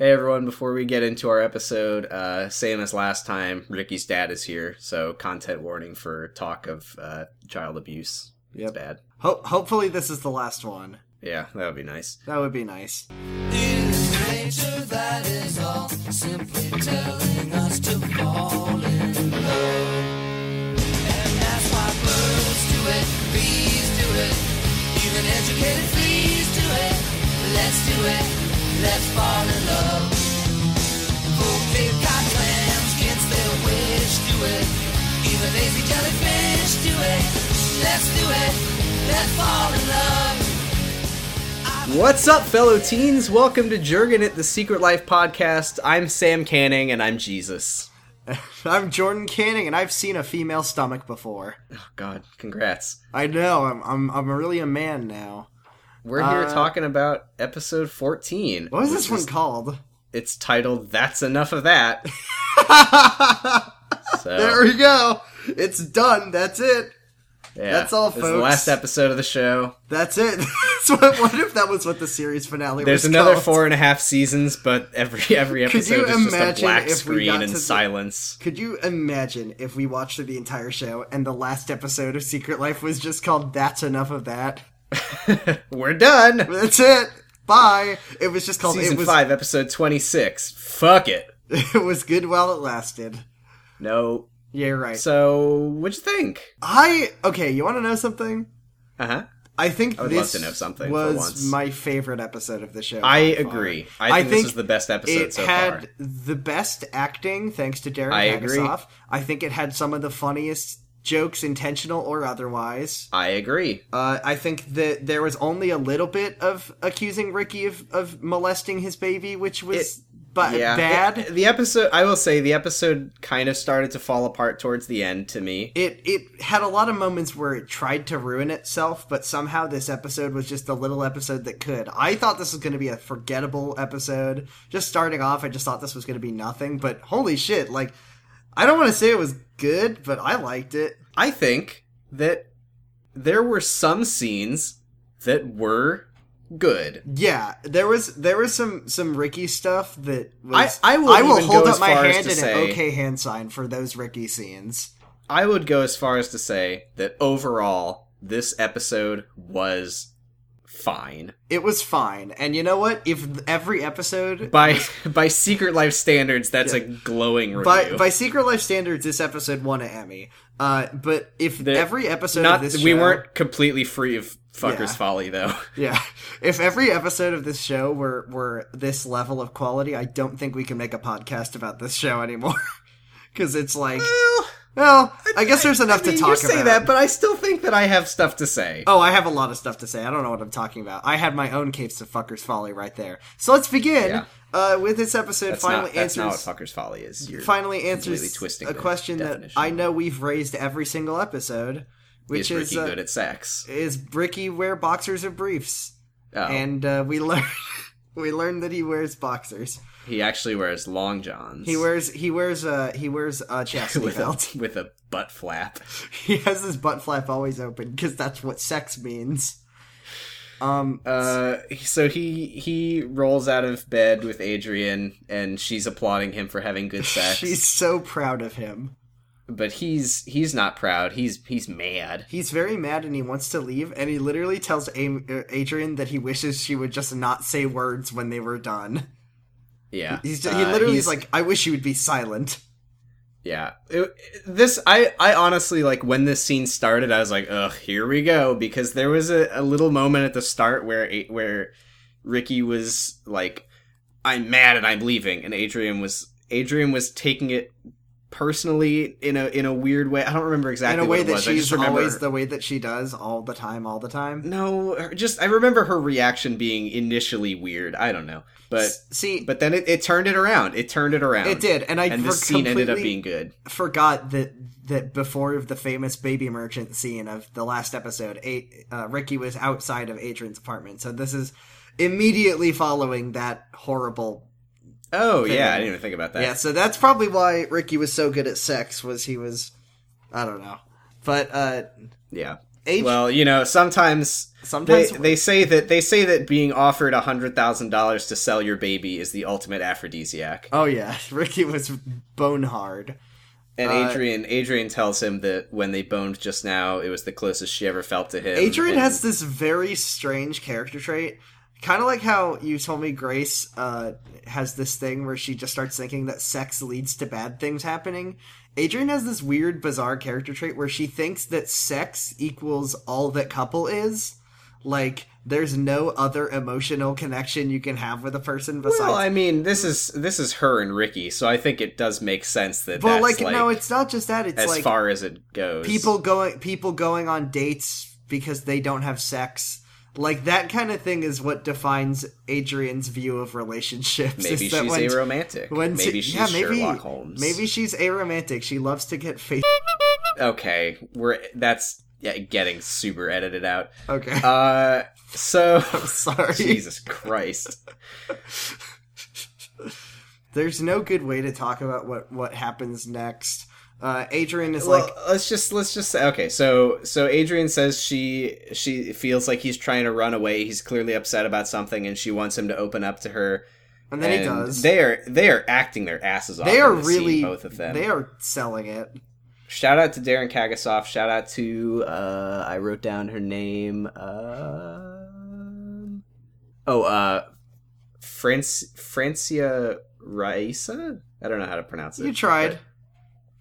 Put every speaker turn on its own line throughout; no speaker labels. Hey everyone, before we get into our episode, uh, same as last time, Ricky's dad is here, so content warning for talk of uh, child abuse. It's
Yep.
bad.
Ho- hopefully, this is the last one.
Yeah, that would be nice.
That would be nice.
What's up, fellow teens? Welcome to Jurgen at the Secret Life podcast. I'm Sam Canning, and I'm Jesus.
I'm Jordan Canning, and I've seen a female stomach before.
Oh God, congrats.
I know. I'm I'm, I'm really a man now.
We're here
Uh,
talking about episode 14.
What was
which
this one
is-
called?
It's titled "That's Enough of That." So
There we go. It's done. That's it.
yeah,
that's all,
this is the
folks.
last episode of the show.
That's it. That's what, what if that was what the series finale
There's
was
another
called?
four and a half seasons, but every every
Could you
episode is just a
imagine
black
if we
screen
got
and
to the-
silence.
Could you imagine if we watched through the entire show and the last episode of Secret Life was just called That's Enough of That?
We're done.
That's it. Bye. It was just called
Season
it was
five, episode twenty six. Fuck it.
it was good while it lasted.
No.
Yeah, you're right.
So, what'd you think?
I okay. You want to know something?
Uh huh.
I think
would
this
love to know something for
was
once.
my favorite episode of the show.
I
by far.
agree. I think, this is the best episode
it
so
had
far.
the best acting thanks to Darren
I agree.
Agasoff. I think it had some of the funniest jokes, intentional or otherwise.
I agree.
Uh, I think that there was only a little bit of accusing Ricky of, of molesting his baby, which was ba-
Yeah.
bad.
It- the episode, I will say, the episode kind of started to fall apart towards the end to me.
it it had a lot of moments where it tried to ruin itself, but somehow this episode was just the little episode that could. I thought this was going to be a forgettable episode. Just starting off, I just thought this was going to be nothing, but holy shit, like I don't want to say it was good, but I liked it.
I think that there were some scenes that were good.
Yeah, there was there was some some Ricky stuff that was
I- I will even go
hold
as
up my
far as
hand
to
in
say-
an okay hand sign for those Ricky scenes.
I would go as far as to say that overall, this episode was fine
It was fine. And you know what? If every episode
by by Secret Life standards. That's a glowing review.
by by Secret Life standards, this episode won an Emmy. Uh, but if
The-
every episode
Not
of this
we
show,
weren't completely free of fuckers
Yeah.
folly though.
yeah, if every episode of this show were were this level of quality, I don't think we can make a podcast about this show anymore because it's like, well, I guess there's enough to talk
you say
about.
that, but I still think that I have stuff to say.
Oh, I have a lot of stuff to say. I don't know what I'm talking about. I had my own Capes of Fuckers Folly right there. So let's begin
Yeah.
uh, with this episode.
that's
finally
not, that's not
answers
what fuckers folly is. You're
finally
completely
answers
twisting
a
the
question that
definition.
I know we've raised every single episode,
is
which is
Ricky
uh,
good at sex?
is Ricky wear boxers or briefs?
Oh,
And uh, we learn we learn that he wears boxers.
Oh, he actually wears long johns.
He wears he wears a he wears a chastity
with a,
belt.
with a butt flap.
He has his butt flap always open because that's what sex means. Um,
Uh, so he he rolls out of bed with Adrian, and she's applauding him for having good sex.
she's so proud of him.
But he's he's not proud. He's he's mad.
He's very mad and he wants to leave. And he literally tells Am- er, Adrian that he wishes she would just not say words when they were done.
Yeah,
He's
Uh,
he literally
he's-
is like, "I wish you would be silent."
yeah. It- this I I honestly like when this scene started. I was like, ugh, here we go, because there was a, a little moment at the start where A- where Ricky was like, I'm mad and I'm leaving, and Adrian was Adrian was taking it personally in a in a weird way. I don't remember exactly
in a way
what it
that
was. I just
she's
remember
always the way that she does all the time, all the time.
No, her- just I remember her reaction being initially weird. I don't know, but
S- see,
but then it, it turned it around. It turned it around.
it did, and I
and
for-
this scene ended up
completely
being good.
forgot that that before the famous baby merchant scene of the last episode, eight, uh, Ricky was outside of Adrian's apartment. So this is immediately following that horrible.
Oh
thing.
yeah, I didn't even think about that.
yeah, so that's probably why Ricky was so good at sex was he was, I don't know, but uh,
Yeah.
H-
Well, you know, sometimes they
sometimes
they say that they say that being offered hundred thousand dollars to sell your baby is the ultimate aphrodisiac.
Oh yeah, Ricky was bone hard.
And
Uh,
Adrian Adrian tells him that when they boned just now, it was the closest she ever felt to him.
Adrian
and-
has this very strange character trait. Kind of like how you told me Grace uh, has this thing where she just starts thinking that sex leads to bad things happening. Adrian has this weird, bizarre character trait where she thinks that sex equals all that couple is. Like, there's no other emotional connection you can have with a person besides.
Well, I mean, this is this is her and Ricky, so I think it does make sense that.
but
that's
like,
like,
no, it's not just that. It's
as
like
far as it goes.
people going people going on dates because they don't have sex like that kind of thing is what defines adrian's view of relationships
maybe
is that
she's
when-
aromantic.
when
maybe
t-
she's
yeah, maybe-
Sherlock Holmes.
maybe she's aromantic she loves to get face
okay, we're that's yeah, getting super edited out.
okay
Uh, so
sorry
Jesus Christ.
there's no good way to talk about what what happens next uh adrian is
well,
like
let's just let's just say okay. So so Adrian says she she feels like he's trying to run away. He's clearly upset about something, and she wants him to open up to her.
and then he does
They are they are acting their asses off.
they
in
are
this scene,
really
both of them.
they are selling it
Shout out to Darren Kagasoff. Shout out to uh, I wrote down her name. Um oh, uh, France Francia Raisa. I don't know how to pronounce it.
you tried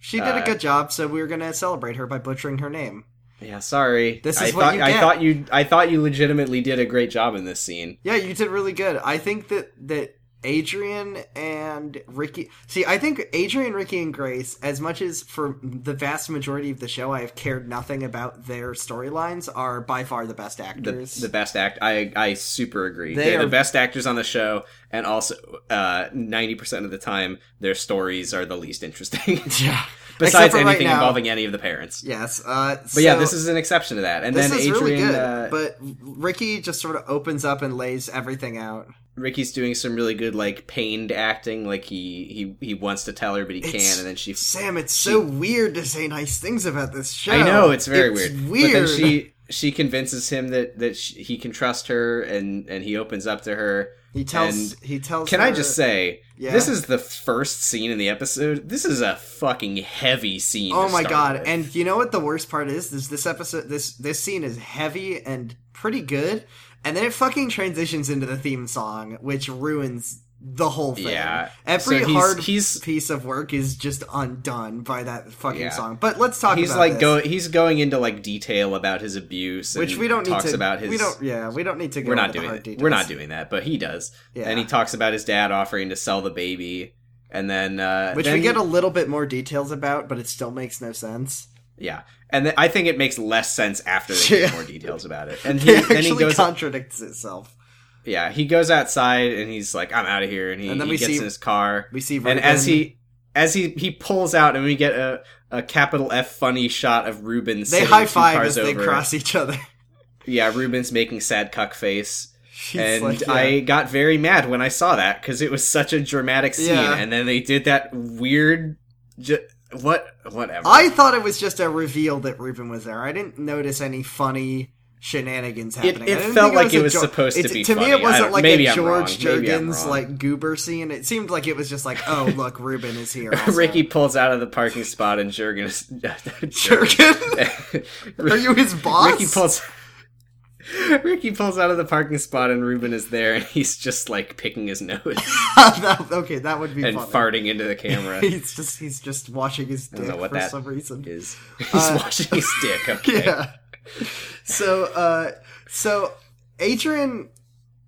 she did a
uh,
good job so we were gonna celebrate her by butchering her name
but- yeah, sorry.
This
I
is
thought,
what you
I
get.
thought you. I thought you legitimately did a great job in this scene.
Yeah, you did really good. I think that that Adrian and Ricky. See, I think Adrian, Ricky, and Grace, as much as for the vast majority of the show, I have cared nothing about their storylines, are by far the best
The,
actors.
the best act. I I super agree.
They
They are
are-
the best actors on the show, and also uh, ninety percent of the time, their stories are the least interesting.
yeah. Except
Besides
for right
anything
now.
involving any of the parents.
Yes. Uh,
But yeah, this is an exception to that. And
this
then
is
Adrian,
really good.
uh,
but Ricky just sort of opens up and lays everything out.
Ricky's doing some really good like pained acting. Like he he he wants to tell her, but he
It's-
can't. And then she.
Sam, it's so weird to say nice things about this show.
I know it's very weird.
Weird.
But then she she convinces him that that she, he can trust her, and and he opens up to her.
he tells. he tells.
Can I
her-
just say,
Yeah.
this is the first scene in the episode. This is a fucking heavy scene.
Oh
to
my
start
god!
with.
And you know what the worst part is? Is this episode? This this scene is heavy and pretty good, and then it fucking transitions into the theme song, which ruins the whole thing.
Yeah.
Every
So he's-
hard
he's-
piece of work is just undone by that fucking
Yeah.
song. But let's talk.
he's
about
like
this,
go he's going into like detail about his abuse,
which
and
we don't need
talks
to.
about his
we don't. Yeah, we don't need to. Go
we're not
into the
doing
hard
that.
details.
We're not doing that, but he does.
Yeah.
And he talks about his dad offering to sell the baby, and then uh,
Which we
then-
get a little bit more details about, but it still makes no sense.
yeah. And then I think it makes less sense after they get
Yeah.
more details about it. And he,
It
then he
actually
goes,
contradicts itself.
yeah, he goes outside and he's like, "I'm out of here," and he,
And then
he
we
gets
see-
in his car.
We see
and as
Reuben-
he as he he pulls out, and we get a a capital F funny shot of Ruben.
they
sitting
high
two
five
cars
as they
over.
cross each other.
Yeah, Ruben's making sad cuck face.
She's
and
like, yeah.
I got very mad when I saw that because it was such a dramatic scene,
Yeah.
and then they did that weird, ju- what, whatever.
I thought it was just a reveal that Ruben was there. I didn't notice any funny shenanigans happening.
it
I didn't
felt
think
like it
a
was
Geor-
supposed to
it's-
be
To me,
funny.
it
I
wasn't
don't-
like
maybe
a
I'm
George
wrong. Maybe I'm
Jurgens
wrong.
like goober scene. It seemed like it was just like, oh look, Ruben is here. also.
Ricky pulls out of the parking spot and Jurgen is
Jurgen, are you his boss?
Ricky pulls. Ricky pulls out of the parking spot and Ruben is there and he's just like picking his nose
That- okay, that would be
and
funny.
farting into the camera.
He's just he's just washing his
don't
dick
know what
for
that
some reason.
is he's washing his dick? Okay.
uh, yeah. So, uh, so Adrian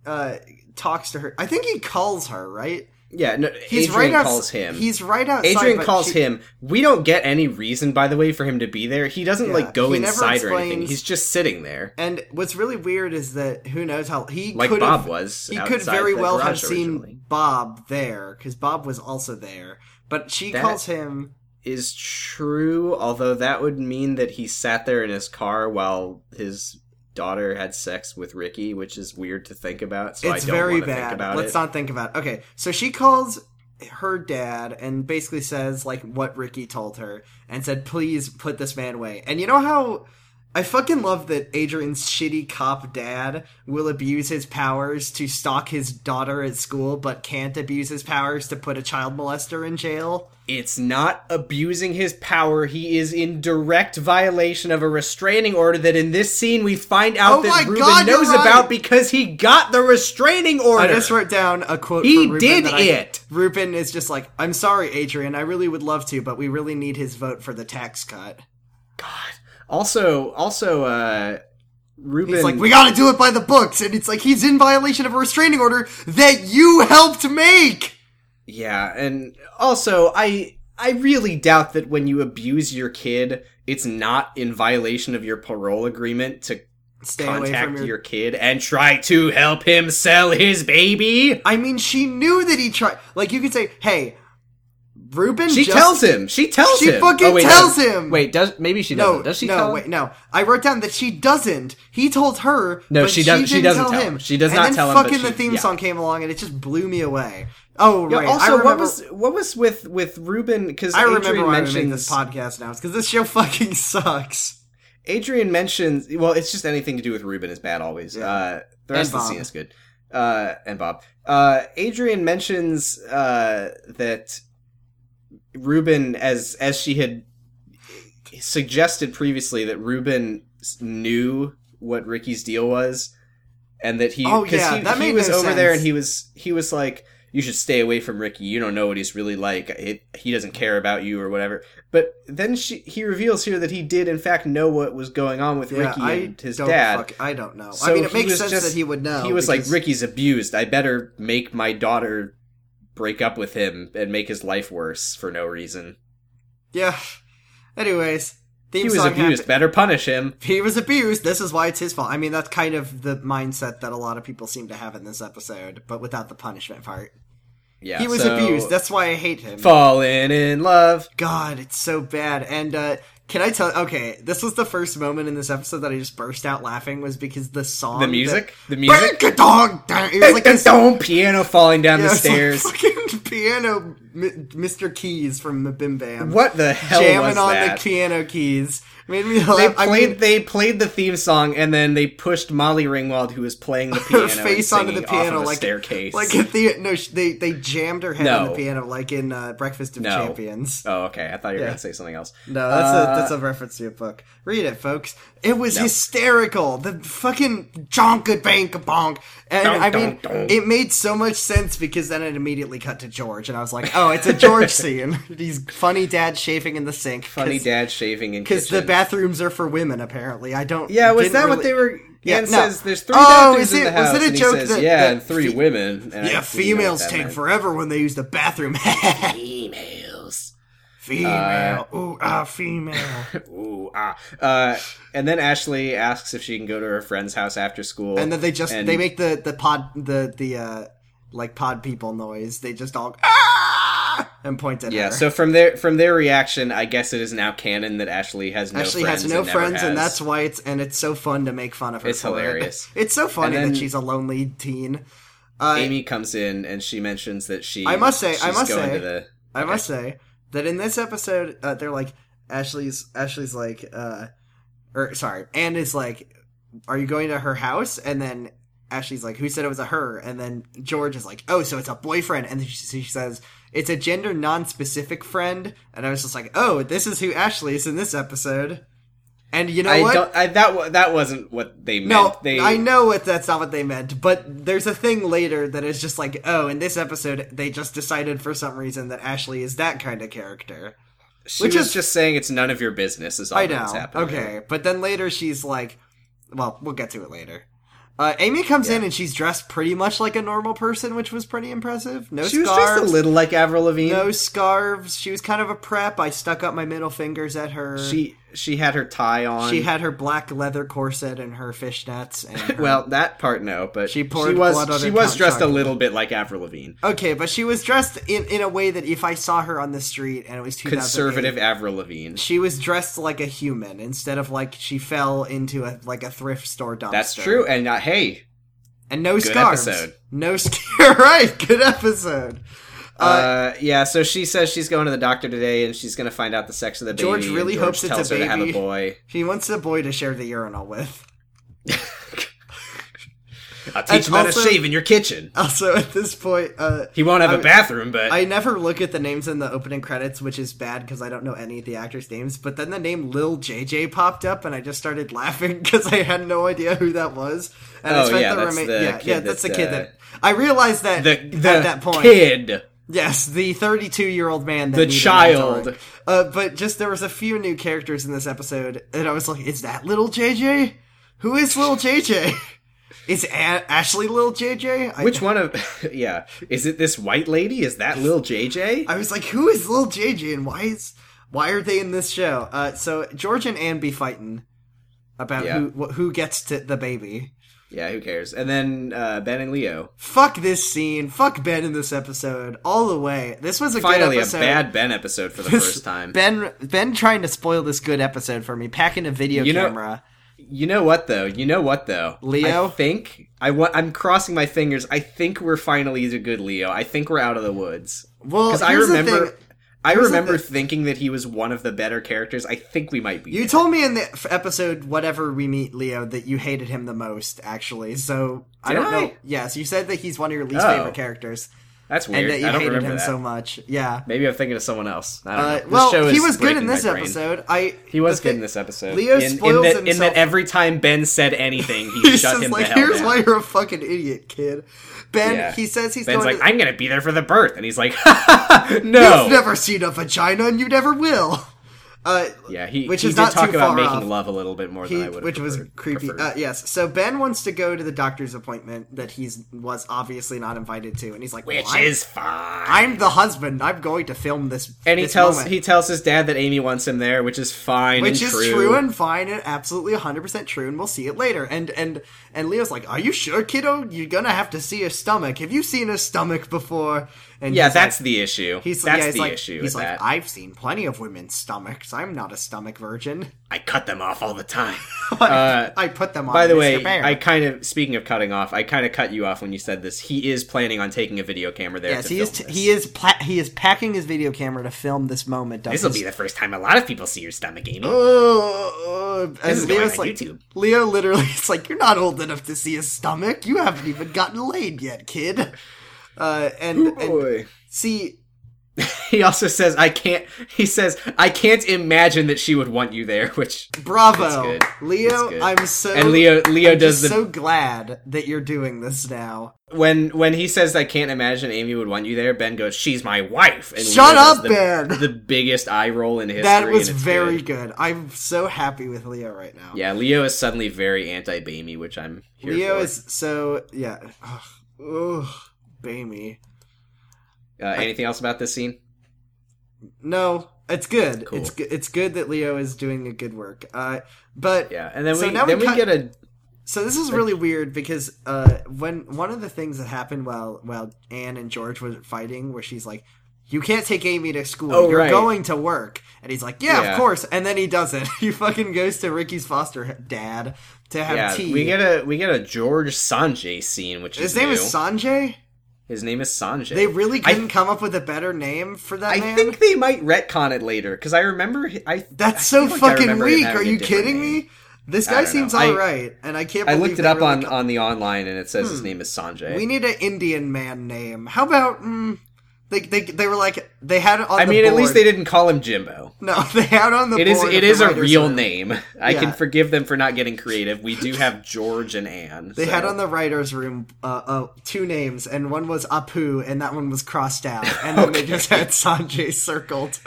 uh, talks to her. I think he calls her, right?
Yeah, no,
He's
Adrian
right outs-
calls him.
He's right outside.
Adrian
but
calls
she-
him. We don't get any reason, by the way, for him to be there. He doesn't
Yeah,
like go
he never
inside or anything.
explains-
He's just sitting there,
And what's really weird is that who knows how he
like
could
Bob was.
He could
outside
very
the
well have
garage
seen
originally.
Bob there because Bob was also there. But she
That-
calls him.
Is true, although that would mean that he sat there in his car while his daughter had sex with Ricky, which is weird to think about. So
it's
I don't
very
wanna
bad.
Think about
Let's
it.
not think about. It. Okay, so she calls her dad and basically says like what Ricky told her and said, "Please put this man away." And you know how I fucking love that Adrian's shitty cop dad will abuse his powers to stalk his daughter at school, but can't abuse his powers to put a child molester in jail.
It's not abusing his power. He is in direct violation of a restraining order that in this scene we find out
Oh my
that Ruben
God, you're
knows
right. Oh,
about because he got the restraining order.
I just wrote down a quote.
He
from Ruben
did
that I-
it.
Ruben is just like, "I'm sorry, Adrian. I really would love to, but we really need his vote for the tax cut."
God. Also, also, uh, Ruben.
He's like, "We got to do it by the books," and it's like he's in violation of a restraining order that you helped make.
Yeah, and also I I really doubt that when you abuse your kid, it's not in violation of your parole agreement to
Stay away from
contact
your.
your... kid and try to help him sell his baby.
I mean, she knew that he tried. Like, you could say, "Hey, Ruben."
She
just-
tells him. She tells
She
him.
fucking
Oh, wait,
tells
no.
him!
Wait, does maybe she doesn't?
No,
does she
no,
tell him?
wait, no. I wrote down that she doesn't. He told her.
No,
but
she doesn't- she
didn't
doesn't
tell
tell
him.
him. She does
and
not
then
tell him, but
Fucking the
she-
theme
yeah.
song came along, and it just blew me away. Oh
Yeah,
right. I
also,
remember,
what was what was with with Ruben? Because
I remember
Adrian
why
mentions
we made this podcast now. It's because this show fucking sucks.
Adrian mentions. Well, it's just anything to do with Ruben is bad always. Uh, the rest
And
of the
Bob.
scene is good. Uh, and Bob. Uh, Adrian mentions uh, that Ruben, as as she had suggested previously, that Ruben s- knew what Ricky's deal was, and that he
Oh,
'cause
yeah,
he,
that
he
made
was
no
over there
sense.
and he was he was like. You should stay away from Ricky. You don't know what he's really like. It, he doesn't care about you or whatever. But then she, he reveals here that he did, in fact, know what was going on with
Yeah,
Ricky
I
and his
don't
dad.
fuck- I don't know. I
So
mean, it
he
makes
was
sense
just-
that he would know.
he was
because-
like, Ricky's abused. I better make my daughter break up with him and make his life worse for no reason.
Yeah. Anyways,
He
theme
was
song
abused.
happened-
Better punish him.
He was abused. This is why it's his fault. I mean, that's kind of the mindset that a lot of people seem to have in this episode, but without the punishment part.
Yeah,
he was
so-
abused. That's why I hate him.
Falling in love.
God, it's so bad. And uh can I tell okay, this was the first moment in this episode that I just burst out laughing was because the song
The music. The
that,
music.
Break a dog down. It was like this
Don't piano falling down
yeah,
the
it's like
stairs.
fucking piano M- Mr. Keys from the Bim Bam.
what the hell was
Jamming on
that?
the piano keys. Made me laugh.
they
I
played.
mean,
they played the theme song, and then they pushed Molly Ringwald, who was playing the piano,
her face
and
onto the
singing off
piano
of a
like
staircase.
Like at the no, sh- they they jammed her head on the
No.
piano like in uh, Breakfast of
No.
Champions.
oh, okay. I thought you were
Yeah.
gonna say something else.
No, that's
Uh,
a that's a reference to a book. Read it, folks. It was hysterical. The fucking jonka bank bonk, and
Dun,
I
dun,
mean,
dun.
it made so much sense because then it immediately cut to George, and I was like, oh, it's a George scene. He's funny dad shaving in the sink.
funny dad shaving in
because the
kitchen.
bathrooms are for women apparently. I don't.
Yeah, was
didn't
that what
really-
they were?
Yeah,
Gan
no.
says there's three
Oh,
bathrooms
is
in the
it- was
house.
it a
and he
joke
says,
that-
yeah,
that
and three
fe-
women. And I
Yeah,
didn't know what
females
that
take
meant.
forever when they use the bathroom.
females.
Female.
Uh,
Ooh, ah, female.
Ooh, ah. Uh, and then Ashley asks if she can go to her friend's house after school.
and then they just
And-
they make the the pod the the uh like pod people noise. They just all ah! and point at
yeah,
her.
so from their from their reaction, I guess it is now canon that Ashley has no
Ashley
friends.
has no
and never
friends, and
has.
that's why it's and it's so fun to make fun of her.
It's
for it.
hilarious.
It's so funny
And then-
that she's a lonely teen. Uh,
Amy comes in and she mentions that she.
I must say- I
she's
must
going
say-
to the.
I must say that in this episode, uh, they're like Ashley's. Ashley's like, uh, or sorry, Anne is like, "Are you going to her house?" And then Ashley's like, "Who said it was a her?" And then George is like, "Oh, so it's a boyfriend." And then she, she says, "It's a gender non-specific friend." And I was just like, "Oh, this is who Ashley is in this episode." And you know
I
what?
don't. I, that wa- that wasn't what they meant.
No,
they,
I know what that's not what they meant, but there's a thing later that is just like, oh, in this episode, they just decided for some reason that Ashley is that kind of character.
She
Which
was
is-
just saying it's none of your business. Is all
I
Oh, that's
know.
happening.
Okay, but then later she's like, well, we'll get to it later. Uh, Amy comes in and she's dressed pretty much like a normal person, which was pretty impressive. No
She was
scarves,
just a little like Avril Lavigne.
no scarves. She was kind of a prep. I stuck up my middle fingers at her.
she she had her tie on.
she had her black leather corset and her fishnets. And her-
well that part no, but she,
She poured
was
blood on
she
her
was
couch
dressed a
chocolate.
little bit like Avril Lavigne.
Okay, but she was dressed in, in a way that if I saw her on the street and it was 2008,
Conservative Avril Lavigne.
she was dressed like a human instead of like she fell into a like a thrift store dumpster.
That's true. And uh, hey,
And no scarves.
episode.
No scar. right, good episode.
Uh, yeah, so she says she's going to the doctor today and she's going to find out the sex of the baby.
George
and
really hopes it's a
tells her to have
baby.
a boy.
She wants the boy to share the urinal with.
I'll teach him how to
also-
shave in your kitchen.
Also, at this point, uh,
He won't have a
I-
bathroom, but
I never look at the names in the opening credits, which is bad because I don't know any of the actors' names. But then the name Lil JJ popped up, and I just started laughing because I had no idea who that was. And I
Oh,
spent
yeah,
the
that's
rema-
the
yeah,
kid
yeah, that's the
that,
kid
uh,
that I realized that
the,
at
the
that point,
kid.
yes, the 32 year old man, that
The
needed
child.
mentoring. Uh, but just there was a few new characters in this episode, and I was like, is that Lil JJ? Who is Lil JJ? Is a- Ashley Lil JJ? I-
Which one of yeah? Is it this white lady? Is that Lil JJ?
I was like, who is Lil JJ and why is why are they in this show? Uh, so George and Anne be fighting about
Yeah.
who wh- who gets to the baby.
yeah, who cares? And then uh, Ben and Leo.
Fuck this scene. Fuck Ben in this episode all the way. This was a
Finally,
good
a
episode.
bad Ben episode for the first time.
Ben Ben trying to spoil this good episode for me, packing a video
You know-
camera.
You know what though? You know what though?
Leo?
I think I wa- I'm crossing my fingers. I think we're finally the good Leo. I think we're out of the woods.
Well,
Because I
here's the
remember,
thing.
I
here's the
remember
thing.
thinking that he was one of the better characters. I think we might be.
You told me in the f- episode whatever we meet Leo that you hated him the most actually. So I
Did
don't know.
I?
Yes, you said that he's one of your least
Oh.
favorite characters
That's
and
weird.
that you
I don't
hated
remember
him
that.
so much. Yeah.
Maybe I'm thinking of someone else. I don't know.
Uh,
This
well,
show
he
is
was good in
breaking my
this
brain.
episode. I
He was
the
good
thi-
in this episode.
Leo
in, in
spoils
that, In
himself.
that every time Ben said anything, he
He's
shut
just
him
like,
the hell
here's
down.
why you're a fucking idiot, kid. Ben,
Yeah.
he says he's
Ben's like,
going to.
I'm gonna be there for the birth, and he's like, no.
You've never seen a vagina, and you never will. Uh,
yeah, he,
Which
he
is
did
not
talk
too
about
far
making
off.
love a little bit more
he,
than I would,
which was creepy.
Preferred.
Uh, yes, so Ben wants to go to the doctor's appointment that he's was obviously not invited to, and he's like,
which
well, I'm-
is fine.
I'm the husband. I'm going to film this.
and he
this
tells
moment."
he tells his dad that Amy wants him there, which is fine,
which
and
is true. and fine and absolutely 100% true and we'll see it later and and and leo's like are you sure kiddo you're gonna have to see a stomach have you seen a stomach before and
yeah,
he's
that's
like,
the issue.
he's,
that's
yeah, he's
the
like,
issue.
he's
with
like
that.
i've seen plenty of women's stomachs i'm not a stomach virgin
I cut them off all the time.
i put them on
Uh, By the
Mr.
way,
Bear.
I kind of speaking of cutting off, I kind of cut you off when you said this. He is planning on taking a video camera there.
yes
to
he is
film
he is pla- he is packing his video camera to film this moment of
This will
his-
be the first time a lot of people see your stomach, Amy.
Oh, and
is going
Leo's
on
like,
YouTube.
Leo literally is like, you're not old enough to see a stomach. You haven't even gotten laid yet, kid. Uh, and, and see,
He also says, "I can't." He says, "I can't imagine that she would want you there." Which,
bravo,
That's good. That's
Leo.
good.
I'm so
and Leo, Leo
I'm
does
just
the
so glad that you're doing this now.
when when he says, "I can't imagine Amy would want you there." Ben goes, "She's my wife." And
Shut
Leo does
up,
the,
Ben.
The biggest eye roll in history.
That
and
was
it's
very
good.
good. I'm so happy with Leo right now.
Yeah, Leo is suddenly very anti-Bamey, which I'm here
Leo
for.
is so yeah. Ugh, Ugh baby.
Uh, anything else about this scene?
No, it's good.
Cool.
It's good. It's good that Leo is doing a good work. Uh, but
Yeah, and then
So
we
now we
then we
cut-
get a
So this is really weird because uh, when one of the things that happened while while Anne and George were fighting, where she's like, "You can't take Amy to school.
Oh,
You're
right.
going to work," and he's like, "Yeah,
Yeah.
of course." And then he doesn't. He fucking goes to Ricky's foster dad to have
yeah
tea.
we get a we get a George Sanjay scene, which
His
is
name
new.
is Sanjay.
His name is Sanjay.
They really
I-
couldn't come up with a better name for that
I
man.
think they might retcon it later because I remember h- I
That's
I
so
feel like I
fucking
remember him
weak.
having
Are
a
you
different
kidding
name.
me? This
I
guy
don't know.
seems
I-
all right, and I can't.
I
believe
looked it
they
up
really Hmm.
on on the online and it says his name is Sanjay.
We need an Indian man name. How about mm, they, they they were like they had it on.
I
the
mean, at least
board.
they didn't call him Jimbo.
no they had on the.
It is
board
it
of
is
the
a
writers'
real
room.
name. I
Yeah.
can forgive them for not getting creative. We do have George and Anne.
They
so-
had on the writers' room uh, uh, two names, and one was Apu, and that one was crossed out, and then they just had Sanjay circled.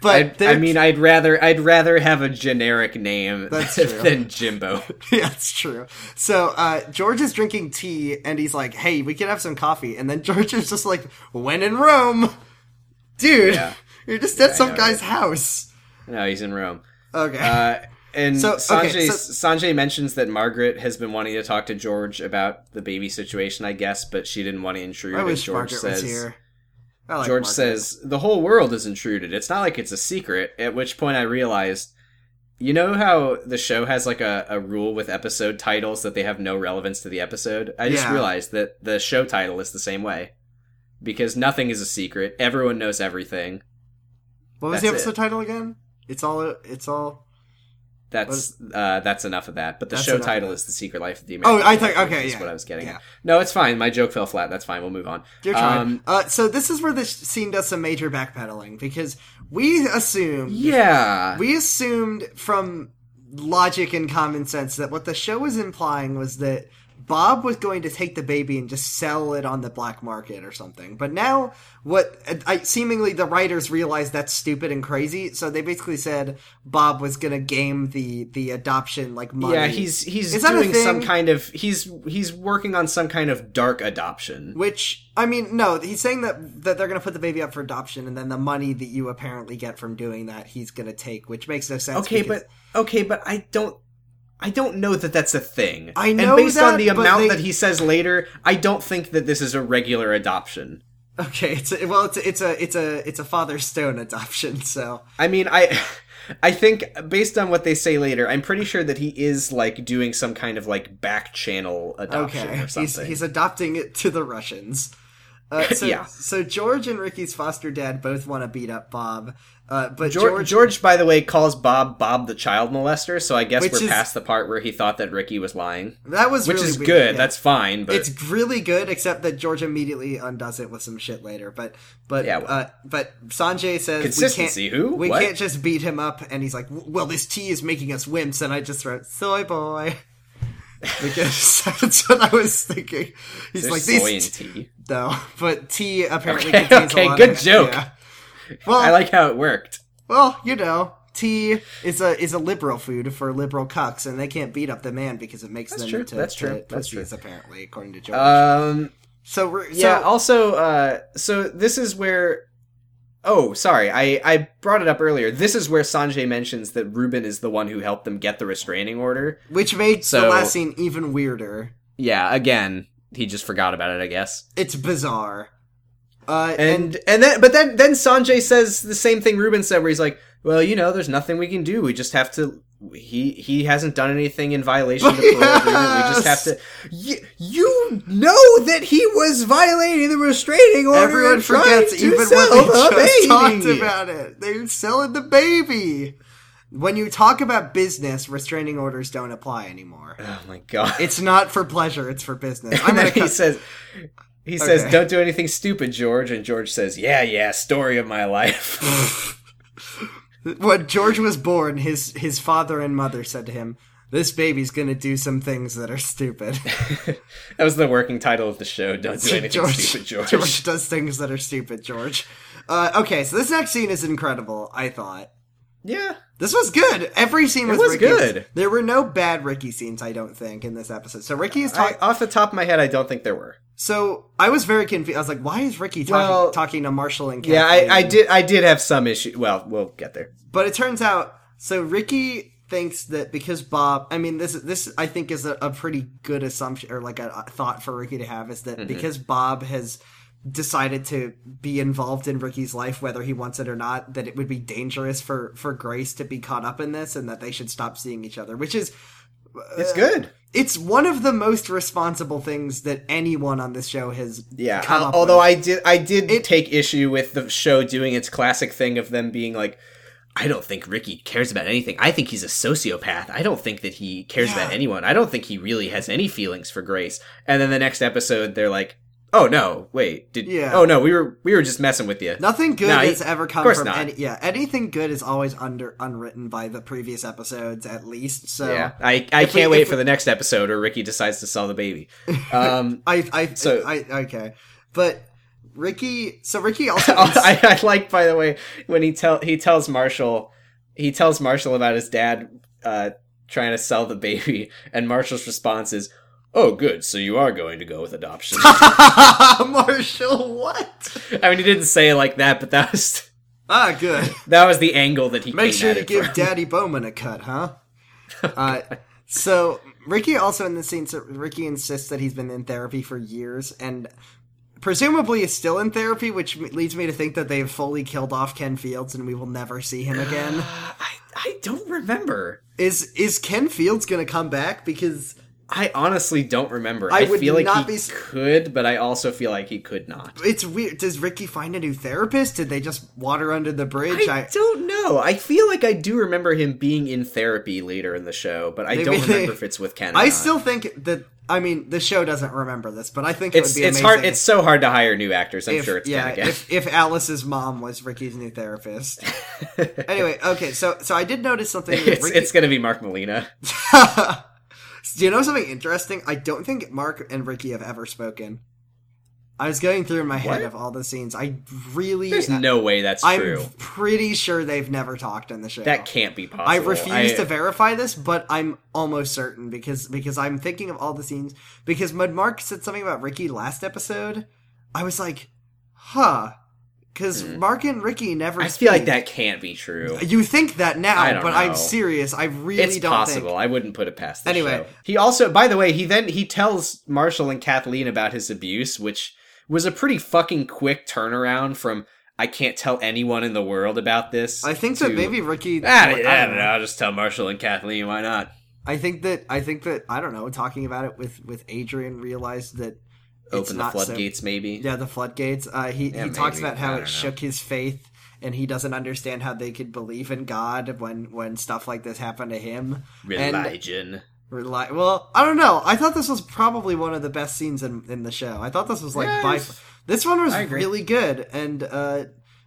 But
I, I
they're-
mean, I'd rather I'd rather have a generic name
That's true.
than Jimbo.
yeah, it's true. So uh, George is drinking tea, and he's like, "Hey, we could have some coffee." And then George is just like, "When in Rome, dude,
Yeah.
you're just at some
know,
guy's house."
No, he's in Rome.
Okay.
Uh, and
So,
Sanjay
okay,
Sanjay mentions that Margaret has been wanting to talk to George about the baby situation, I guess, but she didn't want to intrude.
I
and
wish
George
Margaret
says,
was here. I like
George
Margaret.
says, The whole world is intruded. It's not like it's a secret. At which point I realized, you know how the show has like a, a rule with episode titles that they have no relevance to the episode? I just
Yeah.
realized that the show title is the same way. because nothing is a secret. Everyone knows everything.
What was
That's
the
it.
episode title again? It's all. It's all.
That's uh, that's enough of that. But the
That's
show
enough
title
of
is the Secret Life of the
Oh,
American.
I thought-
Life,
okay,
is
yeah,
what I was getting.
yeah.
At. No, it's fine. My joke fell flat. That's fine. We'll move on.
You're trying.
Um,
uh, so this is where this scene does some major backpedaling because we assumed
yeah.
we assumed from logic and common sense that what the show was implying was that Bob was going to take the baby and just sell it on the black market or something. But now, what I, seemingly the writers realized that's stupid and crazy, so they basically said Bob was going to game the the adoption like money.
yeah, he's he's
Is that a
doing some
thing?
kind of he's he's working on some kind of dark adoption.
Which I mean, no, he's saying that that they're going to put the baby up for adoption, and then the money that you apparently get from doing that, he's going to take, which makes no sense.
okay,
because-
but okay, but I don't I don't know that that's a thing.
I
and
know
based on
that,
the
but
amount
they-
that he says later, I don't think that this is a regular adoption.
okay, it's a, well, it's a, it's a it's a it's a father stone adoption, so
I mean, I I think based on what they say later, I'm pretty sure that he is like doing some kind of like back channel adoption
okay,
or
he's
something.
he's adopting it to the Russians. Uh, so,
Yeah.
So George and Ricky's foster dad both want to beat up Bob, uh, but
Geor-
George,
George, by the way, calls Bob Bob the child molester, so I guess
Which
we're
is-
past the part where he thought that Ricky was lying,
that was
which
really
is
weird,
good.
yeah.
That's fine, but
it's really good, except that George immediately undoes it with some shit later. But but
Yeah, well-
uh, but Sanjay says
Consistency,
We can't,
who?
We
What?
can't just beat him up, and he's like, "Well, this tea is making us wimps," and I just wrote "soy boy." Because that's what I was thinking. He's
there's
like
soy in
these
tea.
no, but tea apparently
Okay,
contains
okay,
a lot
good
of,
joke.
yeah. Well,
I like how it worked.
well, you know, tea is a is a liberal food for liberal cucks, and they can't beat up the man because it makes them
true,
into
that's true,
to
that's true.
pussies, apparently, according to George.
Um,
so we're, so
yeah also uh so this is where oh sorry i i brought it up earlier this is where sanjay mentions that ruben is the one who helped them get the restraining order
which made
So-
the last scene even weirder.
yeah again he just forgot about it i guess
It's bizarre. Uh, and,
and and then but then then sanjay says the same thing ruben said where he's like well you know there's nothing we can do we just have to he he hasn't done anything in violation of the parole agreement. We just have to.
Yes!
You, you know that he was violating the restraining order.
everyone
and trying
forgets
to
even when
sell
they
the
just talked
baby.
about it. They're selling the baby. When you talk about business, restraining orders don't apply anymore.
Oh my god!
It's not for pleasure; it's for business. I'm
and then
gonna
he
cut.
says, he says,
Okay.
"Don't do anything stupid, George." And George says, "Yeah, yeah, story of my life."
when George was born, his his father and mother said to him, "This baby's gonna do some things that are stupid."
that was the working title of the show. Don't do anything stupid, George.
George does things that are stupid, George. Uh, okay, so this next scene is incredible. I thought
Yeah,
this was good. Every scene with
was
Ricky
good.
there were no bad Ricky scenes, I don't think, in this episode. So Ricky is
I,
talking.
off the top of my head, I don't think there were.
So I was very confused. I was like, "Why is Ricky talking,
Well-
talking to Marshall and
Yeah, I,
Kathleen?
I did. I did have some issue. Well, we'll get there.
But it turns out so Ricky thinks that because Bob, I mean this this I think is a, a pretty good assumption or like a, a thought for Ricky to have is
Mm-hmm.
that because Bob has decided to be involved in Ricky's life whether he wants it or not that it would be dangerous for for Grace to be caught up in this and that they should stop seeing each other which is Uh,
It's good.
it's one of the most responsible things that anyone on this show has
Yeah.
come
al-
up
although
with.
I did, I did take issue with the show doing its classic thing of them being like. I don't think Ricky cares about anything. I think he's a sociopath. I don't think that he cares
Yeah.
about anyone. I don't think he really has any feelings for Grace. And then the next episode, they're like, "Oh no, wait, did?
Yeah.
Oh no, we were we were just messing with you."
Nothing good
No, he-
has ever
of
come
course
from
not.
any. Yeah, anything good is always under unwritten by the previous episodes, at least. So
Yeah, I, I
If we-
can't wait
if
for the next episode where Ricky decides to sell the baby. Um,
I, I,
So-
I, okay, but Ricky. So Ricky also.
I, I like, by the way, when he tell he tells Marshall, he tells Marshall about his dad uh, trying to sell the baby, and Marshall's response is, "Oh, good. So you are going to go with adoption."
Marshall, what?
I mean, he didn't say it like that, but that was
Ah, good.
that was the angle that he came
Make sure
at
you
it
give
from.
Daddy Bowman a cut, huh? Uh, so Ricky also in the scene. So Ricky insists that he's been in therapy for years and presumably is still in therapy, which m- leads me to think that they've fully killed off Ken Fields and we will never see him again.
I I don't remember.
Is is Ken Fields going to come back? Because
I honestly don't remember.
I
I,
would
feel like
not
he
be s-
could, but I also feel like he could not.
It's weird. Does Ricky find a new therapist? Did they just water under the bridge?
I don't know. I feel like I do remember him being in therapy later in the show, but I don't
Maybe they-
remember if it's with Ken. or
I
not.
still think that I mean the show doesn't remember this, but I think
It's
it would be
it's
amazing
hard. It's so hard to hire new actors. I'm
if,
sure it's Ken
yeah,
again.
if if Alice's mom was Ricky's new therapist. anyway, okay, so so I did notice something. that
it's,
Ricky,
it's gonna be Mark Molina.
do you know something interesting? I don't think Mark and Ricky have ever spoken. I was going through in my
What?
head of all the scenes. I really,
There's no way that's
I'm
true.
pretty sure they've never talked in the show.
That can't be possible.
I refuse
I-
to verify this, but I'm almost certain because because I'm thinking of all the scenes because Mud Mark said something about Ricky last episode. I was like, huh, because Mark and Ricky never.
Hmm. I feel like
speak.
that can't be true.
You think that now,
I don't
but I'm
know.
serious. I really
It's
don't
possible.
think.
I wouldn't put it past. The
Anyway.
show. he also, by the way, he then he tells Marshall and Kathleen about his abuse, which was a pretty fucking quick turnaround from I can't tell anyone in the world about this.
I think that
to,
maybe Ricky.
"Ah,
I don't
yeah, I
know.
don't know, I'll just tell Marshall and Kathleen. Why not?
I think that I think that I don't know. Talking about it with with Adrian realized that it's
Open the
not so-
floodgates, maybe.
yeah, the floodgates. Uh, he he talks
maybe.
about
I
how
don't
it
know.
shook his faith, and he doesn't understand how they could believe in God when when stuff like this happened to him. And
Religion.
rely. Well, I don't know. I thought this was probably one of the best scenes in in the show. I thought this was like by.
Yes.
This one was
I agree.
really good, and uh,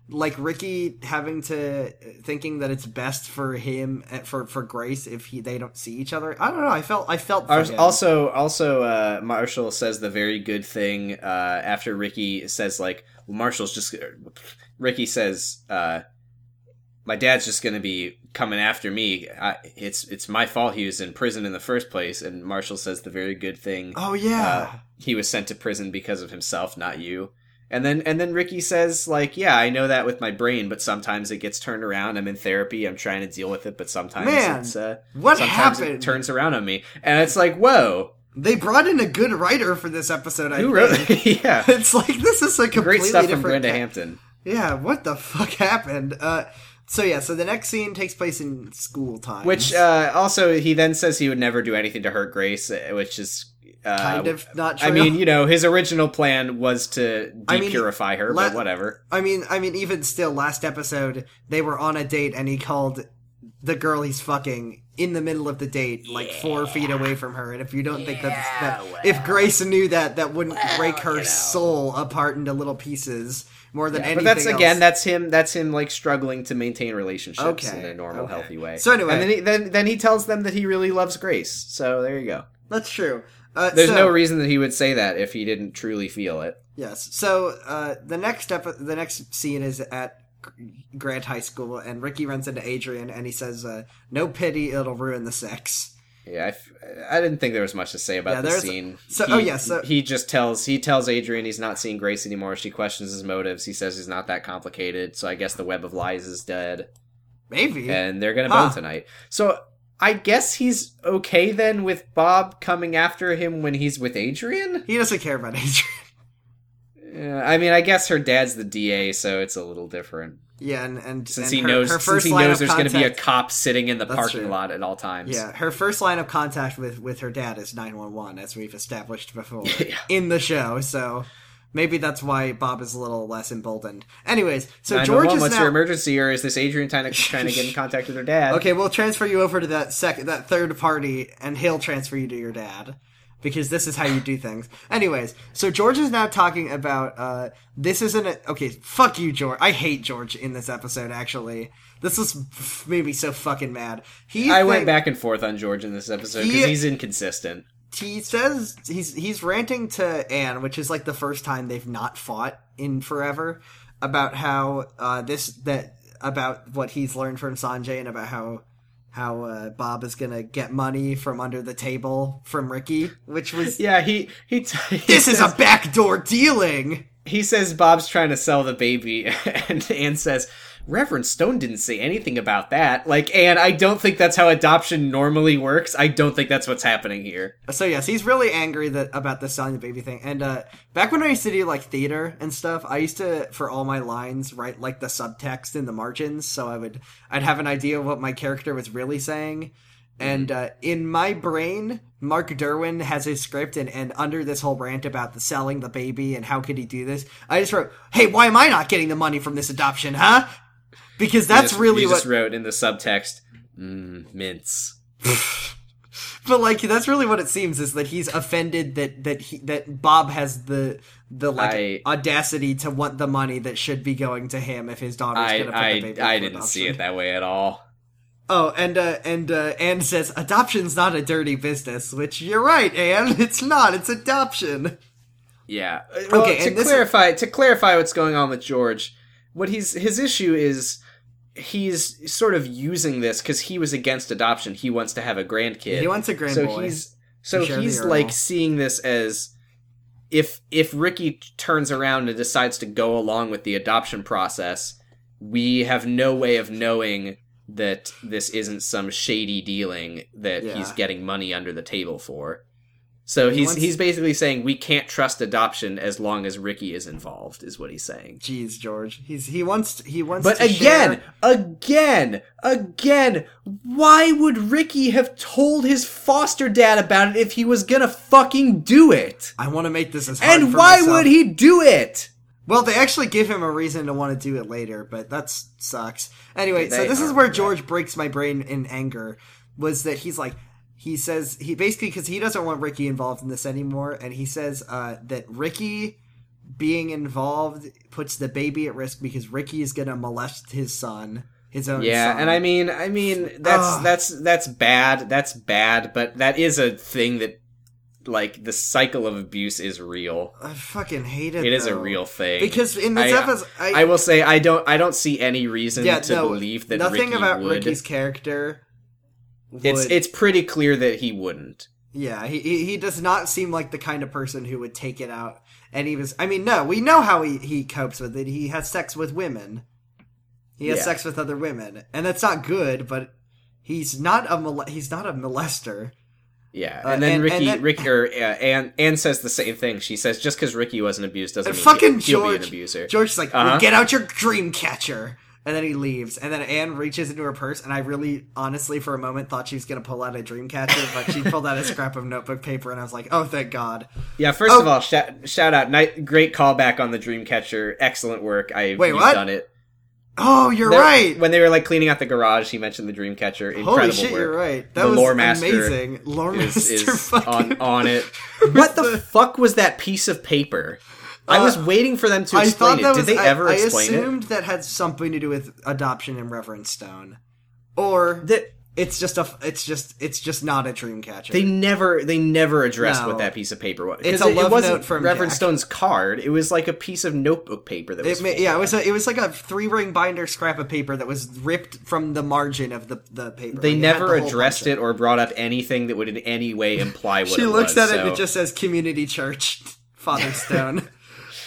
like Ricky having to thinking that it's best for him eh, for for Grace if he they don't see each other. I don't know. I felt I felt for
Ours-
him.
Also, also, uh, Marshall says the very good thing uh, after Ricky says like well, Marshall's just Ricky says uh, my dad's just gonna be coming after me. I, it's it's my fault he was in prison in the first place. And Marshall says the very good thing
Oh yeah.
uh, he was sent to prison because of himself, not you. And then and then Ricky says like yeah I know that with my brain, but sometimes it gets turned around. I'm in therapy. I'm trying to deal with it, but sometimes
Man.
it's. Uh,
what
sometimes
happened?
it turns around on me and it's like whoa
They brought in a good writer for this episode. I
who
think.
wrote yeah
It's like this is a completely
great stuff from
different
brenda
ca-
hampton
Yeah, what the fuck happened? Uh, so yeah, so the next scene takes place in school time,
which uh, also he then says he would never do anything to hurt grace uh, which is uh,
kind of not. True.
i mean you know his original plan was to
I mean,
depurify her
let-
but whatever
I mean, I mean, even still, last episode they were on a date and he called the girl he's fucking in the middle of the date, like four feet away from her. And if you don't think that's, that, if Grace knew that, that wouldn't break her soul apart into little pieces more than
but
anything.
that's again
else.
that's him that's him like struggling to maintain relationships
Okay,
in a normal
okay.
healthy way
So anyway-
and then, he, then then he tells them that he really loves grace so there you go
that's true. Uh,
there's
so-
no reason that he would say that if he didn't truly feel it
Yes. So uh, the next step, the next scene is at Grant High School, and Ricky runs into Adrian, and he says, uh, "No pity, it'll ruin the sex."
Yeah, I, f- I didn't think there was much to say
Yeah,
about the
there's-
scene.
so-
he,
oh, yeah, so-
he just tells he tells Adrian he's not seeing Grace anymore. She questions his motives. He says he's not that complicated. So I guess the web of lies is dead,
Maybe.
and they're gonna
Huh.
bone tonight. So I guess he's okay then with Bob coming after him when he's with Adrian.
he doesn't care about Adrian.
Yeah, I mean, I guess her dad's the DA, so it's a little different
yeah, and, and
since
and
he
her,
knows
her
since
first
he
line
knows
of
there's gonna be a
contact-
cop sitting in the
That's
parking
true.
lot at all times.
Yeah, her first line of contact with with her dad is nine one one, as we've established before
Yeah.
in the show. So maybe that's why Bob is a little less emboldened. Anyways, so George
911,
is
what's your
now.
emergency, or is this Adrian trying to, trying to get in contact with her dad?
Okay, we'll transfer you over to that second, that third party, and he'll transfer you to your dad because this is how you do things. Anyways, so George is now talking about uh, this isn't a okay. Fuck you, George. I hate George in this episode. Actually, this is f- made me so fucking mad. He
I
think-
went back and forth on George in this episode because
He-
he's inconsistent.
He says he's he's ranting to Anne, which is like the first time they've not fought in forever, about how uh, this that about what he's learned from Sanjay and about how how uh, Bob is gonna get money from under the table from Ricky, which was
Yeah, he he. T- he
this is
says,
a backdoor dealing.
he says Bob's trying to sell the baby, and Anne says Reverend Stone didn't say anything about that. Like, Anne, I don't think that's how adoption normally works. I don't think that's what's happening here.
So yes, he's really angry that about the selling the baby thing. And uh, back when I used to do like theater and stuff, I used to for all my lines write like the subtext in the margins, so I would I'd have an idea of what my character was really saying.
Mm-hmm.
And uh, in my brain, Mark Derwin has his script, and, and under this whole rant about the selling the baby and how could he do this, I just wrote, "Hey, why am I not getting the money from this adoption, huh?" Because that's
just-
really
you
what
just wrote in the subtext. Mm, mints.
but like that's really what it seems is that he's offended that that he, that Bob has the the like
I-
audacity to want the money that should be going to him if his daughter's going to put the
I
baby.
I, I
up for
didn't see it
adoption.
that way at all.
Oh, and uh, and uh, Anne says adoption's not a dirty business, which you're right, Anne. It's not. It's adoption.
Yeah. Uh, Well,
Okay,
to
and this-
clarify, to clarify what's going on with George, what he's his issue is he's sort of using this because he was against adoption. He wants to have a grandkid.
He wants a grand
so
boy.
he's so
share the
he's
urinal.
like seeing this as if if Ricky turns around and decides to go along with the adoption process, we have no way of knowing that this isn't some shady dealing that
Yeah.
he's getting money under the table for. So he's
wants-
he's basically saying we can't trust adoption as long as Ricky is involved is what he's saying.
Jeez, George. He's he wants he wants.
But
to
again,
share-
again, again, why would Ricky have told his foster dad about it if he was gonna fucking do it?
I want to make this as hard
And
for
why
myself.
would he do it?
Well, they actually give him a reason to want to do it later, but that sucks. Anyway, so
They
this is
are
where
bad.
George breaks my brain in anger was that he's like he says he basically cuz he doesn't want Ricky involved in this anymore and he says uh that Ricky being involved puts the baby at risk because Ricky is going to molest his son, his own
Yeah,
son.
and I mean, I mean, that's
Ugh.
that's that's bad. That's bad, but that is a thing that like the cycle of abuse is real.
I fucking hate it.
It is a
though.
real thing.
because in this
I-
episode I,
I will say I don't I don't see any reason
yeah,
to
no,
believe that
nothing
Ricky
about
would.
Ricky's character
it's
would-
it's pretty clear that he wouldn't.
Yeah, he he he does not seem like the kind of person who would take it out. And he was I mean, no, we know how he, he copes with it. He has sex with women. He has
Yeah.
sex with other women. And that's not good, but he's not a mole- he's not a molester.
Yeah,
Uh,
and then
and-
Ricky,
and that-
Ricky, or uh, Anne, Anne says the same thing. She says just because Ricky wasn't abused doesn't
And
mean
fucking
he, will be an
George
abuser.
George's like,
Uh-huh.
"Get out your dream catcher." And then he leaves. And then Anne reaches into her purse and I really honestly for a moment thought she was going to pull out a dream catcher, but she pulled out a scrap of notebook paper and I was like, "Oh, thank God."
Yeah, first
Oh.
of all, shout, shout out, ni- great callback on the Dreamcatcher. Excellent work. I
Wait,
you've
what?
done it.
Oh, you're
That-
right.
When they were like cleaning out the garage, he mentioned the Dreamcatcher. Incredible
Holy shit,
work.
you're right. That
The
was
lore master
amazing. Lore
Is,
master
is
fucking.
on on it. What the fuck was that piece of paper? I was waiting for them to
Uh, I
explain
thought
it.
that
Did
was.
they
I-
ever
I,
explain
assumed that had something to do with adoption and Reverend Stone, or
it? That
it's just a. It's just. It's just not a dream catcher.
they never they never addressed
No.
what that piece of paper was. 'Cause
It's a
it,
love
it wasn't
note from
Reverend
Jack.
Stone's card. It was like a piece of notebook paper that was
It ma-
full.
yeah, it was a, it was like a three ring binder scrap of paper that was ripped from the margin of the the paper.
They
Like, it had
never
the whole
addressed
bunch
it or brought up anything that would in any way imply what
of it. She
it
looks
was,
at it and
so-
it just says community church, Father Stone,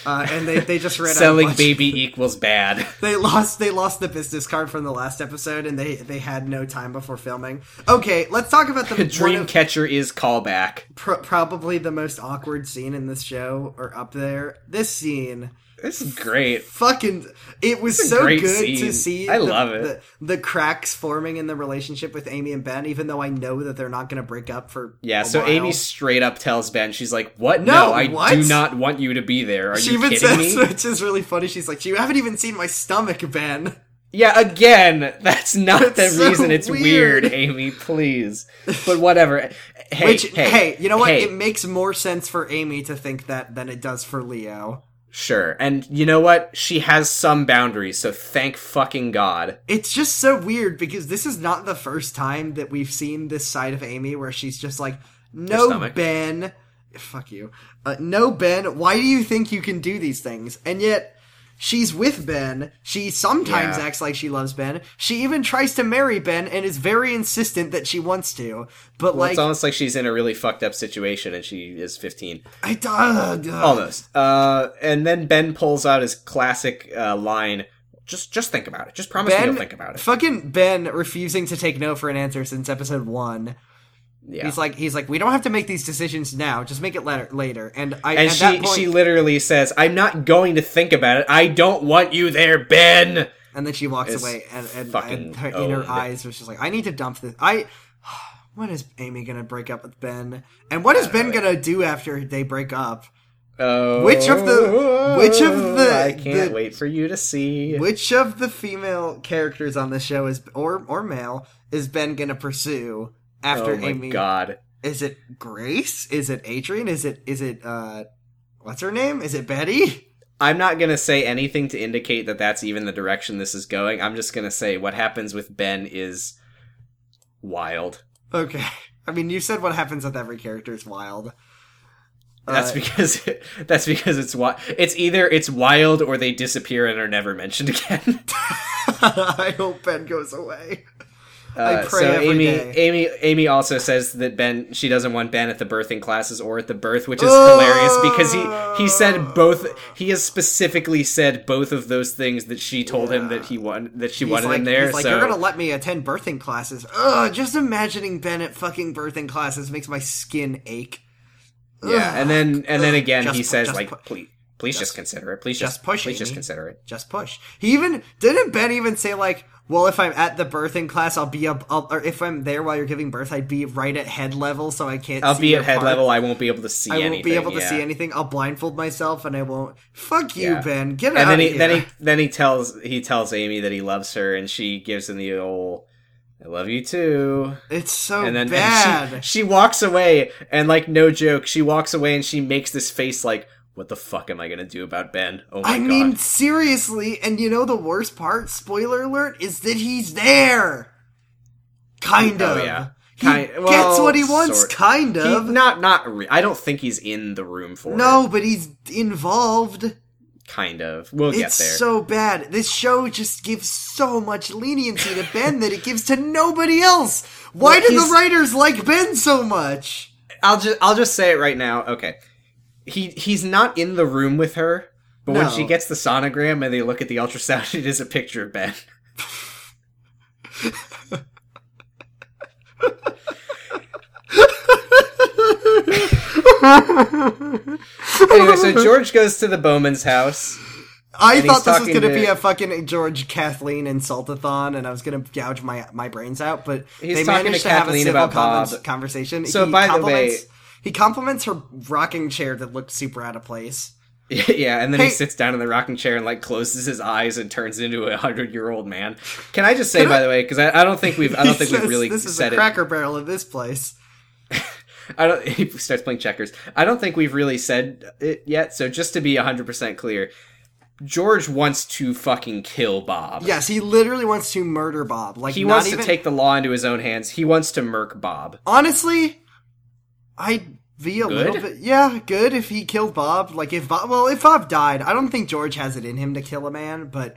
uh, and they they just read out a
selling
bunch-
baby equals bad.
They lost they lost the business card from the last episode and they they had no time before filming. Okay, let's talk about the one of-
Dreamcatcher is callback.
pro- probably the most awkward scene in this show or up there. This scene
This is great.
fucking it was so
great
good
scene.
to see
I
the,
love it.
The, the cracks forming in the relationship with Amy and Ben even though I know that they're not going to break up for
Yeah,
a
so
while.
Amy straight up tells Ben, she's like, "What?
No,
No, I
what?
do not want you to be there. Are
she
you
even
kidding
says,
me?"
which is really funny. She's like, "You haven't even seen my stomach, Ben."
Yeah, again, that's not
That's
the
so
reason. It's
weird.
weird. Amy, please. But whatever. Hey,
Which,
hey,
hey, you know what?
hey,
It makes more sense for Amy to think that than it does for Leo.
sure, and you know what? She has some boundaries, so thank fucking god.
It's just so weird because this is not the first time that we've seen this side of Amy where she's just like, no,
stomach.
Ben, fuck you. Uh, no, Ben, why do you think you can do these things? And yet, she's with Ben. She sometimes
Yeah.
acts like she loves Ben. She even tries to marry Ben and is very insistent that she wants to. But,
Well,
like,
it's almost like she's in a really fucked up situation, and she is fifteen.
I d- ugh, ugh.
almost. Uh, and then Ben pulls out his classic uh, line. Just, just think about it. Just promise me
Ben,
you'll think about it.
fucking Ben refusing to take no for an answer since episode one.
Yeah.
He's like, he's like, we don't have to make these decisions now. Just make it later. Later, and I
and
at
she,
that point,
she literally says, "I'm not going to think about it. I don't want you there, Ben."
and then she walks
is
away, and, and,
fucking
and her inner
owned.
eyes was just like, I need to dump this. I when is Amy gonna break up with Ben? And what is
Uh,
Ben gonna do after they break up?
Oh,
Which of the- which of the-
I can't
the-
wait for you to see.
Which of the female characters on the show is or or male is Ben gonna pursue after
oh my
Amy?
god.
Is it Grace? Is it Adrian? Is it is it uh what's her name? Is it Betty?
I'm not going to say anything to indicate that that's even the direction this is going. I'm just going to say what happens with Ben is wild.
Okay. I mean, you said what happens with every character is wild.
That's
Uh,
because that's because it's wild. It's either it's wild or they disappear and are never mentioned again.
I hope Ben goes away. I
Uh,
pray
so
every
Amy,
day.
Amy, Amy also says that Ben, she doesn't want Ben at the birthing classes or at the birth, which is
Oh.
hilarious because he he said both. He has specifically said both of those things that she told him
Yeah.
that he won that she
He's
wanted
like,
him there.
he's like,
so
you're gonna let me attend birthing classes. Ugh, just imagining Ben at fucking birthing classes makes my skin ache.
yeah, and then and then
Ugh.
again
Just
he
pu-
says
just
like
pu-
please. Please just, consider it. Please just,
just push,
Please just
Amy.
consider it.
just push. He even didn't Ben even say like, well, if I'm at the birthing class, I'll be up, I'll, or if I'm there while you're giving birth, I'd be right at head level, so I can't.
I'll
see
be
your
at head
part.
level. I won't be able to see.
I won't
anything,
be able to
yeah.
see anything. I'll blindfold myself, and I won't. Fuck you,
Yeah.
Ben. Get out
and then
of
he
here.
then he then he tells he tells Amy that he loves her, and she gives him the old "I love you too."
it's so
and then and
bad.
she, she walks away, and like no joke, she walks away and she makes this face like, "What the fuck am I gonna do about Ben?" Oh my
I
god!
mean, seriously, and you know the worst part, spoiler alert, is that he's there. Kind
Oh,
of.
yeah.
He
Kind-
gets
well,
what he wants,
sort-
kind
He-
of.
not not. Re- I don't think he's in the room for
no,
it.
but he's involved.
Kind of. We'll get
it's
there.
so bad. This show just gives so much leniency to Ben that it gives to nobody else. Why
Well,
do the
he's-
writers like Ben so much?
I'll just I'll just say it right now. Okay, he he's not in the room with her. But when
No.
she gets the sonogram and they look at the ultrasound, it is a picture of Ben. anyway, so George goes to the Bowman's house.
I
And he's
thought this was
talking
going to
to-
be a fucking George Kathleen insultathon, and I was going to gouge my my brains out. But
He's
they
talking to
managed to, have a
Kathleen
civil
about
convers-
Bob.
conversation.
So, by the way-
compliments- he compliments her rocking chair that looked super out of place.
yeah, and then
Hey-
he sits down in the rocking chair and like closes his eyes and turns into a hundred year old man. Can I just say, by the way, because I, I don't think we've I don't
He
think we've
says,
really
This is
said
a
it.
Cracker Barrel in this place.
I don't. He starts playing checkers. I don't think we've really said it yet. So just to be hundred percent clear, George wants to fucking kill Bob.
Yes, he literally wants to murder Bob. Like
he
not
wants
even-
to take the law into his own hands. He wants to murk Bob.
honestly, I'd be a little
Good?
bit yeah, good if he killed Bob. Like if Bob, well, if Bob died, I don't think George has it in him to kill a man, but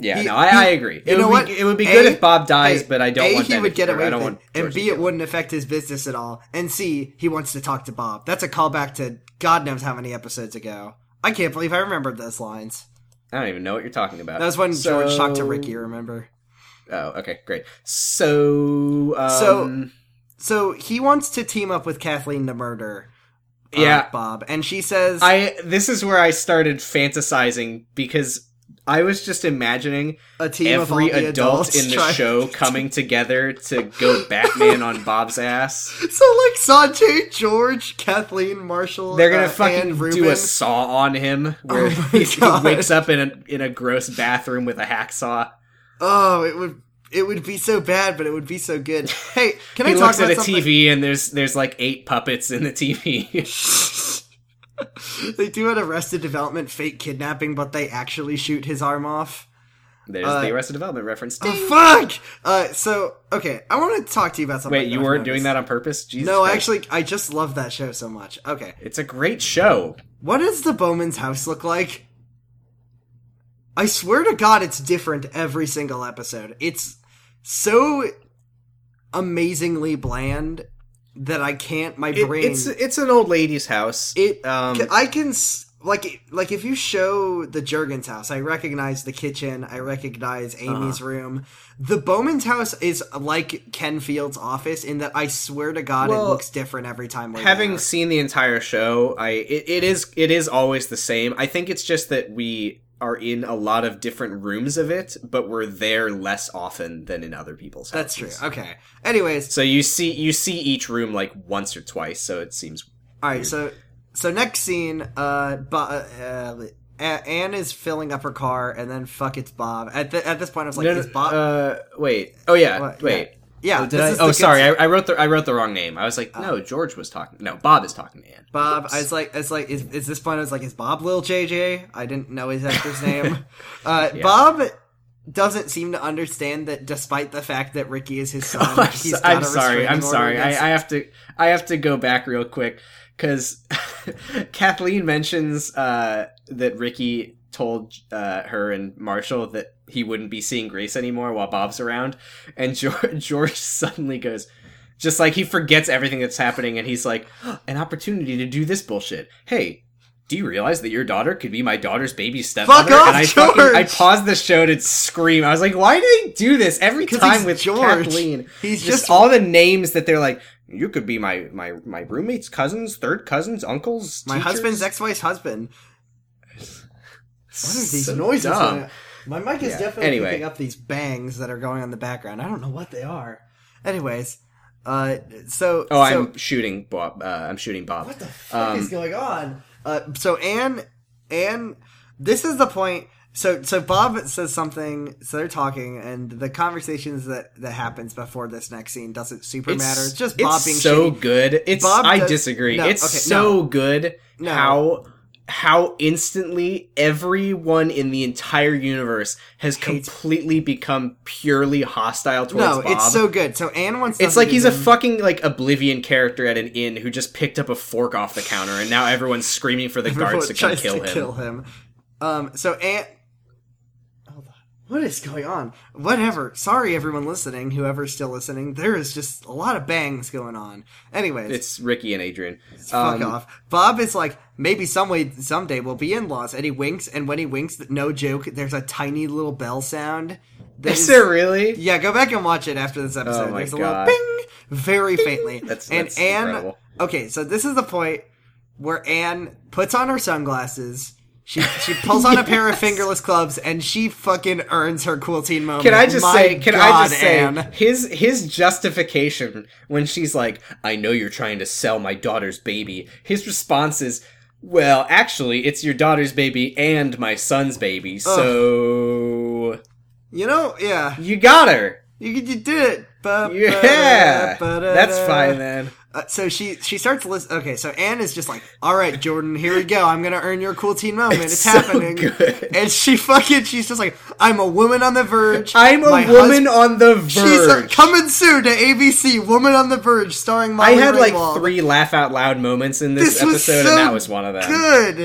Yeah,
He-
no, I,
he-
I agree.
you
it
know
would
what?
Be, it would be
A-
good if Bob dies,
hey,
but I don't
A,
want
he
that
would get
to-
away
I don't
with
want
it, and
George
B,
to
it wouldn't affect his business at all, and C, he wants to talk to Bob. That's a callback to God knows how many episodes ago. I can't believe I remembered those lines.
I don't even know what you're talking about.
That was when George talked to
So-
Ricky. Remember?
Oh, okay, great. So, um,
So, So he wants to team up with Kathleen to murder. uh,
Yeah.
Bob, and she says,
I this is where I started fantasizing because I was just imagining
"A team of all
every
the
adult
adults
in the
try-
show coming together to go Batman on Bob's ass.
So like Sanjay, George, Kathleen, Marshall,
They're gonna
uh,
fucking
and Ruben.
do a saw on him where
Oh my
he
God.
wakes up in a in a gross bathroom with a hacksaw.
oh, it would it would be so bad, but it would be so good. Hey, can
He
I talk
looks
about
at a
something?
TV and there's there's like eight puppets in the TV.
They do an Arrested Development fake kidnapping, but they actually shoot his arm off.
there's the Arrested Development reference.
Uh, Oh, fuck! Uh, so okay, I want to talk to you about something.
Wait, you
I've
weren't doing that
noticed.
on purpose? Jesus
No,
Christ.
actually, I just love that show so much. Okay,
it's a great show.
what does the Bowman's house look like? I swear to God, it's different every single episode. It's so amazingly bland that I can't. My
It-
brain.
it's it's an old lady's house.
It
um,
I can s- like like if you show the Jurgens house, I recognize the kitchen, I recognize
Uh-huh.
Amy's room. The Bowman's house is like Ken Field's office in that I swear to God it
Well,
looks different every time. We're
having
there.
seen the entire show i it, it is it is always the same i think it's just that we are in a lot of different rooms of it, but were there less often than in other people's
That's true.
houses.
Okay. Anyways,
So you see you see each room like once or twice, so it seems
all right. So so next scene, uh, Bo- uh, uh, Anne is filling up her car, and then fuck, it's Bob. At the, at this point, I was like,
No, no,
is Bob?
uh, wait. Oh yeah,
What?
wait.
yeah.
Oh, did
this
I-
is the
oh
good
sorry,
scene.
I, I wrote the I wrote the wrong name. I was like, no, George was talking. No, Bob is talking to Anne.
Bob, I was like, it's like, is, is this point? I was like, is Bob Lil JJ? I didn't know his actor's name. Uh, Bob doesn't seem to understand that, despite the fact that Ricky is his son,
Oh, I'm,
he's
so-
got
I'm
a
sorry.
restraining
I'm
order
sorry. I,
against-
I have to. I have to go back real quick because Kathleen mentions uh, that Ricky told uh, her and Marshall that he wouldn't be seeing Grace anymore while Bob's around, and George, George suddenly goes. Just like he forgets everything that's happening, and he's like, "An opportunity to do this bullshit." Hey, do you realize that your daughter could be my daughter's baby stepmother?
off,
and I
George!
fucking I paused the show to scream. I was like, "Why do they do this every
'Cause
time
he's
with
George.
Kathleen?"
He's
just,
just-
all the names that they're like. You could be my my my roommate's cousins, third cousins, uncles,
my
teachers."
husband's ex-wife's husband. What are these
So
noises?
dumb.
that- My mic is
Yeah,
definitely
anyway.
picking up these bangs that are going on in the background. I don't know what they are. Anyways, uh, so
Oh,
so,
I'm shooting Bob. Uh, I'm shooting Bob.
What the fuck
Um,
is going on? Uh, so Anne, Anne, this is the point. So so Bob says something. So they're talking, and the conversations that that happens before this next scene doesn't super matter. It's just Bob
it's
being
so
shitty.
good. It's
Bob
I
does-
disagree.
no,
it's
okay,
so good
No.
how how instantly everyone in the entire universe has
Hates-
completely become purely hostile towards
No,
Bob.
it's so good. So Anne wants.
It's
nothing
like
to
he's a
do-
fucking like oblivion character at an inn who just picked up a fork off the counter, and now everyone's screaming for the guards to come
tries
kill
to
him.
kill him. Um. So Anne. Hold on. What is going on? Whatever. Sorry, everyone listening, whoever's still listening. There is just a lot of bangs going on. Anyways,
It's Ricky and Adrian. Um,
Fuck off. Bob is like, maybe some way, someday we'll be in laws. And he winks, and when he winks, th- no joke, there's a tiny little bell sound. that
Is there really?
Yeah, go back and watch it after this episode.
Oh my
there's a
God.
little ping, very faintly.
That's-
and
that's
Anne.
incredible.
Okay, so this is the point where Anne puts on her sunglasses. She she pulls on a pair of fingerless gloves, and she fucking earns her cool teen moment.
Can I just
My
say? Can I
God,
just say
Anne.
his his justification when she's like, "I know you're trying to sell my daughter's baby." His response is, "Well, actually, it's your daughter's baby and my son's baby, so
You know, yeah,
you got her."
you you did it. Ba-
Yeah,
ba- da-
that's
da-
fine then.
Uh, so she she starts list. Okay, so Anne is just like, "All right, Jordan, here we go. I'm gonna earn your cool teen moment. It's,
so
happening."
good.
And she fucking she's just like, "I'm a woman on the verge.
I'm a
My
woman
husband-
on the
She's uh,
verge.
coming soon to ABC. Woman on the Verge, starring
I
Molly
had like
Ringwald.
three laugh out loud moments in this,
This was
episode,
so
and that was one of them.
Good.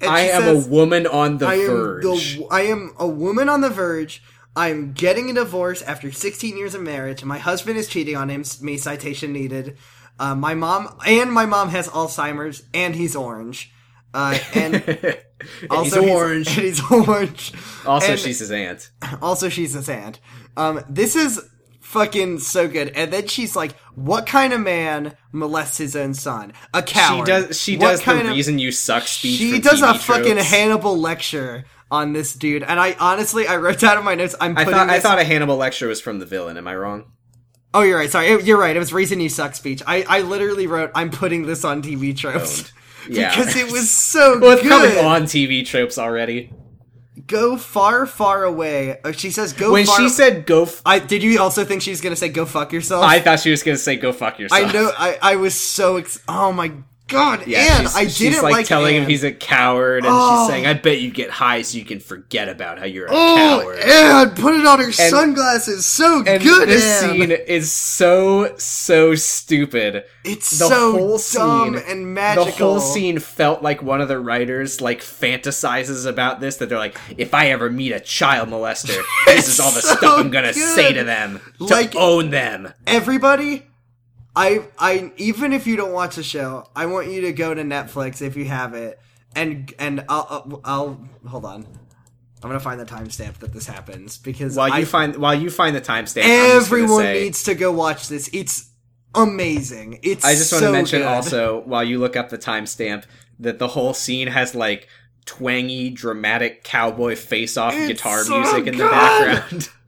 And
I
she
am
says,
a woman on the
I am
verge.
the I am a woman on the verge. I'm getting a divorce after 16 years of marriage. My husband is cheating on him. s- Me citation needed. Uh, my mom and my mom has Alzheimer's, and he's orange. Uh, and also
he's orange.
and he's orange.
also,
And-
she's his aunt.
also, she's a sand. Um, this is fucking so good. And then she's like, "What kind of man molests his own son? A
She
coward."
does. She
What
does the
kind of-
reason you suck speech.
she
from
does
TV
a fucking
tropes.
Hannibal lecture on this dude, and I honestly I wrote down in my notes. I'm
I
putting
thought.
this.
I thought a Hannibal lecture was from the villain. Am I wrong?
oh, you're right. Sorry, It- you're right. It was reason you suck speech. I I literally wrote I'm putting this on TV tropes.
Yeah.
because it was so
Well, it's
good.
probably on TV tropes already.
Go far, far away. Oh, she says go.
When
far...
she said "go," f-
I did you also think she's gonna say go fuck yourself?
I thought she was gonna say "go fuck yourself."
I know. I, I was so ex- oh my god,
Yeah,
Anne!
she's,
I
she's,
didn't
like,
like,
telling him
Anne.
he's a coward, and
Oh.
she's saying, "I bet you get high so you can forget about how you're a
Oh,
coward."
Anne! Put it on her sunglasses. So
And
good,
this
Anne.
scene is so so stupid.
It's
the
so
whole
dumb
scene-
and magical.
The whole scene felt like one of the writers like fantasizes about this. That they're like, if I ever meet a child molester, this is all the
so
stuff I'm gonna say
good.
to them to
Like-
own them.
Everybody, I, I, even if you don't watch the show, I want you to go to Netflix if you have it, and and I'll, I'll, I'll hold on. I'm gonna find the timestamp that this happens because
While you
I
find while you find the timestamp, I'm just gonna
everyone
say-
needs to go watch this. It's amazing. It's
I just want
so
to mention
good.
also while you look up the timestamp that the whole scene has like twangy, dramatic cowboy face-off
It's
guitar
so
music in the
good!
background.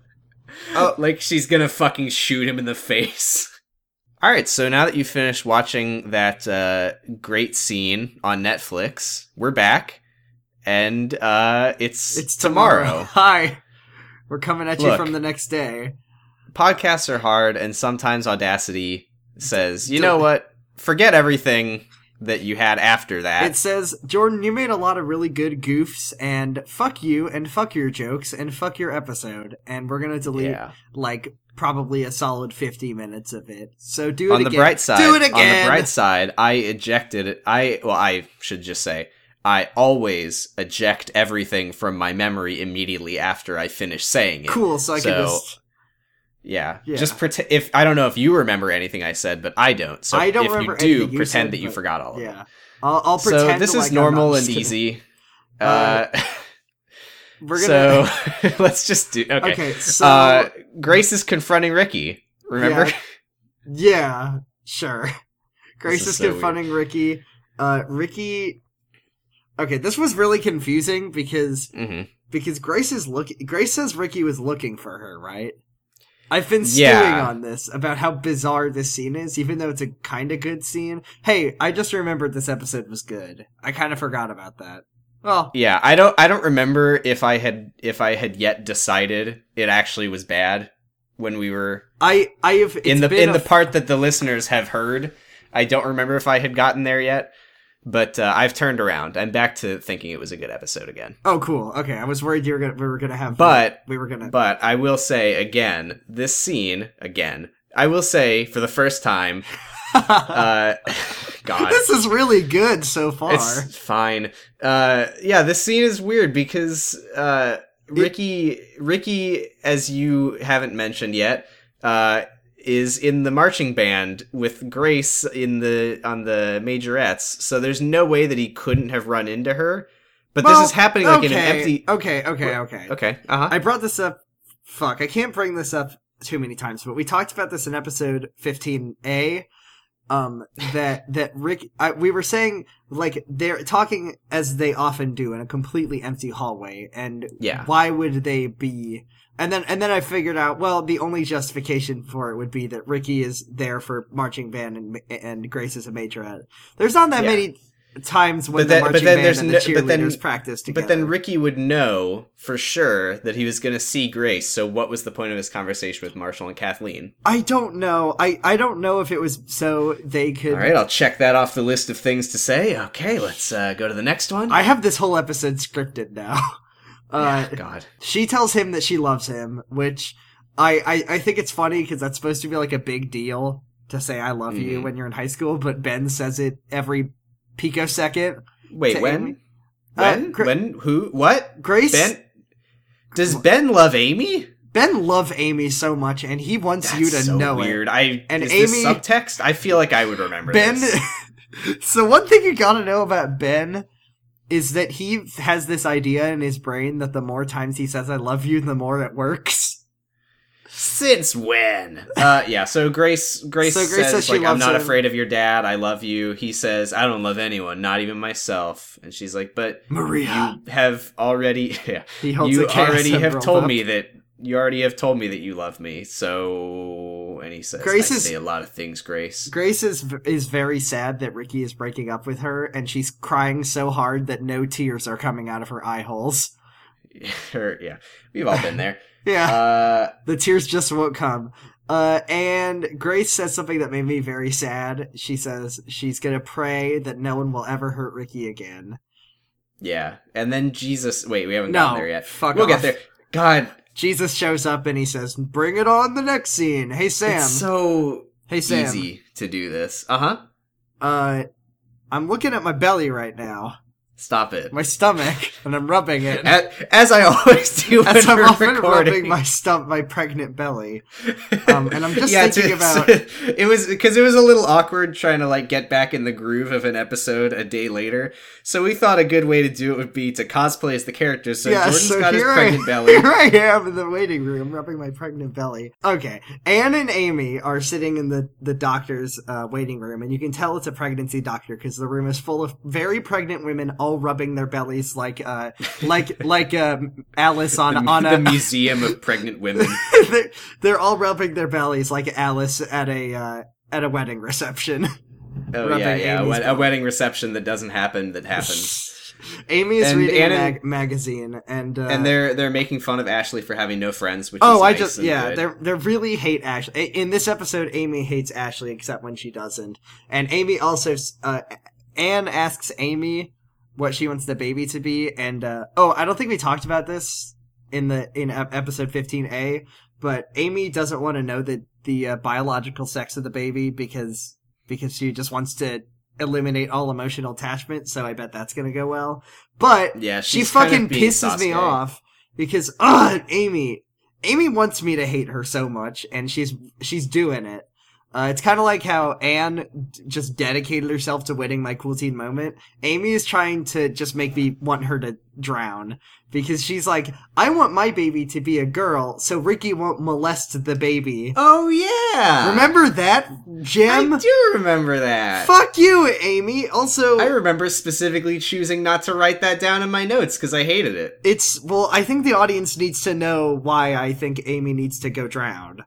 Oh.
like she's gonna fucking shoot him in the face. All right, so now that you finished watching that uh, great scene on Netflix, we're back, and uh, it's
It's tomorrow. Hi. We're coming at you
Look.
from the next day.
podcasts are hard and sometimes audacity says you know what forget everything that you had after that
It says, Jordan, you made a lot of really good goofs, and fuck you, and fuck your jokes, and fuck your episode, and we're gonna delete
yeah
like probably a solid fifty minutes of it. So do it
on the
again.
bright side
Do it
on
again.
the bright side i ejected it i well i should just say i always eject everything from my memory immediately after i finish saying it
Cool. So I can
So,
just.
yeah.
Yeah.
just pretend if i don't know if you remember anything i said but i don't so
I don't
if
remember
you do
anything you
pretend
said,
that you
but-
forgot all of it
Yeah. I'll, I'll pretend.
so this
like
is
I'm
normal
not
and
listening.
easy
Uh,
uh
We're gonna.
So let's just do okay.
okay. So
uh, Grace is confronting Ricky. Remember?
yeah, sure. Grace
is
is,
so weird.
confronting Ricky. Uh, Ricky. Okay, this was really confusing because
hmm
because Grace is look Grace says Ricky was looking for her, right? I've been stewing
Yeah.
on this about how bizarre this scene is, even though it's a kind of good scene. Hey, I just remembered this episode was good. I kind of forgot about that. Well,
Yeah, I don't. I don't remember if I had if I had yet decided it actually was bad when we were
I I have it's
in the in
been a-
the part that the listeners have heard. I don't remember if I had gotten there yet, but uh, I've turned around. I'm back to thinking it was a good episode again.
Oh, cool. Okay, I was worried you were gonna we were gonna have
But-
we were gonna
But I will say again, this scene again. I will say for the first time, uh, God,
this is really good so far.
It's fine. Uh, yeah, this scene is weird because uh, Ricky, Ricky, as you haven't mentioned yet, uh, is in the marching band with Grace in the on the majorettes. So there's no way that he couldn't have run into her. But
Well,
this is happening like in an empty.
Okay, okay, okay.
Okay. Uh huh.
I brought this up. Fuck, I can't bring this up too many times, but we talked about this in episode 15A. Um, that, that Rick, I, we were saying, like, they're talking as they often do in a completely empty hallway, and
Yeah.
why would they be? And then, and then I figured out, well, the only justification for it would be that Ricky is there for marching band and, and Grace is a majorette. There's not that
Yeah.
many times when
But then-
the
but
marching
then
band
there's
and the
no- but then-
cheerleaders practice together.
But then Ricky would know for sure that he was going to see Grace. So what was the point of his conversation with Marshall and Kathleen?
I don't know. I, I don't know if it was so they could.
All right, I'll check that off the list of things to say. Okay, let's uh, go to the next one.
I have this whole episode scripted now. Uh,
Yeah, God.
she tells him that she loves him, which I, I, I think it's funny because that's supposed to be like a big deal to say I love you
Mhm.
when you're in high school, but Ben says it every picosecond.
Wait,
to
when?
Amy?
When?
Uh, Gra-
when? Who? What?
Grace, Ben,
Ben? Does Ben love Amy?
love Amy so much, and he wants you to
That's so
know it.
weird. I
And
is this
Amy-
subtext. I feel like I would remember
Ben.
this.
so one thing you gotta know about Ben is that he has this idea in his brain that the more times he says "I love you," the more it works.
Since when? Uh, yeah. So Grace, Grace,
So Grace
says,
says she
like, "I'm
loves
not
him."
afraid of your dad. I love you." He says, "I don't love anyone, not even myself." And she's like, "But
Maria,
you have already." Yeah.
he holds
you
a chaos
already
symbol
have told
up.
me that you already have told me that you love me. So, and he says,
Grace
"I
is-
say a lot of things, Grace."
Grace is v- is very sad that Ricky is breaking up with her, and she's crying so hard that no tears are coming out of her eye holes.
Or, yeah, we've all been there.
Yeah,
uh,
the tears just won't come. Uh, and Grace says something that made me very sad. She says she's gonna pray that no one will ever hurt Ricky again.
yeah, and then Jesus. Wait, we haven't
No,
gotten there yet.
fuck
we'll
off.
get there. God,
Jesus shows up and he says, "Bring it on!" The next scene. Hey Sam.
it's so
hey Sam.
easy to do this. Uh huh.
Uh, I'm looking at my belly right now,
Stop it.
my stomach, and I'm rubbing it.
as, as I always do when
As I'm
we're
often
recording.
rubbing my stump, my pregnant belly. Um, and I'm just thinking
it's-
about-
it was because it was a little awkward trying to like get back in the groove of an episode a day later. So we thought a good way to do it would be to cosplay as the characters. So
yeah,
Jordan's
so
got his
here,
pregnant
I,
belly.
here I am in the waiting room, rubbing my pregnant belly. Okay, Anne and Amy are sitting in the the doctor's uh, waiting room, and you can tell it's a pregnancy doctor because the room is full of very pregnant women, all rubbing their bellies like uh like like um Alice on
the,
on
the
a
Museum of Pregnant Women.
they're, they're all rubbing their bellies like Alice at a uh, at a wedding reception.
Oh
Rubbing
yeah, yeah. A,
Amy's
wed- a wedding reception that doesn't happen that happens.
Amy is
And
reading
Anna-
a mag- magazine and uh,
and they're they're making fun of Ashley for having no friends, which
Oh,
is
I
nice
just
and
yeah,
good.
they they really hate Ashley. In this episode, Amy hates Ashley except when she doesn't, and Amy also s- uh, Anne asks Amy what she wants the baby to be, and uh, oh, I don't think we talked about this in the in ep- episode fifteen A, but Amy doesn't want to know the the uh, biological sex of the baby because because she just wants to eliminate all emotional attachment. So I bet that's gonna go well, but
yeah.
she
she's kind of
fucking
being
pisses me
Sasuke.
off because ugh, Amy. Amy wants me to hate her so much, and she's she's doing it. Uh, it's kind of like how Anne d- just dedicated herself to winning my cool teen moment. Amy is trying to just make me want her to drown because she's like, I want my baby to be a girl, so Ricky won't molest the baby.
Oh yeah,
Remember that, Jim?
I do remember that.
Fuck you, Amy. Also,
I remember specifically choosing not to write that down in my notes because I hated it.
It's well, I think the audience needs to know why I think Amy needs to go drown,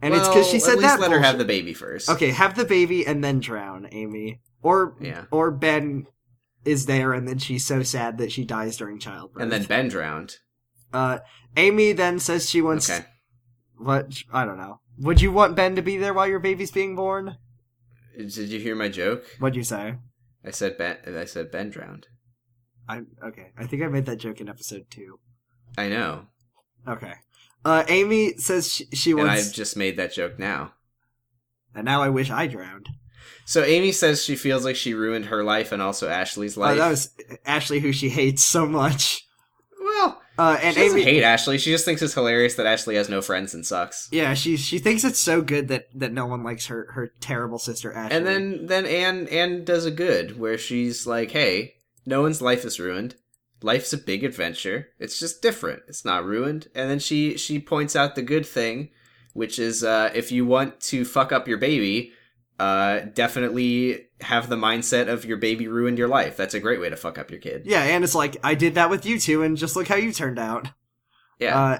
and it's because she
Well,
said
at least
that.
Let her have
bullshit.
the baby first.
okay, have the baby and then drown, Amy, or
Yeah.
or Ben is there and then she's so sad that she dies during childbirth.
And then Ben drowned.
uh, Amy then says she wants
Okay.
what I don't know. Would you want Ben to be there while your baby's being born?
Did you hear my joke?
What'd you say?
I said Ben. I said Ben drowned.
I okay. I think I made that joke in episode two.
I know,
Okay. Uh, Amy says she, she
and I've
wants,
just made that joke now.
and now I wish I drowned.
So Amy says she feels like she ruined her life and also Ashley's life.
Oh, that was Ashley, who she hates so much.
well,
Uh, and
she doesn't
Amy,
hate Ashley. She just thinks it's hilarious that Ashley has no friends and sucks.
yeah, she she thinks it's so good that that no one likes her her terrible sister Ashley.
And then then Anne Anne does a good where she's like, "Hey, no one's life is ruined. Life's a big adventure. It's just different. It's not ruined." And then she she points out the good thing, which is uh, if you want to fuck up your baby, uh, definitely have the mindset of your baby ruined your life. That's a great way to fuck up your kid.
yeah, and it's like I did that with you two, and just look how you turned out.
Yeah.
Uh,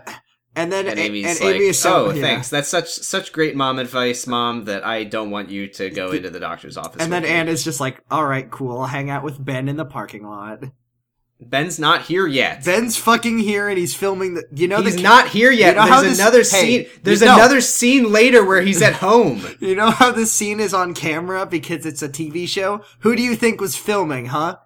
and then
and
A-
Amy's
and
like,
Amy is so
"Oh,
yeah.
thanks. That's such such great mom advice, mom. That I don't want you to go into the doctor's office."
And then
with me."
Anne is just like, all right, cool. I'll hang out with Ben in the parking lot.
Ben's not here yet.
Ben's fucking here, and he's filming the. You know
he's
the
not here yet.
You know how
there's
this-
another
hey,
scene.
you
There's
know-
another scene later where he's at home.
You know how this scene is on camera because it's a TV show. Who do you think was filming, huh?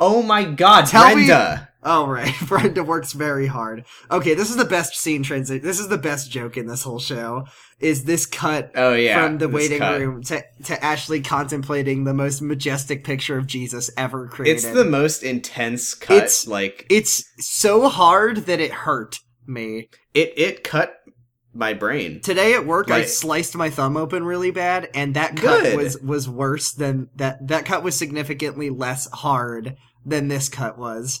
oh my god,
Tell me-
Brenda.
All Oh, right, Brenda works very hard. Okay, this is the best scene transition. This is the best joke in this whole show. Is this cut
oh yeah,
from the
this
waiting
cut.
room to, to Ashley contemplating the most majestic picture of Jesus ever created?
It's the most intense cut.
It's-
like
It's so hard that it hurt me.
it it cut my brain.
Today at work, I
Like-
sliced my thumb open really bad, and that cut
Good.
was was worse than that. That cut was significantly less hard than this cut was.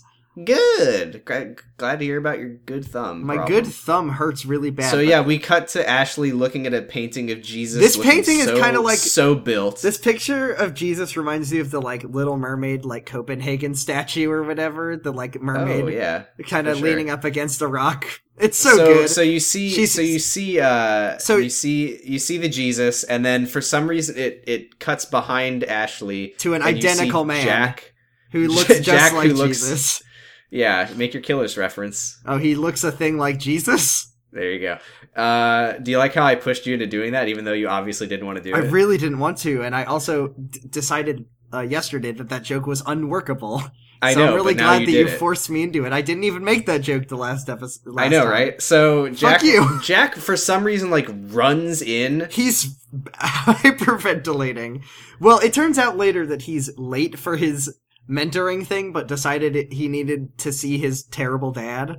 Good. Glad, glad to hear about your good thumb.
My
problem.
good thumb hurts really bad.
So
but
yeah, we cut to Ashley looking at a painting of Jesus.
This
looking
painting is
so-
kinda like-
so built.
This picture of Jesus reminds me of the like Little Mermaid, like Copenhagen statue or whatever. The like mermaid,
oh yeah,
kind of
for sure.
leaning up against a rock. It's so,
so
good.
so you see
She's-
so you see uh
So-
you see you see the Jesus and then for some reason it it cuts behind Ashley
to an
and you see
identical man
Jack.
who looks
Jack
just
who
like
looks-
Jesus.
Yeah, make your killers reference.
Oh, he looks a thing like Jesus.
There you go. Uh do you like how I pushed you into doing that even though you obviously didn't want to do
I
it?
really didn't want to, and I also d- decided uh, yesterday that that joke was unworkable.
I
so
know,
I'm really
but now
glad
you
that
did
you
it.
forced me into it. I didn't even make that joke the last episode.
I know, right? So Jack
you.
Jack for some reason like runs in.
He's hyperventilating. Well, it turns out later that he's late for his mentoring thing, but decided it, he needed to see his terrible dad.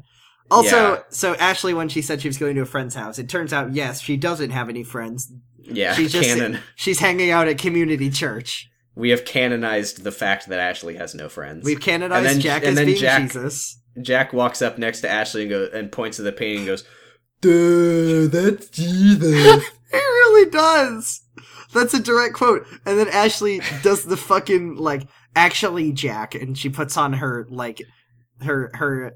Also,
Yeah.
so Ashley, when she said she was going to a friend's house, it turns out, yes, she doesn't have any friends.
Yeah,
She's just
canon.
she's hanging out at community church.
We have canonized the fact that Ashley has no friends.
We've canonized
And then-
Jack
and
as
then
being
Jack-
Jesus.
Jack walks up next to Ashley and goes and points to the painting and goes, "Duh, that's Jesus."
It really does. That's a direct quote. And then Ashley does the fucking like actually Jack, and she puts on her like her her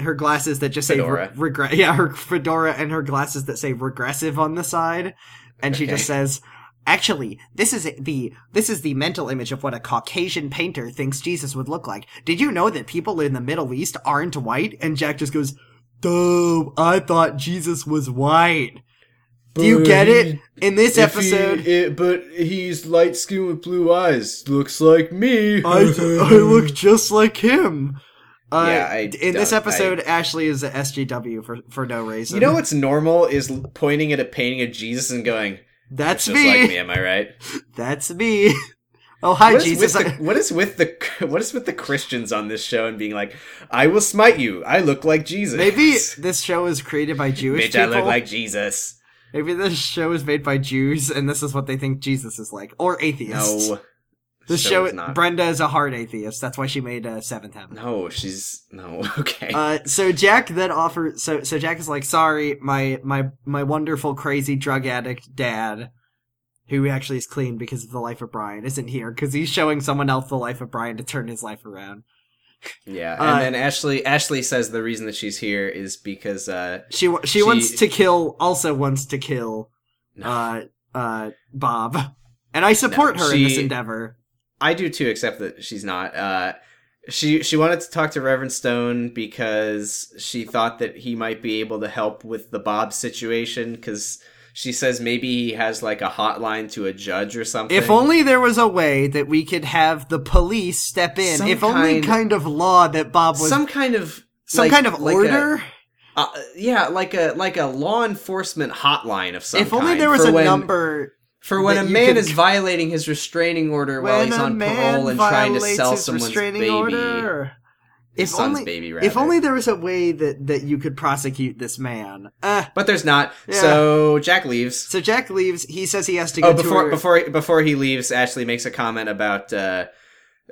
her glasses that just say
Fedora.
re- regret. Yeah, her fedora and her glasses that say regressive on the side, and she just says. Actually, this is the this is the mental image of what a Caucasian painter thinks Jesus would look like. Did you know that people in the Middle East aren't white? And Jack just goes, "Duh, I thought Jesus was white." Do you get it? In this
If he-
episode,
it- but he's light skinned with blue eyes. Looks like me.
I, I look just like him. Uh,
Yeah, I
in this
don't-
episode, Ashley is a SGW for, for no reason.
You know what's normal is l- pointing at a painting of Jesus and going,
That's
just like
me.
me, am I right?
That's me. Oh, hi,
What is,
Jesus.
with the, what is with the what is with the Christians on this show and being like, I will smite you. I look like Jesus.
Maybe this show is created by Jewish
bitch, I
people.
look like Jesus.
Maybe this show is made by Jews, and this is what they think Jesus is like, or atheists.
No,
this
so
show.
it's not.
Brenda is a hard atheist. That's why she made uh, Seventh Heaven.
no, she's no okay.
Uh, so Jack then offers. So so Jack is like, "Sorry, my my my wonderful crazy drug addict dad, who actually is clean because of the life of Brian, isn't here because he's showing someone else the life of Brian to turn his life around."
yeah, and
uh,
then Ashley Ashley says the reason that she's here is because uh,
She wa- she,
She-
wants to kill. Also wants to kill.
no,
Uh uh Bob, and I support
No,
her in this
she-
endeavor.
I do too, except that she's not. Uh, she she wanted to talk to Reverend Stone because she thought that he might be able to help with the Bob situation because she says maybe he has like a hotline to a judge or something.
If only there was a way that we could have the police step in.
Some
if only
kind-
kind of law that Bob was some,
some kind of like-
kind of
like a-
order.
uh, yeah, like a like a law enforcement hotline of some.
if only
kind
there was
for
a
when-
number
for when
that
a
you
man
could-
is violating his restraining order while he's
a
on
man
parole and trying to
violates
sell
his
someone's
restraining
baby,
order.
his
If
son's
only-
baby. Rather.
If only there was a way that, that you could prosecute this man. Uh,
But there's not.
Yeah.
So Jack leaves.
so Jack leaves. He says he has to go
Oh,
to
before
her-
before before he leaves, Ashley makes a comment about, uh,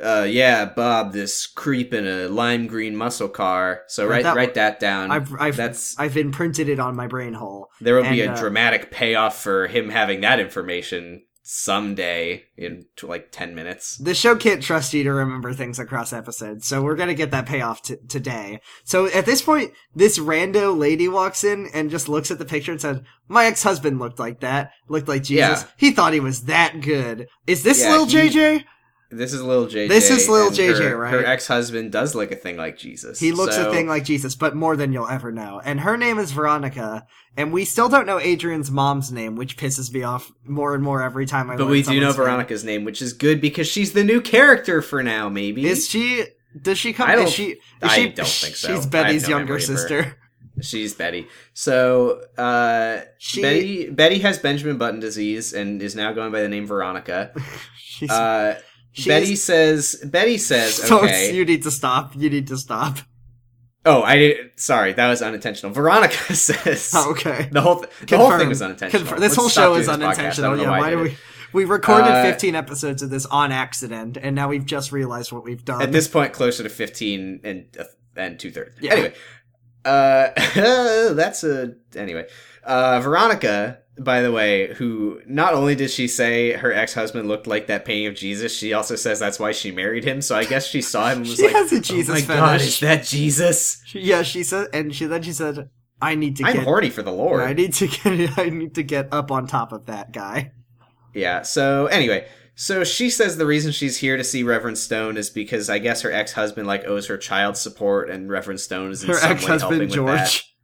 uh, yeah, Bob, this creep in a lime green muscle car. So
Yeah,
write
that-
write that down.
I've, I've,
That's
I've imprinted it on my brain hole.
there will be a
and, uh,
dramatic payoff for him having that information someday in t- like ten minutes.
The show can't trust you to remember things across episodes, so we're gonna get that payoff t- today. So at this point, this rando lady walks in and just looks at the picture and says, "My ex-husband looked like that. Looked like Jesus.
Yeah.
He thought he was that good. Is this
Yeah,
Lil
he-
JJ?
This is little JJ.
This is Lil
and
JJ,
her,
right?
Her ex husband does look a thing like Jesus.
He looks
so
a thing like Jesus, but more than you'll ever know. And her name is Veronica, and we still don't know Adrian's mom's name, which pisses me off more and more every time I.
But
learn
we do know
someone's name.
Veronica's name, which is good because she's the new character for now. Maybe
Is she? Does she come?
I don't-
is she? Is
I
she,
don't think so. I
She's
have
Betty's
no
younger
memory of her.
sister.
she's Betty. So uh,
She.
Betty Betty has Benjamin Button disease and is now going by the name Veronica.
she's,
Uh,
she's-
Betty says Betty says
Don't-
okay.
you need to stop. You need to stop.
Oh, I did. Sorry, that was unintentional. Veronica says
Oh, okay.
the whole th- the whole
Confirmed.
thing was unintentional.
Confir- This
Let's
whole
stop
show
doing
is
this podcast. I don't
unintentional.
know
Yeah.
I
Why
did
do
it.
we? We recorded
Uh,
15 episodes of this on accident, and now we've just realized what we've done.
At this point, closer to fifteen and uh, and two thirds.
Yeah.
Anyway, uh, that's a anyway. Uh, Veronica, by the way, who not only did she say her ex husband looked like that painting of Jesus, she also says that's why she married him. So I guess she saw him and was
she
like,
has a
"Oh my
Jesus
God,
fetish.
is that Jesus?
She- yeah, she said, and she then she said, "I need to
I'm
get,
horny for the Lord."
I need to get, I need to get up on top of that guy."
Yeah. So anyway, so she says the reason she's here to see Reverend Stone is because I guess her ex husband like owes her child support, and Reverend Stone is in
Her
some way helping
ex-husband
with that.
George.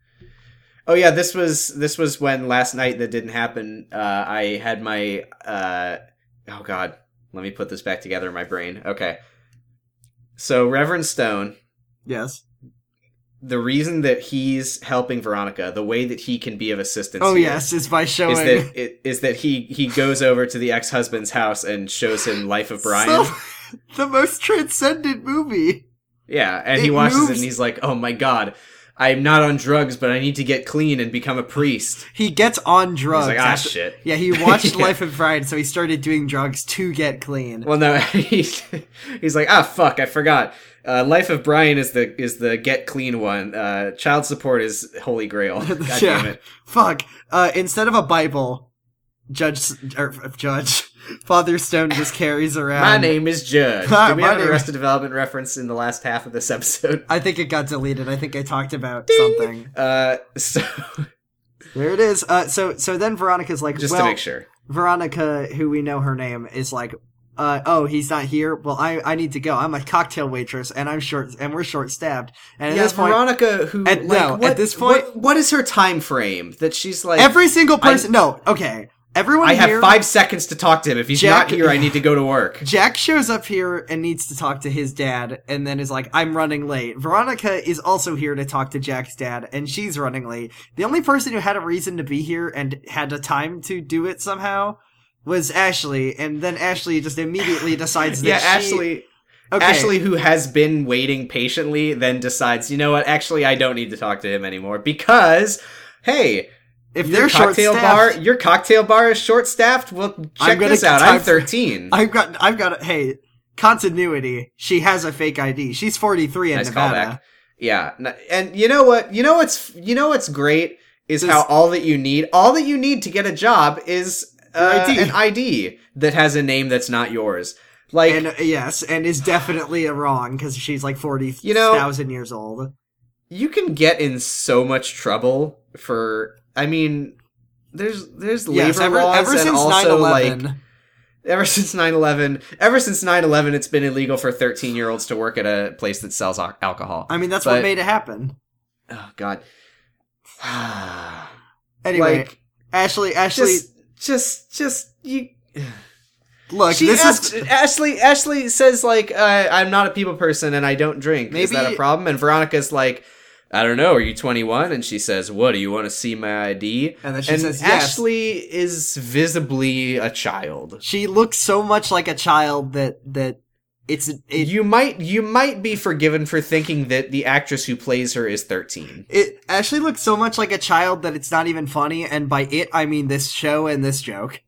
Oh yeah, this was this was when last night that didn't happen. Uh, I had my uh, oh god, let me put this back together in my brain. Okay, so Reverend Stone,
Yes.
the reason that he's helping Veronica, the way that he can be of assistance.
Oh
here
yes, Oh, is by showing
Is that it, is that he he goes over to the ex husband's house and shows him Life of Brian?
So- the most transcendent movie.
yeah, and he
it
watches
moves-
it and he's like, "Oh my god, I'm not on drugs, but I need to get clean and become a priest."
He gets on drugs.
He's like, "Ah,
after-
shit."
Yeah, he watched
Yeah.
Life of Brian, so he started doing drugs to get clean.
Well, no, he's, he's like, ah, fuck, I forgot. Uh, Life of Brian is the is the get clean one. Uh, child support is holy grail. God damn it.
Fuck. Uh, instead of a Bible, Judge or Judge Father Stone just carries around.
My name is Judge.
Hi,
Did we
Um, my
have an
name-
Arrested Development reference in the last half of this episode?
I think it got deleted. I think I talked about
Ding.
something.
Uh, so
There it is. Uh, so so then Veronica's like,
just
well,
to make sure.
Veronica, who we know her name, is like, uh, oh, he's not here. Well, I I need to go. I'm a cocktail waitress, and I'm short, and we're short stabbed. And at
Yeah,
this point,
Veronica, who
At-
like,
no, at
what,
this point-
what- what is her time frame that she's like?
every single person. no, okay, everyone.
I
here-
have five seconds to talk to him. If he's
Jack-
not here, I need to go to work.
Jack shows up here and needs to talk to his dad, and then is like, I'm running late. Veronica is also here to talk to Jack's dad, and she's running late. The only person who had a reason to be here and had the time to do it somehow was Ashley, and then Ashley just immediately decides that
Yeah,
she-
Ashley.
okay,
Ashley, who has been waiting patiently, then decides, you know what? Actually, I don't need to talk to him anymore because, hey,
if
your
they're short
cocktail bar,
staffed,
your cocktail bar is short staffed. Well, check
gonna
this out. I'm
time-
13.
I've got, I've got, hey, continuity. She has a fake ID. She's 43 in
Nice
Nevada.
Yeah, n- and you know what? You know what's you know what's great is
This-
how all that you need, all that you need to get a job is uh,
Your
an
ID.
ID that has a name that's not yours. Like
And uh, yes, and is definitely a wrong because she's like 40,000
You know-
years old.
you can get in so much trouble for. I mean, there's there's labor
Yes, ever,
laws
ever
and
since
also
9/11,
like ever since 9/11, ever since 9/11, it's been illegal for 13 year olds to work at a place that sells al- alcohol.
I mean, that's
but-
what made it happen.
oh God.
Anyway,
like
Ashley, Ashley,
just just just you
look,
she
this
asked,
is
Ashley. Ashley says like, uh, "I'm not a people person and I don't drink. is
Maybe-
that a problem?" And Veronica's like, "I don't know. Are you 21?" And she says, "What do you want to see my ID?"
And then she says, yes.
"Ashley is visibly a child.
she looks so much like a child that that it's it,
you might you might be forgiven for thinking that the actress who plays her is 13."
it Ashley looks so much like a child that it's not even funny. And by it, I mean this show and this joke.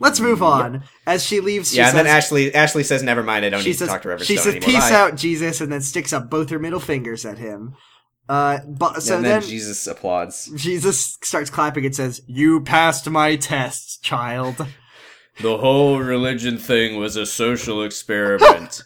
Let's move on. As she leaves, she
yeah,
says,
and then Ashley Ashley says, "Never mind. I don't
she
need
says,
to talk to Reverend
she
Stone
says,
anymore."
peace
Bye."
out, Jesus, and then sticks up both her middle fingers at him. Uh, but so
and then,
then
Jesus applauds.
Jesus starts clapping and says, "You passed my tests, child."
The whole religion thing was a social experiment.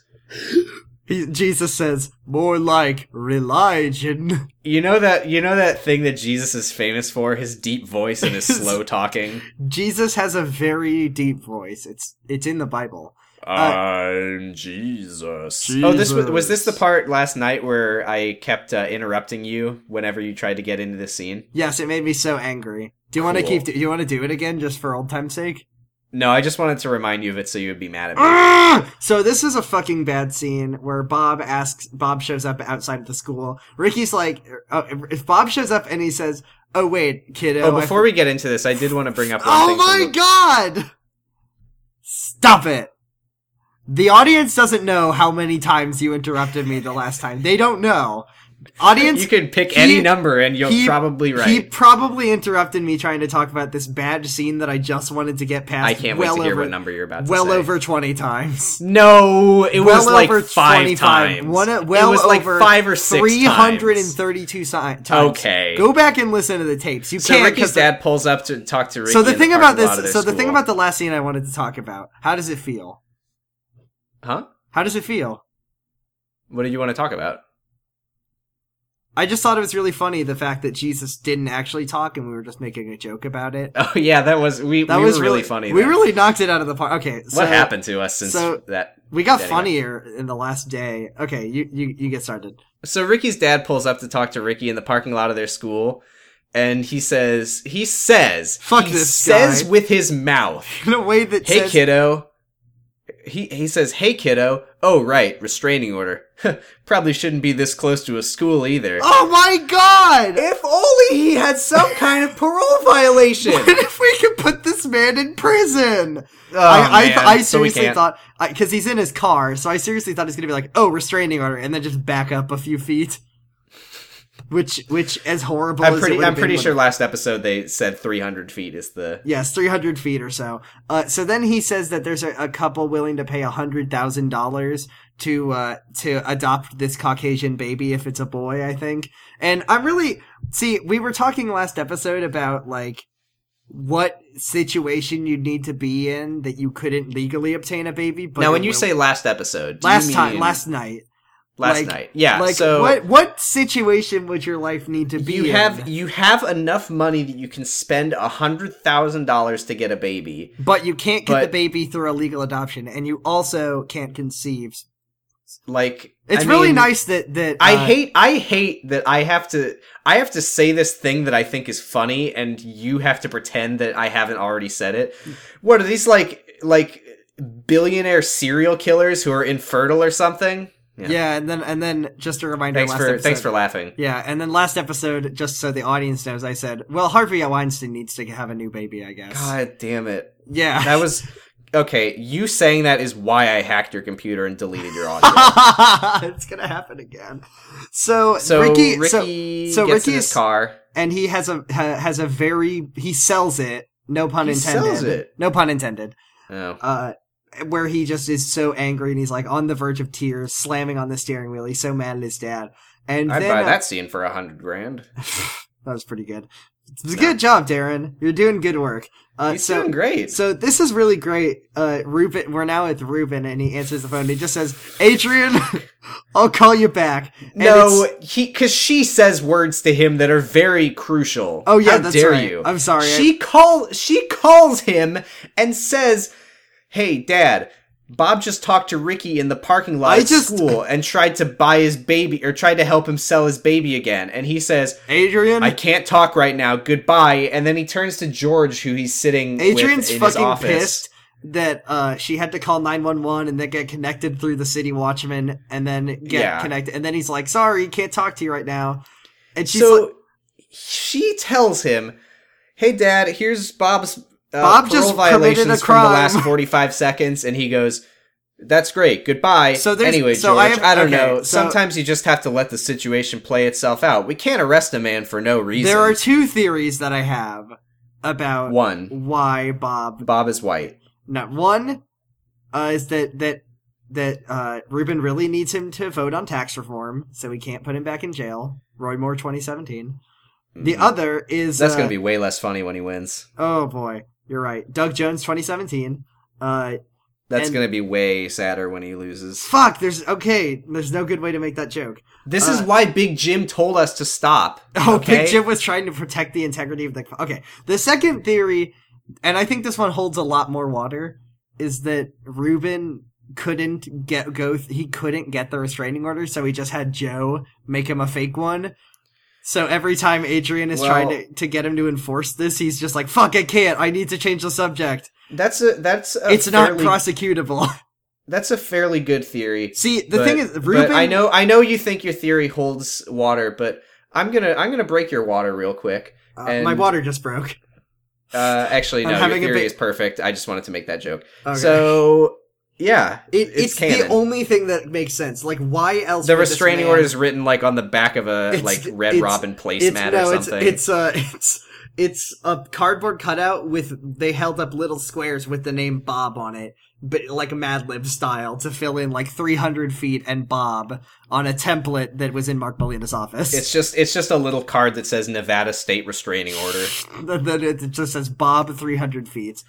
He, Jesus says, more like religion.
You know that you know that thing that Jesus is famous for his deep voice and his slow talking.
Jesus has a very deep voice. It's it's in the Bible.
I'm Jesus. Oh, this was, was this the
Jesus.
part last night where I kept uh, interrupting you whenever you tried to get into this scene.
Yes, it made me so angry. Do you want to
Cool.
keep? Do you want to do it again, just for old time's sake?
No, I just wanted to remind you of it so you would be mad at me.
Ah! So this is a fucking bad scene where Bob asks. Bob shows up outside the school. Ricky's like, oh, if Bob shows up and he says, "Oh wait, kiddo."
Oh,
I
before we get into this, I did want to bring up. one
Oh
thing
my
from the-
god! Stop it. The audience doesn't know how many times you interrupted me the last time. They don't know. Audience,
You can pick any
He-
number, and you're
he-
probably
he
right.
probably interrupted me trying to talk about this bad scene that I just wanted to get past.
I can't
well
wait to hear
over,
what number you're about. to
Well
say.
over twenty times.
No, it
well
was like
over
five
25.
times.
One,
It
well
was like
over
five or six.
Three hundred and
times.
thirty-two si- times.
Okay.
Go back and listen to the tapes. You
So
can't.
Ricky's
'cause the-
dad pulls up to talk to Ricky.
so the
in
thing
parking
about
lot of
this.
their
So the thing
school.
about the last scene I wanted to talk about. How does it feel?
huh?
How does it feel?
What did you want to talk about?
I just thought it was really funny the fact that Jesus didn't actually talk and we were just making a joke about it.
Oh yeah, that was we.
That
we
was
were really funny.
We
there.
really knocked it out of the park. Okay, so
What happened to us since
so-
that?
We got
Anyway.
funnier in the last day. Okay, you you, you get started.
So Ricky's dad pulls up to talk to Ricky in the parking lot of their school, and he says, he says,
Fuck
he
this
says
guy.
with his mouth,
In a way that
"Hey
says,
kiddo." He he says, "Hey kiddo." Oh right, restraining order. Probably shouldn't be this close to a school either.
"Oh my god!
If only he had some kind of parole violation.
What if we could put this man in prison?"
Oh,
I I,
man.
I
So we can't.
seriously thought because he's in his car, so I seriously thought he's gonna be like, "Oh, restraining order," and then just back up a few feet. Which which as horrible
I'm
as it
pretty.
would have
I'm pretty
been,
sure last episode they said 300 feet is the.
Yes, 300 feet or so. Uh, so then he says that there's a, a couple willing to pay $100,000 to, uh, to adopt this Caucasian baby if it's a boy, I think. And I'm really, see, we were talking last episode about like, what situation you'd need to be in that you couldn't legally obtain a baby. But
now, when
it
you
will-
say last episode, do you
last time,
mean
last night,
last
like-
night, yeah.
like
so
what what situation would your life need to be?
you
in?
have you have enough money that you can spend a hundred thousand dollars to get a baby.
but you can't get the
but-
baby through a legal adoption, and you also can't conceive.
Like
It's
I
really
mean,
nice that that
I
uh,
hate I hate that I have to I have to say this thing that I think is funny and you have to pretend that I haven't already said it. What are these like like billionaire serial killers who are infertile or something?
Yeah. and then and then just a reminder.
Thanks
last
for
episode,
thanks for laughing.
Yeah, and then last episode, just so the audience knows, I said, "Well, Harvey Weinstein needs to have a new baby, I guess."
God damn it.
Yeah,
That was okay, you saying that is why I hacked your computer and deleted your audio.
it's gonna happen again. So,
So
Ricky,
Ricky,
so- so
gets in
Ricky
his
is-
car.
and he has a ha, has a very he sells it. No pun
He
intended.
sells it.
No pun intended.
Oh.
Uh, where he just is so angry and he's like on the verge of tears, slamming on the steering wheel. He's so mad at his dad. And
I'd
then
buy
uh,
that scene for a hundred grand.
that was pretty good. It was a Good job, Darren. You're doing good work. Uh,
He's
so,
doing great.
So this is really great. Uh, Ruben, we're now with Ruben, and he answers the phone. He just says, "Adrian, I'll call you back." And
No,
it's-
he because she says words to him that are very crucial.
oh yeah,
How
that's
dare
right.
you?
I'm sorry. I-
She call she calls him and says, "Hey, Dad." Bob just talked to Ricky in the parking lot
I
at
just-
school and tried to buy his baby or tried to help him sell his baby again. And he says,
Adrian,
"I can't talk right now. Goodbye." And then he turns to George, who he's sitting
Adrian's
with in his
fucking
office.
pissed that uh, she had to call 911 and then get connected through the city watchman and then get
Yeah.
connected. And then he's like, sorry, can't talk to you right now. And she's
so
like,
she tells him, "Hey, Dad, here's Bob's uh,
Bob just
parole
committed a
violations from the last
crime."
forty-five seconds," and he goes, "That's great. Goodbye."
So
So
there's-
anyway,
so
George,
I
I,
have-
don't
okay,
know.
so-
Sometimes you just have to let the situation play itself out. We can't arrest a man for no reason.
there are two theories that I have about
one.
why Bob.
Bob is white.
Not one uh, is that that that uh, Ruben really needs him to vote on tax reform, so we can't put him back in jail. Roy Moore, 2017. The
Mhm.
other is
That's
uh,
gonna be way less funny when he wins.
Oh boy, you're right. Doug Jones, 2017. Uh,
That's
and-
gonna be way sadder when he loses.
fuck. There's okay. There's no good way to make that joke.
This is
Uh,
why Big Jim told us to stop.
Oh,
okay?
Big Jim was trying to protect the integrity of the. Okay, the second theory, and I think this one holds a lot more water, is that Ruben couldn't get go. th- He couldn't get the restraining order, so he just had Joe make him a fake one. So every time Adrian is
Well-
trying to, to get him to enforce this, he's just like, "Fuck, I can't. I need to change the subject.
That's a that's a
it's not
fairly-
prosecutable."
that's a fairly good theory.
See, the
But-
thing is,
but
Ruben.
I know, I know you think your theory holds water, but I'm gonna, I'm gonna break your water real quick.
Uh,
and-
my water just broke.
Uh, actually,
I'm
no, your
having a
theory
big-
is perfect. I just wanted to make that joke.
Okay.
So, yeah,
It, it's
it's canon.
the only thing that makes sense. Like, why else?
the
would this
restraining
man-
order is written like on the back of a
It's-
like Red
it's-
Robin
It's
placemat
no,
or
it's
something.
it's uh, it's it's a cardboard cutout with they held up little squares with the name Bob on it, but like Mad Lib style to fill in like 300 feet and Bob on a template that was in Mark Bellina's office.
It's just, it's just a little card that says Nevada State Restraining Order.
Then then it just says Bob 300 feet.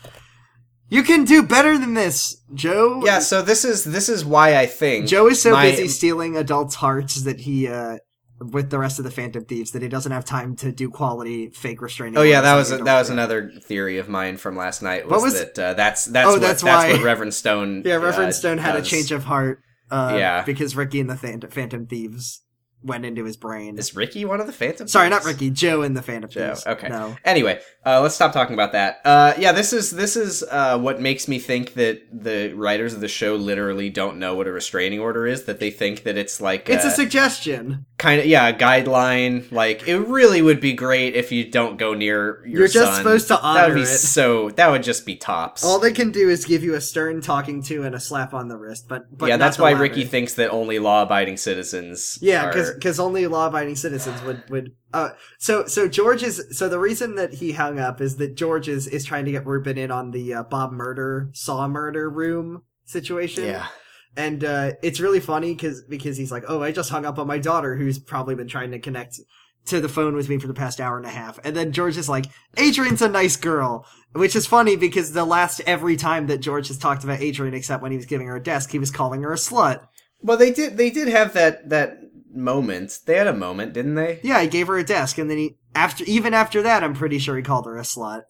You can do better than this, Joe.
Yeah, so this is this is why I think
Joe is so
my-
busy stealing adults' hearts that he, uh, with the rest of the Phantom Thieves, that he doesn't have time to do quality fake restraining.
Oh yeah,
orders
that
on
was
the
that was
adults.
another theory of mine from last night.
What
Was,
was-
that uh, that's that's
Oh,
what,
that's
that's,
why-
what Reverend Stone.
Yeah, Reverend
uh,
Stone had a
does.
change of heart. Uh,
Yeah.
because Ricky and the Phan- Phantom Thieves went into his brain.
Is Ricky one of the Phantom?
Sorry, not
Thieves?
Ricky. Joe and the Phantom
Joe,
Thieves.
okay.
No.
Anyway, uh, let's stop talking about that. Uh, yeah, this is this is uh, what makes me think that the writers of the show literally don't know what a restraining order is. That they think that it's like
It's a
a
suggestion.
kind of yeah a guideline. Like it really would be great if you don't go near your.
You're just
son.
supposed to
That would
honor
be
it.
so. That would just be tops.
All they can do is give you a stern talking to and a slap on the wrist, but, but
yeah,
not
that's
the
why
latter.
Ricky thinks that only law-abiding citizens.
Yeah,
are-
because only law-abiding citizens would would. Uh, so so George is so the reason that he hung up is that George is is trying to get Ruben in on the uh, Bob murder saw murder room situation.
yeah,
and uh, it's really funny because because he's like, oh, I just hung up on my daughter who's probably been trying to connect to the phone with me for the past hour and a half. And then George is like, Adrian's a nice girl. Which is funny because the last every time that George has talked about Adrian, except when he was giving her a desk, he was calling her a slut.
Well, they did. They did have that that moment. They had a moment, didn't they?
Yeah, he gave her a desk, and then he after even after that, I'm pretty sure he called her a slut.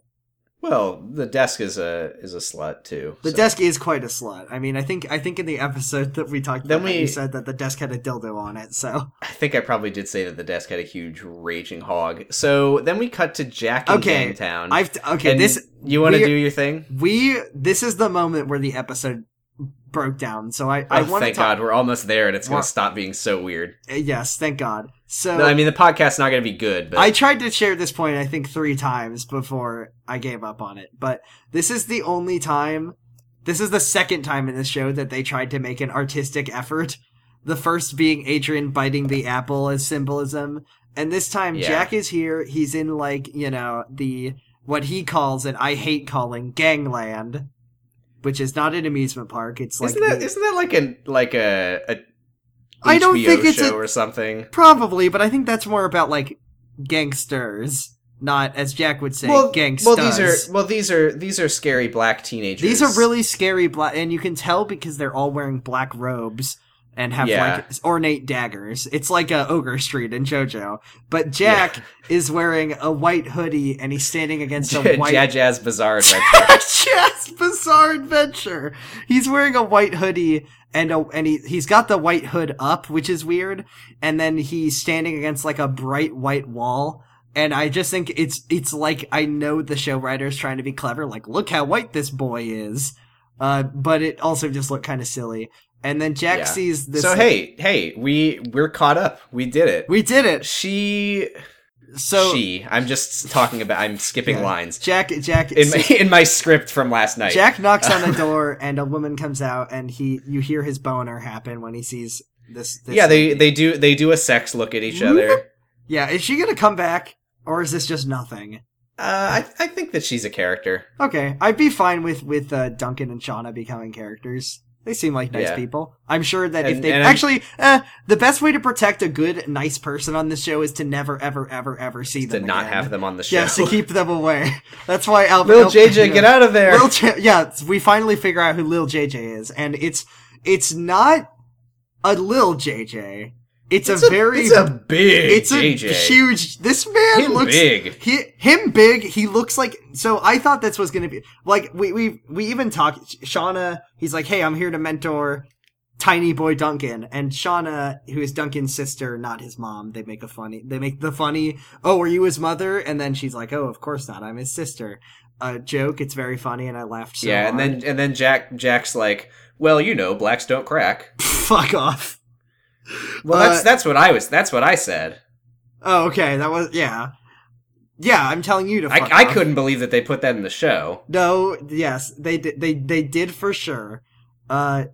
Well, the desk is a is a slut too.
The
so-
desk is quite a slut. I mean, I think I think in the episode that we talked
Then
about, that
we-
you said that the desk had a dildo on it. So
I think I probably did say that the desk had a huge raging hog. So then we cut to Jack in
okay,
Gangtown.
I've okay.
And
this
you want to
we're-
do your thing?
we this is the moment where the episode broke down. So I I
Oh,
want to
thank
talk.
God, we're almost there, and it's going
Wha-
to stop being so weird.
Uh, Yes, thank God. So
No, I mean, the podcast's not going to be good, but
I tried to share this point, I think, three times before I gave up on it. But this is the only time, this is the second time in this show that they tried to make an artistic effort. The first being Adrian biting the apple as symbolism. And this time,
Yeah.
Jack is here. He's in, like, you know, the, what he calls, and I hate calling, gangland, which is not an amusement park. It's like.
isn't that
the-
isn't that like a like a, a
I don't
HBO
think it's
show
a-
or something?
Probably, but I think that's more about, like, gangsters. Not, as Jack would say, gangsters.
well, these are well, these are these are scary black teenagers.
These are really scary black, and you can tell because they're all wearing black robes and have
Yeah.
like ornate daggers. It's like a Ogre Street in JoJo, but Jack is wearing a white hoodie and he's standing against a white.
Jazz Bizarre. Adventure.
Yes, bizarre adventure. He's wearing a white hoodie and a, and he he's got the white hood up, which is weird. And then he's standing against like a bright white wall. And I just think it's it's like I know the show writers trying to be clever, like look how white this boy is. Uh, but it also just looked kind of silly. And then Jack
Yeah.
sees this.
so hey, hey, we we're caught up. We did it.
we did it.
she
So
she. I'm just talking about. I'm skipping
Yeah.
lines
Jack Jack
in my, in my script from last night.
Jack knocks on the door and a woman comes out and he you hear his boner happen when he sees this, this
yeah, they
lady.
they do they do a sex look at each other.
Yeah, is she gonna come back or is this just nothing?
Uh, I I think that she's a character.
Okay, I'd be fine with with uh, Duncan and Shauna becoming characters. They seem like nice
Yeah.
people. I'm sure that if
And-
they
and I'm-
actually, uh, the best way to protect a good, nice person on this show is to never, ever, ever, ever see
To
them.
not
again.
have them on the show.
Yes, to keep them away. That's why Al-
Lil
Al-
JJ, get out of there.
Lil J- yeah, we finally figure out who Lil JJ is, and it's it's not a Lil JJ. It's, a, very
it's a big
it's a
JJ.
huge. This man
Him
looks
big.
He him big. He looks like so. I thought this was gonna be like we we we even talked. Shauna, he's like, hey, I'm here to mentor tiny boy Duncan, and Shauna, who is Duncan's sister, not his mom. They make a funny. They make the funny. Oh, are you his mother? And then she's like, oh, of course not. I'm his sister. A joke. It's very funny, and I laughed. So
yeah, and
hard.
then and then Jack Jack's like, well, you know, blacks don't crack.
fuck off.
Well, that's that's what I was. That's what I said.
Oh, okay. That was yeah, yeah. I'm telling you to.
I,
Fuck
I
off.
couldn't believe that they put that in the show.
No, yes, they did. They they did for sure. Uh,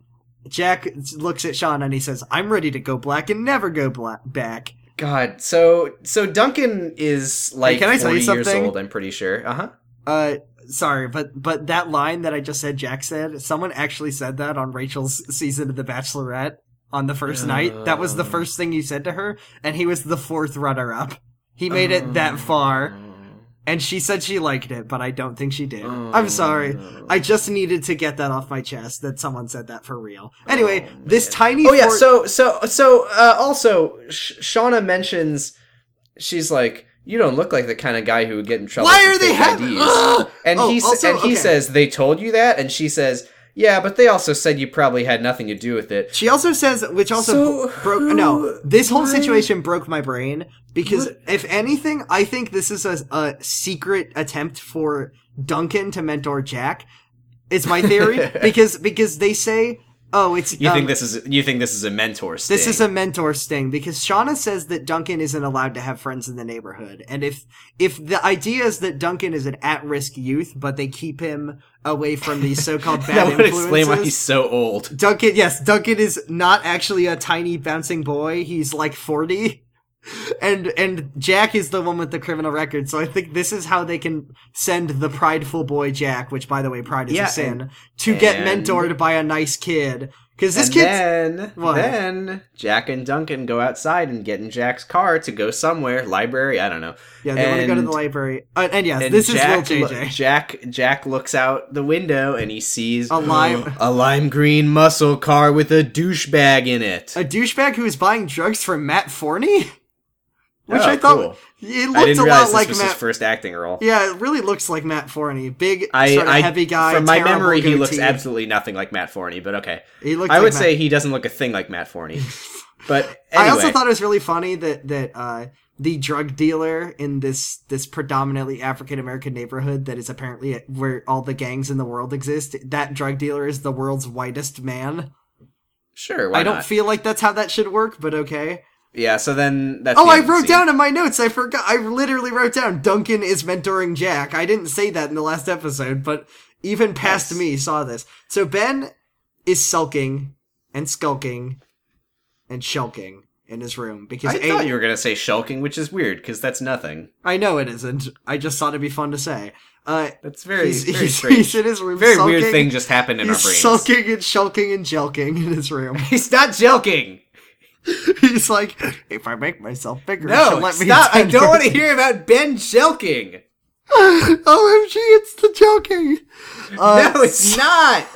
Jack looks at Sean and he says, "I'm ready to go black and never go black back."
God, so so Duncan is like
can I tell you
40 years
something?
old. I'm pretty sure. Uh huh.
Uh, sorry, but but that line that I just said, Jack said, someone actually said that on Rachel's season of The Bachelorette on the first night. That was the
Oh.
first thing you said to her, and he was the fourth runner up. He made it that
Oh,
far, and she said she liked it, but I don't think she did.
Oh,
I'm sorry. I just needed to get that off my chest that someone said that for real. Anyway,
Oh,
this
man.
tiny
Oh yeah.
fort-
So so so uh, also, Sh- Shauna mentions she's like, "You don't look like the kind of guy who would get in trouble."
Why
for
are they
fake
having?
IDs."
Ugh!
And
Oh,
he s-
also-
and he
okay.
says they told you that, and she says, "Yeah, but they also said you probably had nothing to do with it."
She also says, which also
So
bro- broke.
who-
no, this whole
why-
situation broke my brain because,
What-
if anything, I think this is a, a secret attempt for Duncan to mentor Jack. Is my theory because because they say, oh, it's
You
um,
think this is you think this is a mentor? Sting.
This is a mentor sting because Shauna says that Duncan isn't allowed to have friends in the neighborhood, and if if the idea is that Duncan is an at risk youth, but they keep him away from these so called bad
that would
influences,
explain why he's so old.
Duncan. Yes, Duncan is not actually a tiny bouncing boy. He's like forty, and and Jack is the one with the criminal record. So I think this is how they can send the prideful boy Jack, which by the way, pride is
Yeah,
a sin,
and-
to get
and-
mentored by a nice kid Because this
and
kid's
then,
What?
then Jack and Duncan go outside and get in Jack's car to go somewhere, library, I don't know.
yeah, they want to go to
and-
the library. Uh, and yes,
And
this
Jack,
is Will
lo-
JJ.
Jack Jack looks out the window and he sees
A lime-
a lime green muscle car with a douchebag in it.
A douchebag who is buying drugs from Matt Forney, which
Oh,
I thought
cool.
it
I
looked
didn't
a
realize
lot
this
like
was
Matt.
his first acting role.
yeah, it really looks like Matt Forney, big
I,
sort of
I
heavy guy.
From my
terrible
memory, he looks
goatee.
absolutely nothing like Matt Forney, but okay.
He looks
I
like
would
Matt-
say he doesn't look a thing like Matt Forney. But anyway,
I also thought it was really funny that that uh, the drug dealer in this this predominantly African American neighborhood that is apparently where all the gangs in the world exist. That drug dealer is the world's whitest man.
sure. Why
I don't
not?
feel like that's how that should work, but okay.
yeah. So then that's
Oh,
the
I
end of the
wrote
scene.
down in my notes. I forgot. I literally wrote down Duncan is mentoring Jack. I didn't say that in the last episode, but even past
Nice.
me saw this. So Ben is sulking and skulking and shulking in his room because
I
A-
thought you were gonna say shulking, which is weird because that's nothing.
I know it isn't. I just thought it'd be fun to say. Uh,
That's very
he's,
very
he's,
strange.
he's in his room.
very
sulking.
weird thing just happened in our
He's
brains.
sulking and shulking and jelking in his room.
He's not jelking.
he's like, if I make myself bigger, she'll
No,
let me
stop! I
attend
don't
her."
want to hear about Ben jelking.
OMG, it's the joking. Uh,
no, it's not.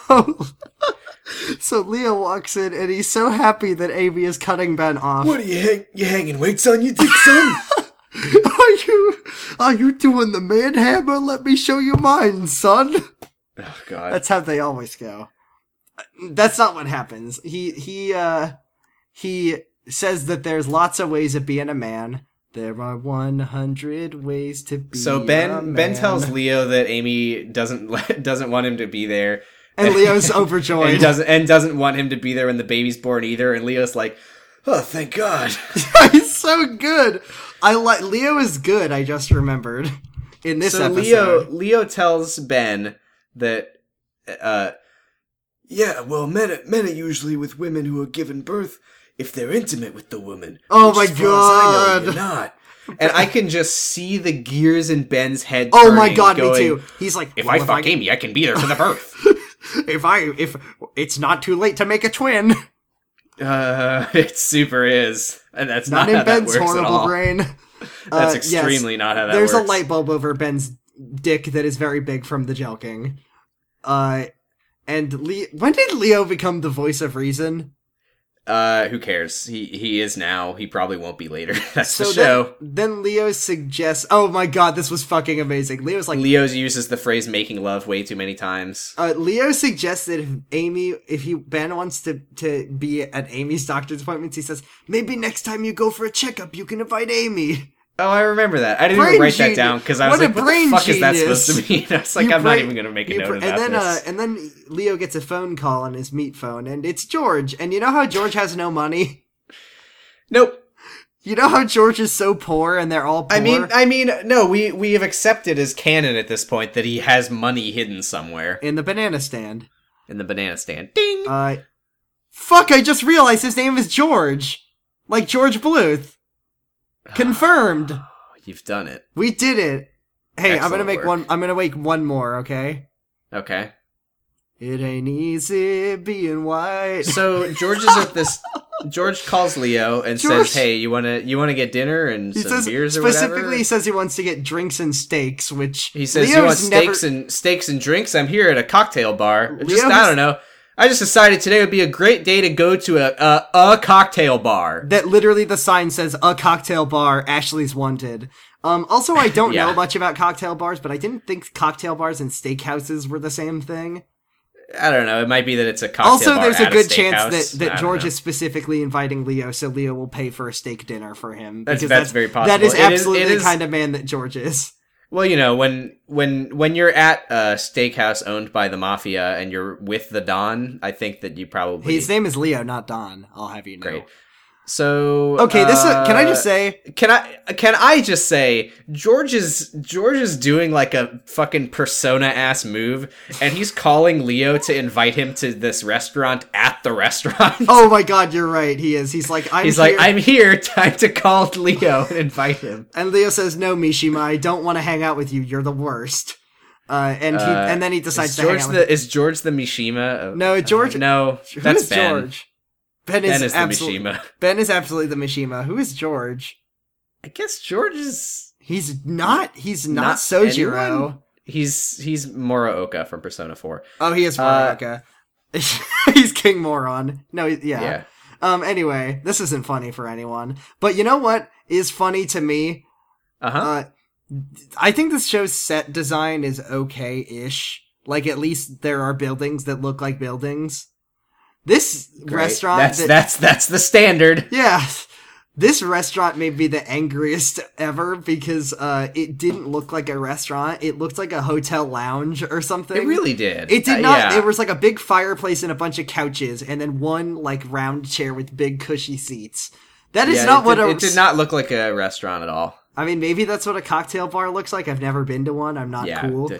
so Leah walks in and he's so happy that Amy is cutting Ben off.
are you hang- you hanging weights on you, dick son?
Are you are you doing the man hammer? Let me show you mine, son.
oh God.
That's how they always go. That's not what happens. He he uh he says that there's lots of ways of being a man. There are 100 ways to be
so
a
Ben Ben
man.
tells Leo that Amy doesn't doesn't want him to be there.
and Leo's
and
overjoyed.
doesn't and doesn't want him to be there when the baby's born either. And Leo's like, "Oh, thank God."
He's so good. I like Leo is good. I just remembered in this
so
episode.
Leo Leo tells Ben that, uh, yeah, well, men are- men are usually with women who are given birth if they're intimate with the woman.
Oh
which
my
as far as I know,
God.
you're not. And I can just see the gears in Ben's head.
oh my
turning,
god,
going,
me too. He's like,
If
well,
I fuck Amy, I can be there for the birth.
if I if it's not too late to make a twin.
uh, it super is, and that's
Not
not,
in
how that
Ben's
works at all.
horrible brain.
That's
Uh, yes.
extremely not how that
There's
works.
a light bulb over Ben's dick that is very big from the jelking. Uh, and Le- when did Leo become the voice of reason?
Uh, who cares? He he is now. He probably won't be later. That's the
then-
show.
Then, Leo suggests. Oh my god, this was fucking amazing. Leo's like,
Leo's uses the phrase "making love" way too many times.
uh, Leo suggests that if Amy, if he Ben wants to to be at Amy's doctor's appointments, he says maybe next time you go for a checkup, you can invite Amy.
Oh, I remember that. I didn't
Brain
even write
geni-
that down because I was
what a
like, "What
brain
the fuck is that
genius."
supposed to mean?" I was like,
You
"I'm
brain-
not even going to make a
You
note
pr-
about
and then
this."
uh, and then Leo gets a phone call on his meat phone, and it's George. And you know how George has no money.
nope.
You know how George is so poor, and they're all poor.
I mean, I mean, no. We we have accepted as canon at this point that he has money hidden somewhere
in the banana stand.
in the banana stand. Ding.
Uh, fuck! I just realized his name is George, like George Bluth.
Ah.
Confirmed.
Oh, You've done it.
We did it. Hey, I'm gonna
Excellent
make
work.
one. I'm gonna make one more. Okay.
Okay.
It ain't easy being white.
So George is at this. George calls Leo and
George-
says, "Hey, you wanna you wanna get dinner and
He
some
says
beers or
specifically.
whatever?"
He says he wants to get drinks and steaks, which
He says,
Leo's
"You want steaks
never-
and steaks and drinks? I'm here at a cocktail bar.
Leo
just
has-
I don't know. I just decided today would be a great day to go to a a, a cocktail bar.
that literally the sign says a cocktail bar. Ashley's wanted. Um, also, I don't
Yeah.
know much about cocktail bars, but I didn't think cocktail bars and steakhouses were the same thing.
I don't know. It might be that it's a cocktail
also,
bar
there's a
at
good
steakhouse.
chance that,
I
that
don't
George
know.
is specifically inviting Leo, so Leo will pay for a steak dinner for him.
That's-
because
that's very possible.
That is
It is- it
absolutely
is-
the kind of man that George is.
well, you know, when when when you're at a steakhouse owned by the mafia and you're with the don, I think that you probably
His name is Leo, not Don. I'll have you know.
great. So
Okay, this
uh,
can I just say?
Can I can I just say George is George is doing like a fucking persona ass move, and he's calling Leo to invite him to this restaurant at the restaurant.
Oh my God, you're right. He is. He's like I'm.
he's
here.
like, I'm here. Time to call Leo and invite him.
And Leo says, "No, Mishima, I don't want to hang out with you. You're the worst." Uh, and he,
Uh,
and then he decides
Is
to hang
George
out
the is George the Mishima? Of,
No, George-
no,
with
that's
Who is
Ben.
George? Ben is,
Ben is the
absolutely
Mishima.
Ben is absolutely the Mishima. Who is George?
I guess George is
He's not. He's not,
Not
Sojiro.
anyone? he's he's Moraoka from Persona Four.
Oh, he is
Uh,
Maruka. he's King Moron. No, he- yeah.
yeah.
Um. Anyway, this isn't funny for anyone. But you know what is funny to me?
Uh huh.
Uh, I think this show's set design is okay-ish. Like at least there are buildings that look like buildings. This restaurant
That's
that-
that's that's the standard.
Yeah. This restaurant made me the angriest ever because uh, it didn't look like a restaurant. It looked like a hotel lounge or something.
It really did.
It
Uh,
did not.
yeah.
There was like a big fireplace and a bunch of couches, and then one like round chair with big cushy seats. That is
Yeah,
not
it
what
did,
a.
it did not look like a restaurant at all.
I mean, maybe that's what a cocktail bar looks like. I've never been to one. I'm not
yeah.
Ah, cool.
d-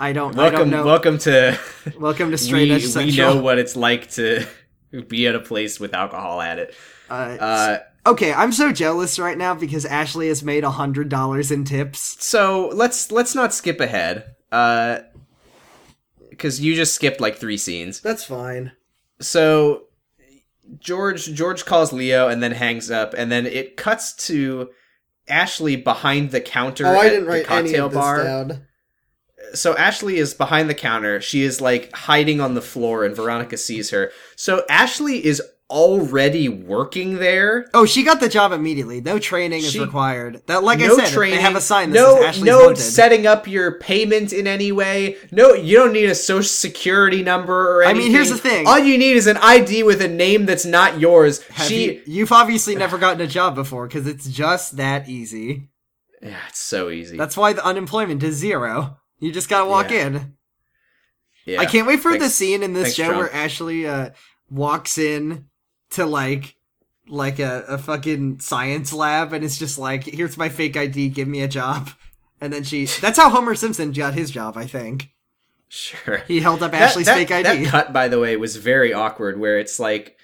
I don't. I don't
welcome,
know.
welcome to
welcome to Straight
we,
Edge
we
Central.
know what it's like to be at a place with alcohol at it.
Uh,
Uh,
okay, I'm so jealous right now because Ashley has made a hundred dollars in tips.
so let's let's not skip ahead. Uh, because you just skipped like three scenes.
That's fine.
so George George calls Leo and then hangs up, and then it cuts to Ashley behind the counter
Oh,
at the cocktail bar.
down.
So Ashley is behind the counter. She is like hiding on the floor, and Veronica sees her. So Ashley is already working there.
Oh, she got the job immediately. No training is
She-
required. That, like
no
I said,
training.
they have a sign that
no,
says Ashley's
no
loaded.
setting up your payment in any way. No, you don't need a social security number or
I
anything.
mean, here's the thing.
All you need is an ID with a name that's not yours.
Have
she
you, have obviously never gotten a job before because it's just that easy.
Yeah, it's so easy.
That's why the unemployment is zero. You just gotta walk
Yeah.
in.
yeah.
I can't wait for the
Thanks-
scene in this
thanks,
show
Trump.
where Ashley uh, walks in to like like a, a fucking science lab and it's just like, here's my fake ID, give me a job. And then she that's how Homer Simpson got his job, I think.
Sure.
He held up
That-
Ashley's
that-
fake ID.
That cut, by the way, was very awkward. Where it's like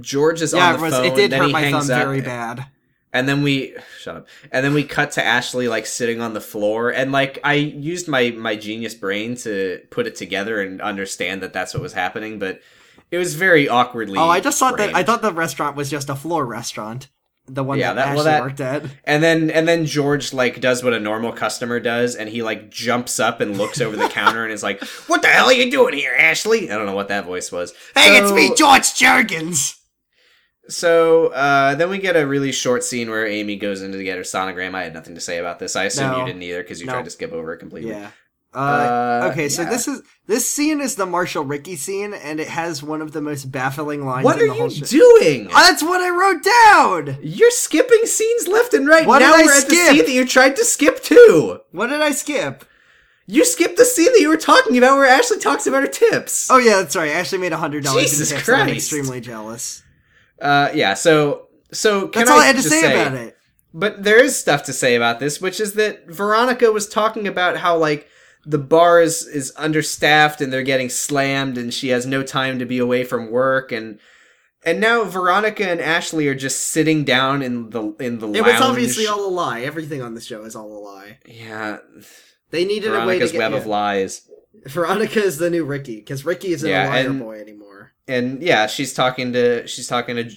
George is
yeah,
on
it
the
was.
phone,
It did
then
hurt
he
my
hangs
thumb
up,
very bad.
and then we shut up, and then we cut to Ashley like sitting on the floor, and like I used my my genius brain to put it together and understand that that's what was happening, but it was very awkwardly.
Oh, I just thought that. I
framed.
thought the restaurant was just a floor restaurant, the one
Yeah,
that,
that-
Ashley
well, that-
worked at.
And then and then George like does what a normal customer does, and he like jumps up and looks over the counter and is like, "What the hell are you doing here, Ashley?" I don't know what that voice was.
Hey, it's
So-
me, George Jurgens.
So uh, then we get a really short scene where Amy goes in to get her sonogram. I had nothing to say about this. I assume
No.
you didn't either because you
No.
tried to skip over it completely.
Yeah. Uh,
Uh,
okay, so
yeah.
this is this scene is the Marshall Ricky scene, and it has one of the most baffling lines.
What
in
are
the whole
you
show.
doing?
Uh, That's what I wrote down.
You're skipping scenes left and right.
What
now
did I
we're at the
skip?
scene that you tried to skip too.
What did I skip?
You skipped the scene that you were talking about where Ashley talks about her tips.
Oh yeah, that's right. I actually made a hundred dollars.
Jesus
in tips, and I'm
Christ.
extremely jealous.
Uh, yeah. So so can
That's all I, had to
just
say, about it.
But there is stuff to say about this, which is that Veronica was talking about how like the bar is is understaffed and they're getting slammed and she has no time to be away from work and and now Veronica and Ashley are just sitting down in the in the
It
lounge.
was obviously all a lie. Everything on the show is all a lie.
yeah,
They needed a way to
Veronica's
get
web of
yeah.
lies.
Veronica is the new Ricky because Ricky isn't
Yeah,
a liar
and-
boy anymore.
And yeah, she's talking to she's talking to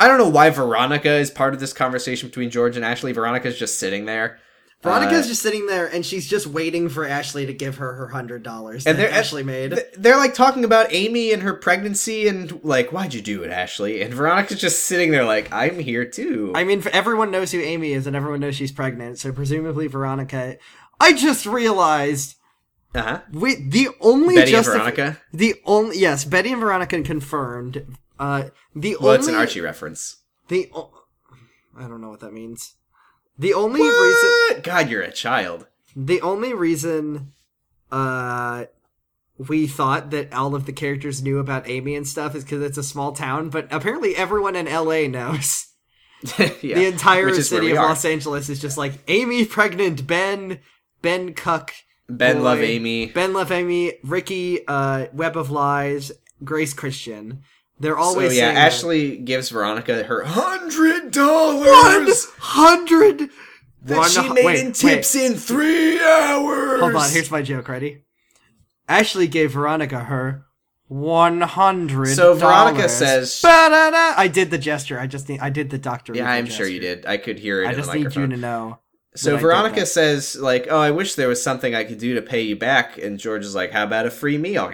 I don't know why Veronica is part of this conversation between George and Ashley. Veronica's just sitting there. Uh,
Veronica's just sitting there and she's just waiting for Ashley to give her her hundred dollars that
And they're-
Ashley made.
Th- They're like talking about Amy and her pregnancy and like, why'd you do it, Ashley? And Veronica's just sitting there like, I'm here too.
I mean, f- everyone knows who Amy is and everyone knows she's pregnant, so presumably Veronica. I just realized
uh-huh.
we the only
Betty and
justif-
Veronica.
the only yes Betty and Veronica confirmed. Uh, the
Well,
only
it's an Archie reference.
the o- I don't know what that means. The only reason
What? God, you're a child.
The only reason uh we thought that all of the characters knew about Amy and stuff is because it's a small town, but apparently everyone in LA knows.
yeah.
the entire
which is where
city
we
of
are.
Los Angeles is just like Amy pregnant, Ben, Ben Cuck,
ben
boy.
love Amy.
Ben Love Amy, Ricky, uh, Web of Lies, Grace Christian. They're always
so yeah,
saying
Ashley gives Veronica her hundred dollars.
one hundred
that
One-
she made
wait,
in tips in three hours.
Hold on, here's my joke. Ready? Ashley gave Veronica her one hundred.
So Veronica says-
Ba-da-da. "I did the gesture. I just need. I did the doctor."
yeah,
Evil
I'm sure you
gesture.
did. I could hear it
I
in the
just need
microphone.
you to know. that
So
I did
Veronica
that.
says, like, oh, I wish there was something I could do to pay you back. And George is like, how about a free meal?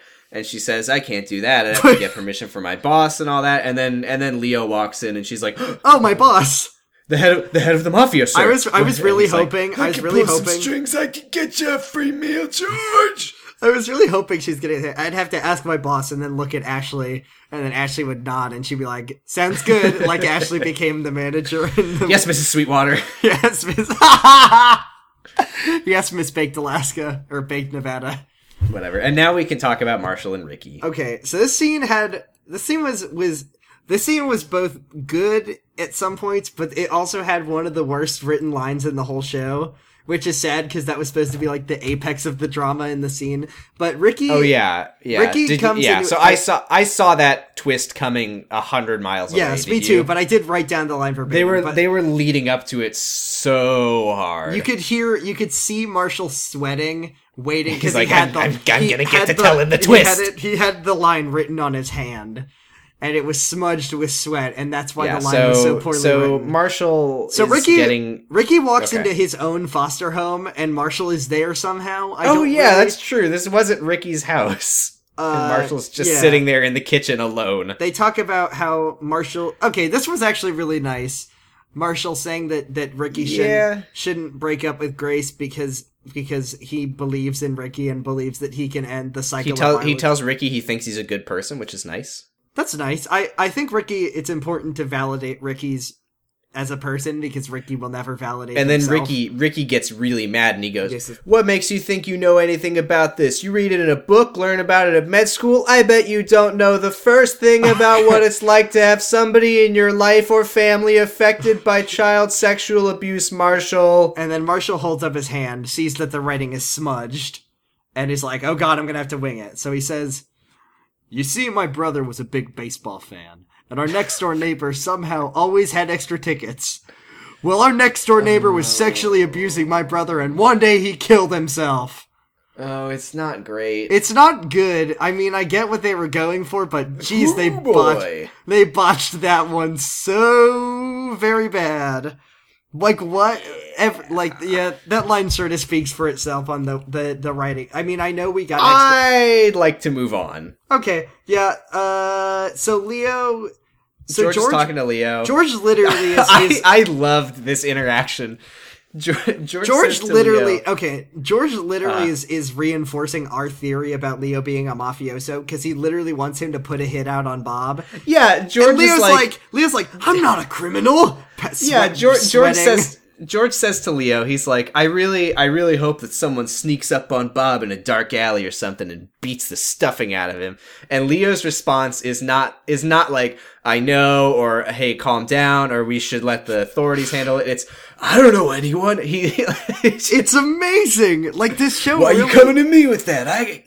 And she says, I can't do that. I have to get permission from my boss and all that. And then and then Leo walks in and she's like,
Oh, my boss.
the head of, the head of the mafia. Sir.
I was- I was
And
really
he's like,
hoping- I was really
pull some
hoping-
strings. I could get you a free meal, George.
I was really hoping she's gonna. I'd have to ask my boss and then look at Ashley, and then Ashley would nod, and she'd be like, "Sounds good." like Ashley became the manager. In the
Yes, Mrs. Sweetwater.
yes, Miss. yes, Miss Baked Alaska or Baked Nevada.
Whatever. And now we can talk about Marshall and Ricky.
Okay, so this scene had this scene was was this scene was both good at some points, but it also had one of the worst written lines in the whole show, which is sad because that was supposed to be like the apex of the drama in the scene. But Ricky,
Oh yeah, yeah.
Ricky
Did you-
comes
yeah.
into-
so I saw I saw that twist coming a hundred miles away.
yes,
Did
me
you?
too. But I did write down the line verbatim.
They were
but
they were leading up to it so hard.
You could hear, you could see Marshall sweating, waiting
He's
because
like,
he
"I'm-
had the.
I'm- I'm
he
gonna get
had
to tell him the
He
twist."
had, it, he had the line written on his hand, and it was smudged with sweat, and that's why
yeah,
the line was so
so so,
poorly written.
Marshall
so
is
Ricky,
getting.
Ricky walks
Okay.
into his own foster home, and Marshall is there somehow. I
Oh
don't
yeah,
really-
that's true. This wasn't Ricky's house.
Uh,
and Marshall's just
yeah.
sitting there in the kitchen alone.
They talk about how Marshall. Okay, this was actually really nice. Marshall saying that that Ricky shouldn't
Yeah.
shouldn't break up with Grace because because he believes in Ricky and believes that he can end the cycle.
He
of
tells he
violence.
tells Ricky he thinks he's a good person, which is nice.
That's nice. I I think Ricky. It's important to validate Ricky's as a person because Ricky will never validate.
And then
himself.
Ricky Ricky gets really mad and he goes,
Yes, it-
"What makes you think you know anything about this? You read it in a book, learn about it at med school. I bet you don't know the first thing about what it's like to have somebody in your life or family affected by child sexual abuse, Marshall."
And then Marshall holds up his hand, sees that the writing is smudged, and is like, oh god, I'm gonna have to wing it. So he says, You see, my brother was a big baseball fan, and our next door neighbor somehow always had extra tickets. Well, our next door neighbor was sexually abusing my brother, and one day he killed himself.
Oh, it's not great.
It's not good. I mean, I get what they were going for, but jeez, they
Ooh,
botched,
boy.
they botched that one so very bad. Like what? Ev like yeah, that line sort of speaks for itself on the the, the writing. I mean, I know we got. extra-
I'd like to move on.
okay, yeah. Uh, so Leo, so
George,
George,
is
George,
talking to Leo.
literally is.
I,
is
I loved this interaction. George, George,
George
says to
literally
Leo-
okay. George literally
Uh.
is is reinforcing our theory about Leo being a mafioso because he literally wants him to put a hit out on Bob.
yeah. George
And Leo's
is
like,
like
Leo's like, I'm not a criminal. Pa-
yeah
sweat-
george, george
sweating.
says george says to leo he's like i really i really hope that someone sneaks up on bob in a dark alley or something and beats the stuffing out of him and leo's response is not is not like i know or hey calm down or we should let the authorities handle it it's i don't know anyone he
it's amazing. Like this show,
why are you
really-
coming to me with that i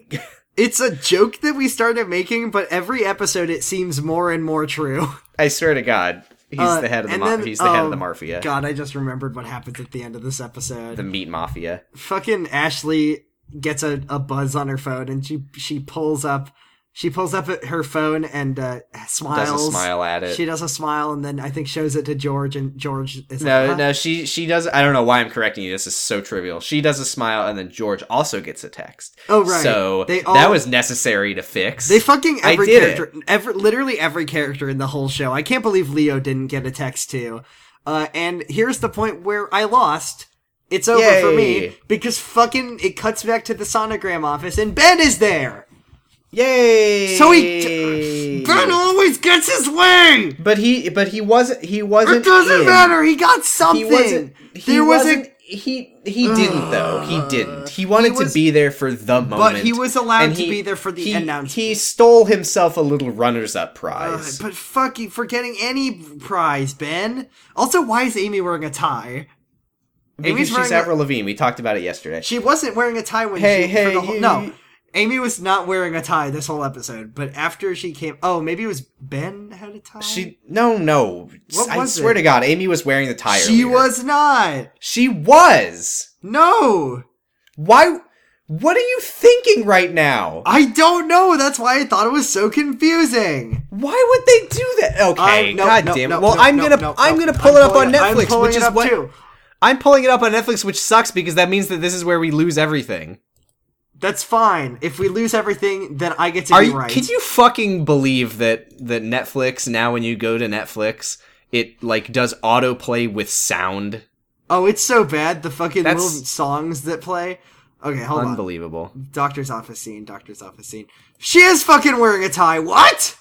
it's a joke that we started making, but every episode it seems more and more true.
i swear to god he's
Uh,
the head of the
and
ma-
then-
he's the head of the
oh,
mafia
God, I just remembered what happens at the end of this episode.
the meat mafia
Fucking Ashley gets a, a buzz on her phone, and she she pulls up. She pulls up at her phone and uh, smiles.
does a smile at it
She does a smile and then I think shows it to George, and George is
No,
like, "Huh?"
no, she she does. I don't know why I'm correcting you. This is so trivial. She does a smile, and then George also gets a text.
Oh, right.
So
They all-
that was necessary to fix.
They fucking
I
every
did it.
character, every literally every character in the whole show. I can't believe Leo didn't get a text too. Uh, and here's the point where I lost. It's over for me
Yay.
because fucking it cuts back to the sonogram office and Ben is there.
Yay!
So he Ben always gets his way.
but he but he wasn't he wasn't.
It doesn't
in.
matter. He got
He
something.
wasn't. He
there was
wasn't.
a
he he didn't though. He didn't. He wanted
was-
to be there for the moment.
he was allowed
and
to be there for the
he,
announcement.
He stole himself a little runners-up
Uh,
prize.
but fuck you for getting any prize, Ben. Also, why is Amy wearing a tie?
because
Amy's
she's
wearing a-
Avril Lavigne. We talked about it yesterday.
She wasn't wearing a tie when
Hey,
she for
hey,
the whole,
you-
no. Amy was not wearing a tie this whole episode, but after she came, oh, maybe it was Ben had a tie.
She no no.
What
I
was
swear
it?
to God, Amy was wearing the tie.
she
earlier.
was not.
She was.
No,
Why? What are you thinking right now?
I don't know. That's why I thought it was so confusing.
Why would they do that? Okay,
I- no,
God
no,
damn it.
no,
well,
no,
I'm
no,
gonna
no,
I'm
no.
gonna pull it up on
pulling I'm
Netflix,
pulling
which
it
is
up
what
too.
I'm pulling it up on Netflix, which sucks because that means that this is where we lose everything.
That's fine. If we lose everything, then I get to
Are
be
you?
right.
Can you fucking believe that that Netflix now when you go to Netflix it like does autoplay with sound?
oh, it's so bad. The fucking
That's-
little songs that play. Okay, hold on.
Unbelievable.
Doctor's office scene. Doctor's office scene. She is fucking wearing a tie. What?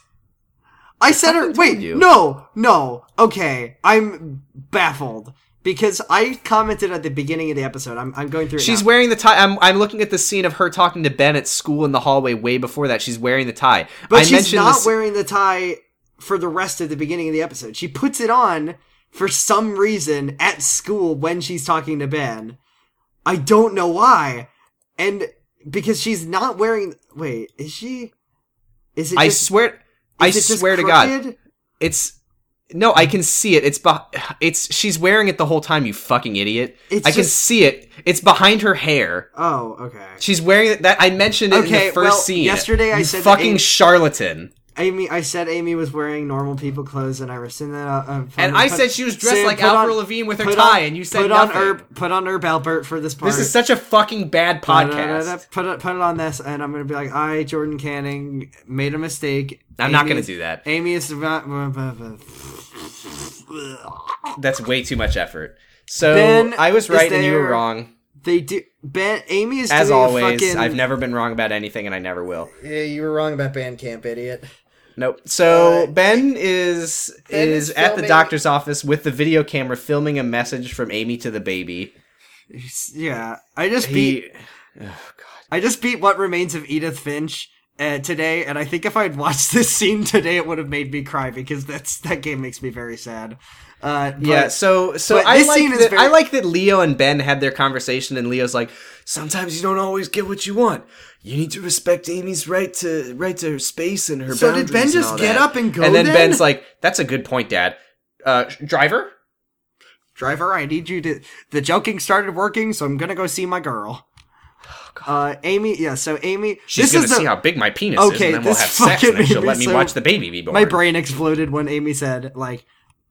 I said her.
told
Wait,
you.
no, no. Okay, I'm baffled because I commented at the beginning of the episode. I'm, I'm going through. It
She's
now.
wearing the tie. I'm, I'm looking at the scene of her talking to Ben at school in the hallway way before that. She's wearing the tie.
but
I
she's
mentioned
not
this-
wearing the tie for the rest of the beginning of the episode. She puts it on for some reason at school when she's talking to Ben. I don't know why, and because she's not wearing. Wait, is she? Is it?
I
just-
swear. I
is it just
swear to God,
crooked?
it's no. I can see it. It's beh- It's she's wearing it the whole time. You fucking idiot.
It's
I can
just-
see it. It's behind her hair.
Oh, okay.
She's wearing it. That I mentioned it in
Okay,
the first
well,
scene.
yesterday I
You
said that
fucking
Amy-
charlatan.
Amy, I said Amy was wearing normal people clothes, and I rescinded that. Uh, um,
And I said she was dressed
Sam,
like
put
Avril
on-
Lavigne with her
put
tie,
on-
and you said
put
nothing.
on Herb, put on Herb Albert for this part.
This is such a fucking bad
Da-da-da-da.
podcast.
Put it, put it on this, and I'm gonna be like, I, Jordan Canning, made a mistake.
I'm not
Amy
gonna
is-
do that.
Amy is not.
That's way too much effort. So
Ben
I was
is
right and you were
there.
wrong.
They do. Ben, Amy is
As
doing a
always,
fucking-
I've never been wrong about anything, and I never will.
Yeah, you were wrong about Bandcamp, idiot.
Nope. So
Uh,
Ben is
Ben
is,
is
at the
filming-
doctor's office with the video camera, filming a message from Amy to the baby.
Yeah, I just beat.
He, oh god.
I just beat What Remains of Edith Finch uh, today, and I think if I'd watched this scene today, it would have made me cry because that's that game makes me very sad. Uh, but-
yeah. So so
but
I
this
like
scene is
that,
very-
I like that Leo and Ben had their conversation, and Leo's like, sometimes you don't always get what you want. You need to respect Amy's right to right to her space and her.
So did Ben
boundaries and
just
all
get
that."
up and go
And then,
then?
Ben's like, "That's a good point, Dad. Uh, driver."
driver, I need you to. The joking started working, so I'm gonna go see my girl. Uh, Amy, yeah. So Amy,
Oh, She's
this
gonna
is the-
see how big my penis is,
Okay,
and then we'll
this
have sex,
fucking
and then she'll
made me
let me
so-
watch the baby be born.
my brain exploded when Amy said like.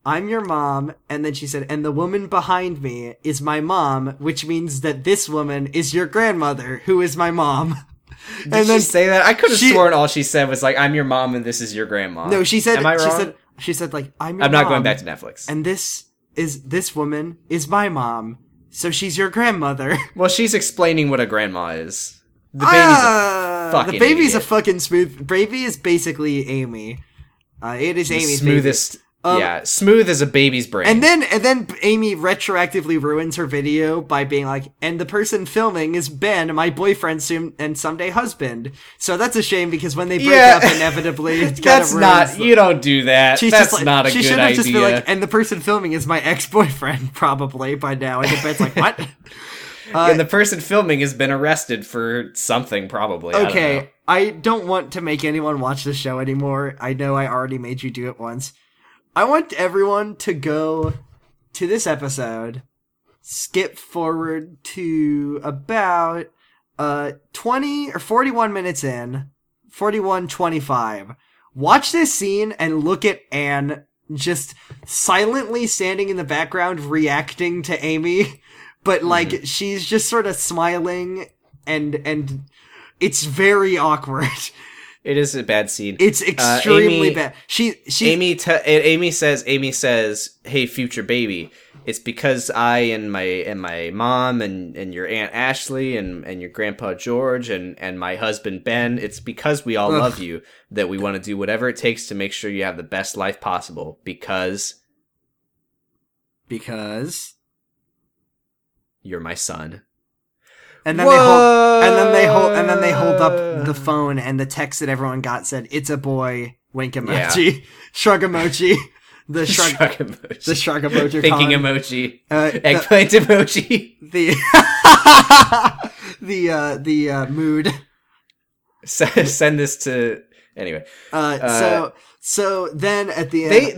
I'm your mom, and then she said, and the woman behind me is my mom, which means that this woman is your grandmother, who is my mom.
Did she say that? I could have
she-
sworn all she said was like, "I'm your mom and this is your grandma."
No, she said.
Am I
she
wrong?
said. She said like I'm. Your
I'm not going
mom,
back to Netflix.
And this is this woman is my mom, so she's your grandmother.
well, she's explaining what a grandma is. The baby's a
Ah,
fucking
the baby's a
idiot.
fucking smooth. Baby is basically Amy. Uh, it is
the
Amy's baby.
smoothest.
Um,
yeah, smooth as a baby's brain.
And then and then Amy retroactively ruins her video by being like, and the person filming is Ben, my boyfriend soon and someday husband. So that's a shame because when they break
Yeah.
up inevitably, it kind of
that's
ruins.
not.
the-
You don't do that.
She's
that's
just like,
not a
she
good
should have
idea.
just been like, and the person filming is my ex boyfriend, probably by now. And the Ben's like, what? "Uh,
and the person filming has been arrested for something, probably. I don't know.
okay, I don't want to make anyone watch the show anymore. I know I already made you do it once. I want everyone to go to this episode, skip forward to about uh 20 or 41 minutes in, 41:25. Watch this scene and look at Anne just silently standing in the background reacting to Amy, but like she's just sort of smiling and and it's very awkward.
It is a bad scene.
It's extremely
Uh, Amy-
bad. She she
Amy, te- A- Amy says, Amy says, "Hey, future baby, it's because I and my and my mom and and your aunt Ashley and and your grandpa George and and my husband Ben. It's because we all
Ugh.
love you that we want to do whatever it takes to make sure you have the best life possible because
because
you're my son."
and then they hold and then they hold and then they hold up the phone and the text that everyone got said it's a boy wink emoji shrug emoji the shrug,
shrug emoji,
the shrug emoji
thinking
con.
emoji,
uh, the
eggplant emoji.
the the, uh, the uh, mood
send, send this to anyway.
Uh, so so then at the end,
They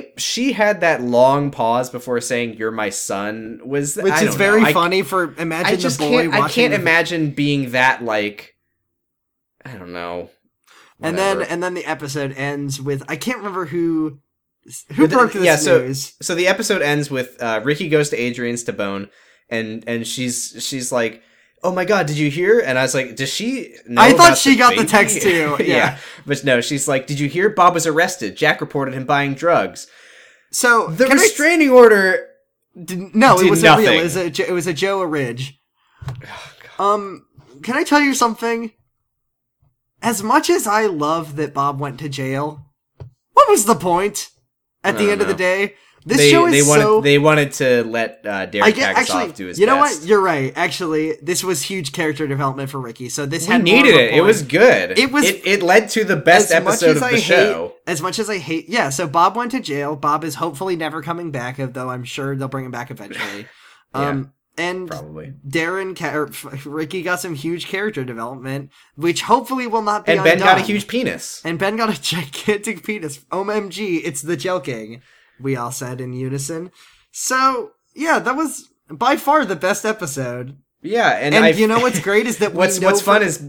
they she had that long pause before saying "You're my son" was
which
I
is
don't know.
very
I-
funny for imagine
I just
the boy
can't.
watching.
I can't
the-
imagine being that like. I don't know.
And then
Whatever.
and then the episode ends with I can't remember who who
But the-
broke this
yeah, so-
news.
so the episode ends with uh, Ricky goes to Adrian's to bone, and and she's she's like, "Oh my god, did you hear?" And I was like, "Does she?" Know
I thought
about
she got the
baby?"
text too, yeah.
but no, she's like, "Did you hear? Bob was arrested. Jack reported him buying drugs.
So
The
can I-
restraining order."
did- no,
did
it wasn't real.
nothing. Oh,
It was a Jo- it was a Joe Ridge. um, can I tell you something? As much as I love that Bob went to jail, what was the point? At
I
the
don't
end of the
know.
day, this
they,
show is
they wanted
so.
they wanted to let uh,
I
Derek
get,
Hagsoff do
actually,
his
you know
best.
what? You're right. Actually, this was huge character development for Ricky. So this
We
had more of
needed
a
it. It
point.
was good.
It was-
It, it led to the best episode of the
hate,
show.
As much as I hate, yeah. So Bob went to jail. Bob is hopefully never coming back, though I'm sure they'll bring him back eventually. um, and
Probably.
Darren, ca- or, f- Ricky got some huge character development, which hopefully will not be.
And Ben got a
undone.
huge penis.
And Ben got a gigantic penis. OMG, it's the Gel King. We all said in unison. So yeah, that was by far the best episode.
Yeah, and,
And,
I,
you know what's great is that we
what's
know
what's
for-
fun is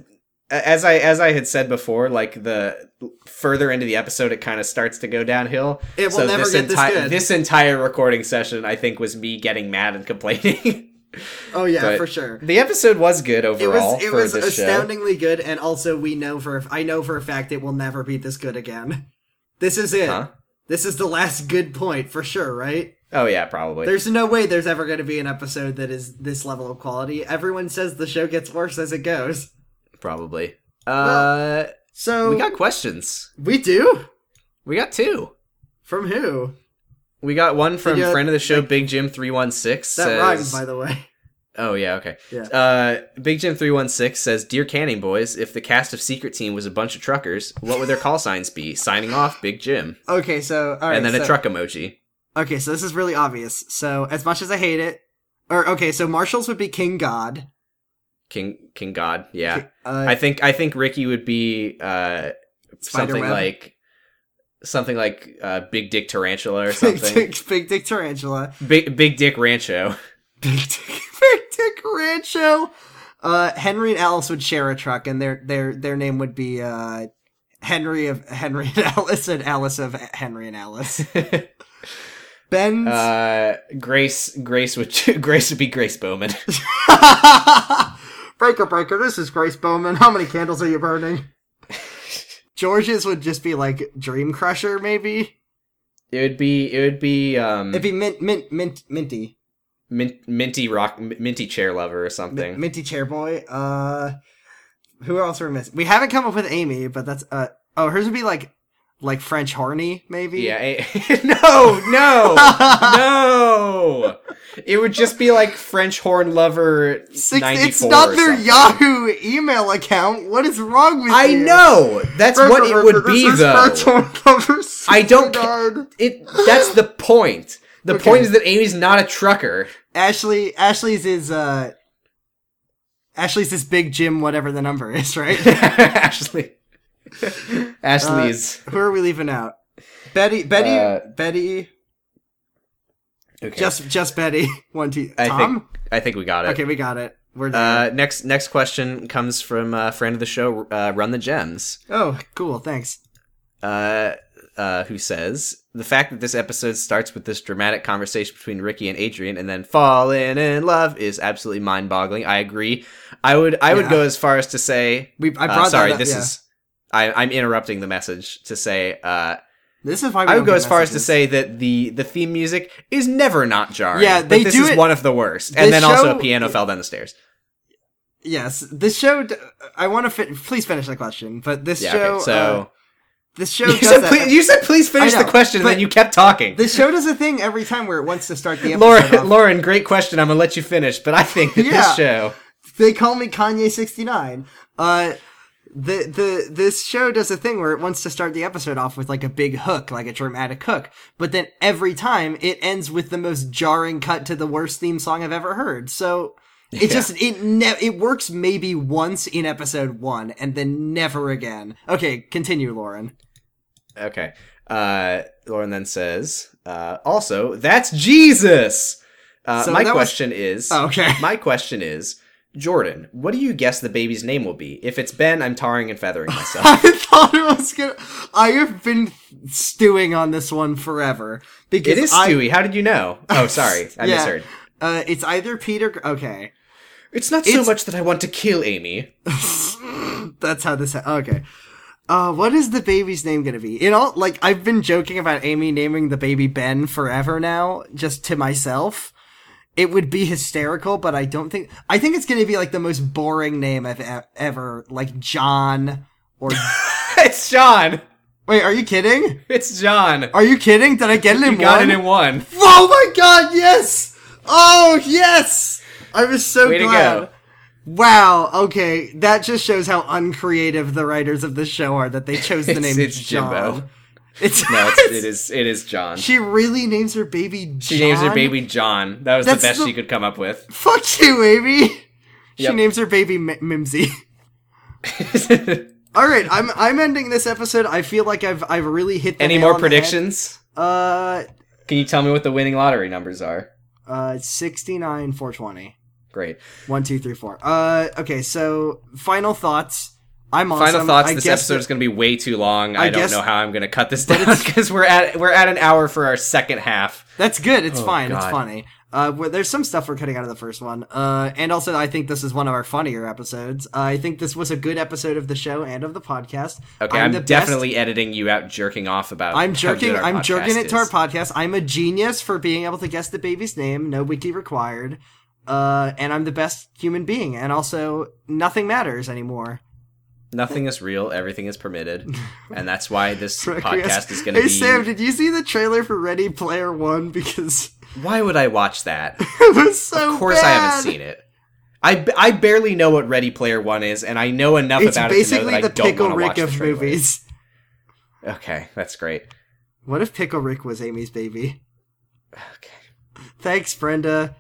as I as I had said before, like the further into the episode, it kind of starts to go downhill.
It will never
this
get this
entire
good.
this entire recording session, I think, was me getting mad and complaining.
oh yeah
but-
for sure.
the episode was good
It
overall.
was it
for
was
this show.
astoundingly good, and also we know for I know for a fact it will never be this good again. This is it.
Huh?
This is the last good point for sure, right?
Oh yeah, probably.
There's no way there's ever going to be an episode that is this level of quality. Everyone says the show gets worse as it goes.
probably. Uh,
Well- So
we got questions.
we do
We got two.
from who?
We got one from
Yeah,
friend of the show, Big Jim three one six.
That
Says,
rhymes, by the way.
Oh yeah, okay.
Yeah.
Uh, Big Jim three one six says, "Dear Canning Boys, if the cast of Secret Team was a bunch of truckers, what would their call signs be? Signing off, Big Jim,
Okay, so all right,
and then
so-
a truck emoji.
Okay, so this is really obvious. So as much as I hate it, or okay, so Marshalls would be King God.
King King God, yeah.
Uh,
I think I think Ricky would be uh something
Spiderweb.
like something like uh, Big Dick Tarantula or something.
Big Dick, Big Dick Tarantula.
Big Big Dick Rancho.
Big Dick, Big Dick Rancho. Uh, Henry and Alice would share a truck, and their their their name would be uh, Henry of Henry and Alice, and Alice of Henry and Alice. Ben's.
uh, Grace Grace would Grace would be Grace Bowman.
breaker, breaker. This is Grace Bowman. How many candles are you burning? George's would just be like Dream Crusher, maybe.
It would be it would be um
It'd be mint, mint, mint, minty,
min- minty rock minty chair lover or
Mi-
something.
minty chair boy. Uh, who else are we missing? We haven't come up with Amy, but that's uh. Oh, hers would be like, like French horny, maybe.
Yeah. eh, no, no, no. It would just be like French horn lover.
Six,
94
it's not
or
their
something.
Yahoo email account. What is wrong with
I
you?
know. That's what it would be though. I don't ca-
care.
It. That's the point. The
Okay.
point is that Amy's not a trucker.
Ashley Ashley's is uh Ashley's is big Jim whatever the number is, right?
Ashley.
Uh,
Ashley's.
Who are we leaving out? Betty Betty
Uh,
Betty
okay.
just just Betty. One two
I
Tom?
think. I think we got it.
Okay, we got it. We're done.
Uh, next next question comes from a friend of the show, uh, Run the Gems.
oh, cool, thanks.
uh, uh, who says the fact that this episode starts with this dramatic conversation between Ricky and Adrian, and then falling in love is absolutely mind-boggling. I agree. I would I would
Yeah.
go as far as to say,
We I
uh,
brought
sorry,
that up,
this
yeah.
is I, I'm interrupting the message to say. Uh,
this is why
I
we don't
would go
get
as far as to
messages.
say that the the theme music is never not jarring.
Yeah,
but
they
this
do
is
it-
one of the worst.
this
And then also
show-
a piano fell down the stairs.
Yes, this show d- I want to fit please finish the question, but this
Yeah.
show
okay, so
uh, this show
you
does
said
that-
please, you said please finish
know,
the question, and
but-
then you kept talking.
this show does a thing every time where it wants to start the episode
Lauren,
off.
Lauren, great question. I'm gonna let you finish, but I think that
Yeah.
this show.
they call me Kanye sixty nine. Uh, the the this show does a thing where it wants to start the episode off with like a big hook, like a dramatic hook, but then every time it ends with the most jarring cut to the worst theme song I've ever heard. So It just it ne- it works maybe once in episode one and then never again. Okay, continue, Lauren.
Okay. Uh, Lauren then says, uh, also, that's Jesus. Uh,
So
my
that was-
question is,
Oh, okay.
my question is, Jordan, what do you guess the baby's name will be? If it's Ben, I'm tarring and feathering myself.
I thought it was gonna. I have been stewing on this one forever because
it is
I-
Stewie. How did you know? Oh, sorry, I
Yeah.
misheard.
Uh, it's either Peter. Gr- Okay,
It's not so
It's-
much that I want to kill Amy.
that's how this. Ha- okay. Uh, what is the baby's name gonna be? You know, like I've been joking about Amy naming the baby Ben forever now, just to myself. It would be hysterical, but I don't think. I think it's gonna be like the most boring name I've e- ever, like John or.
it's John.
Wait, are you kidding?
It's John.
Are you kidding? Did I get it in
you got
one?
it in one.
Oh my god, yes! Oh, yes! I was so
Way to
glad.
go.
Wow, okay. That just shows how uncreative the writers of the show are that they chose the
It's-
name
it's
John.
Jimbo.
It's,
No, it's, it is. It is John. She,
She really names her baby John.
names her baby John. That was
That's
the best
the-
she could come up with.
Fuck you, Amy! She
Yep.
names her baby M- Mimsy. Alright, I'm I'm ending this episode. I feel like I've I've really hit the
Any
nail
more
on the head.
predictions?
Uh
Can you tell me what the winning lottery numbers are?
uh sixty nine four twenty.
Great.
One, two, three, four. Uh, okay. So, final thoughts. I'm awesome.
Final thoughts.
I
this
guess
episode is going to be way too long. I,
I
don't
guess-
know how I'm going to cut this down because we're at we're at an hour for our second half.
that- that's good. It's fine. It's
Oh, God.
funny. Uh, where, there's some stuff we're cutting out of the first one. Uh, and also, I think this is one of our funnier episodes. Uh, I think this was a good episode of the show and of the podcast.
Okay, I'm,
the best-
definitely editing you out jerking off about.
I'm
how
jerking.
good our
I'm jerking
podcast
it to our
is.
podcast. I'm a genius for being able to guess the baby's name. No wiki required. Uh, and I'm the best human being. And also, nothing matters anymore.
Nothing is real. Everything is permitted, and that's why this podcast is going to
Hey
be.
Sam, did you see the trailer for Ready Player One? Because
why would I watch that?
it was so.
Of course, I haven't seen it. I, b- I barely know what Ready Player One is, and I know enough
It's
about it to know
basically
that I
the
don't
Pickle
wanna watch
Rick
the
of
trailer.
movies.
Okay, that's great.
What if Pickle Rick was Amy's baby?
Okay.
Thanks, Brenda.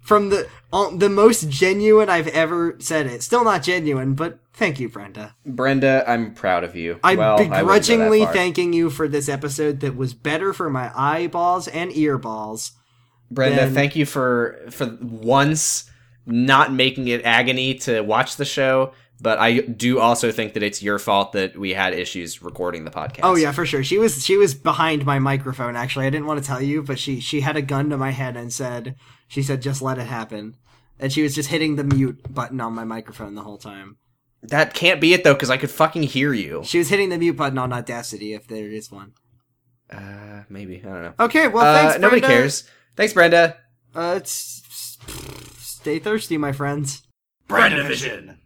From the uh, the most genuine I've ever said it. Still not genuine, but thank you, Brenda.
Brenda, I'm proud of you.
I'm
Well, I wouldn't go that
begrudgingly
far.
thanking you for this episode that was better for my eyeballs and earballs.
Brenda.
then-
Thank you for for once not making it agony to watch the show. But I do also think that it's your fault that we had issues recording the podcast.
Oh yeah, for sure. She was she was behind my microphone actually. I didn't want to tell you, but she she had a gun to my head and said she said just let it happen. And she was just hitting the mute button on my microphone the whole time.
that can't be it though, because I could fucking hear you.
She was hitting the mute button on Audacity if there is one.
Uh, maybe I don't know.
Okay, well
uh,
thanks.
nobody
Brenda.
cares. Thanks, Brenda.
Uh, it's, stay thirsty, my friends.
Brenda Vision.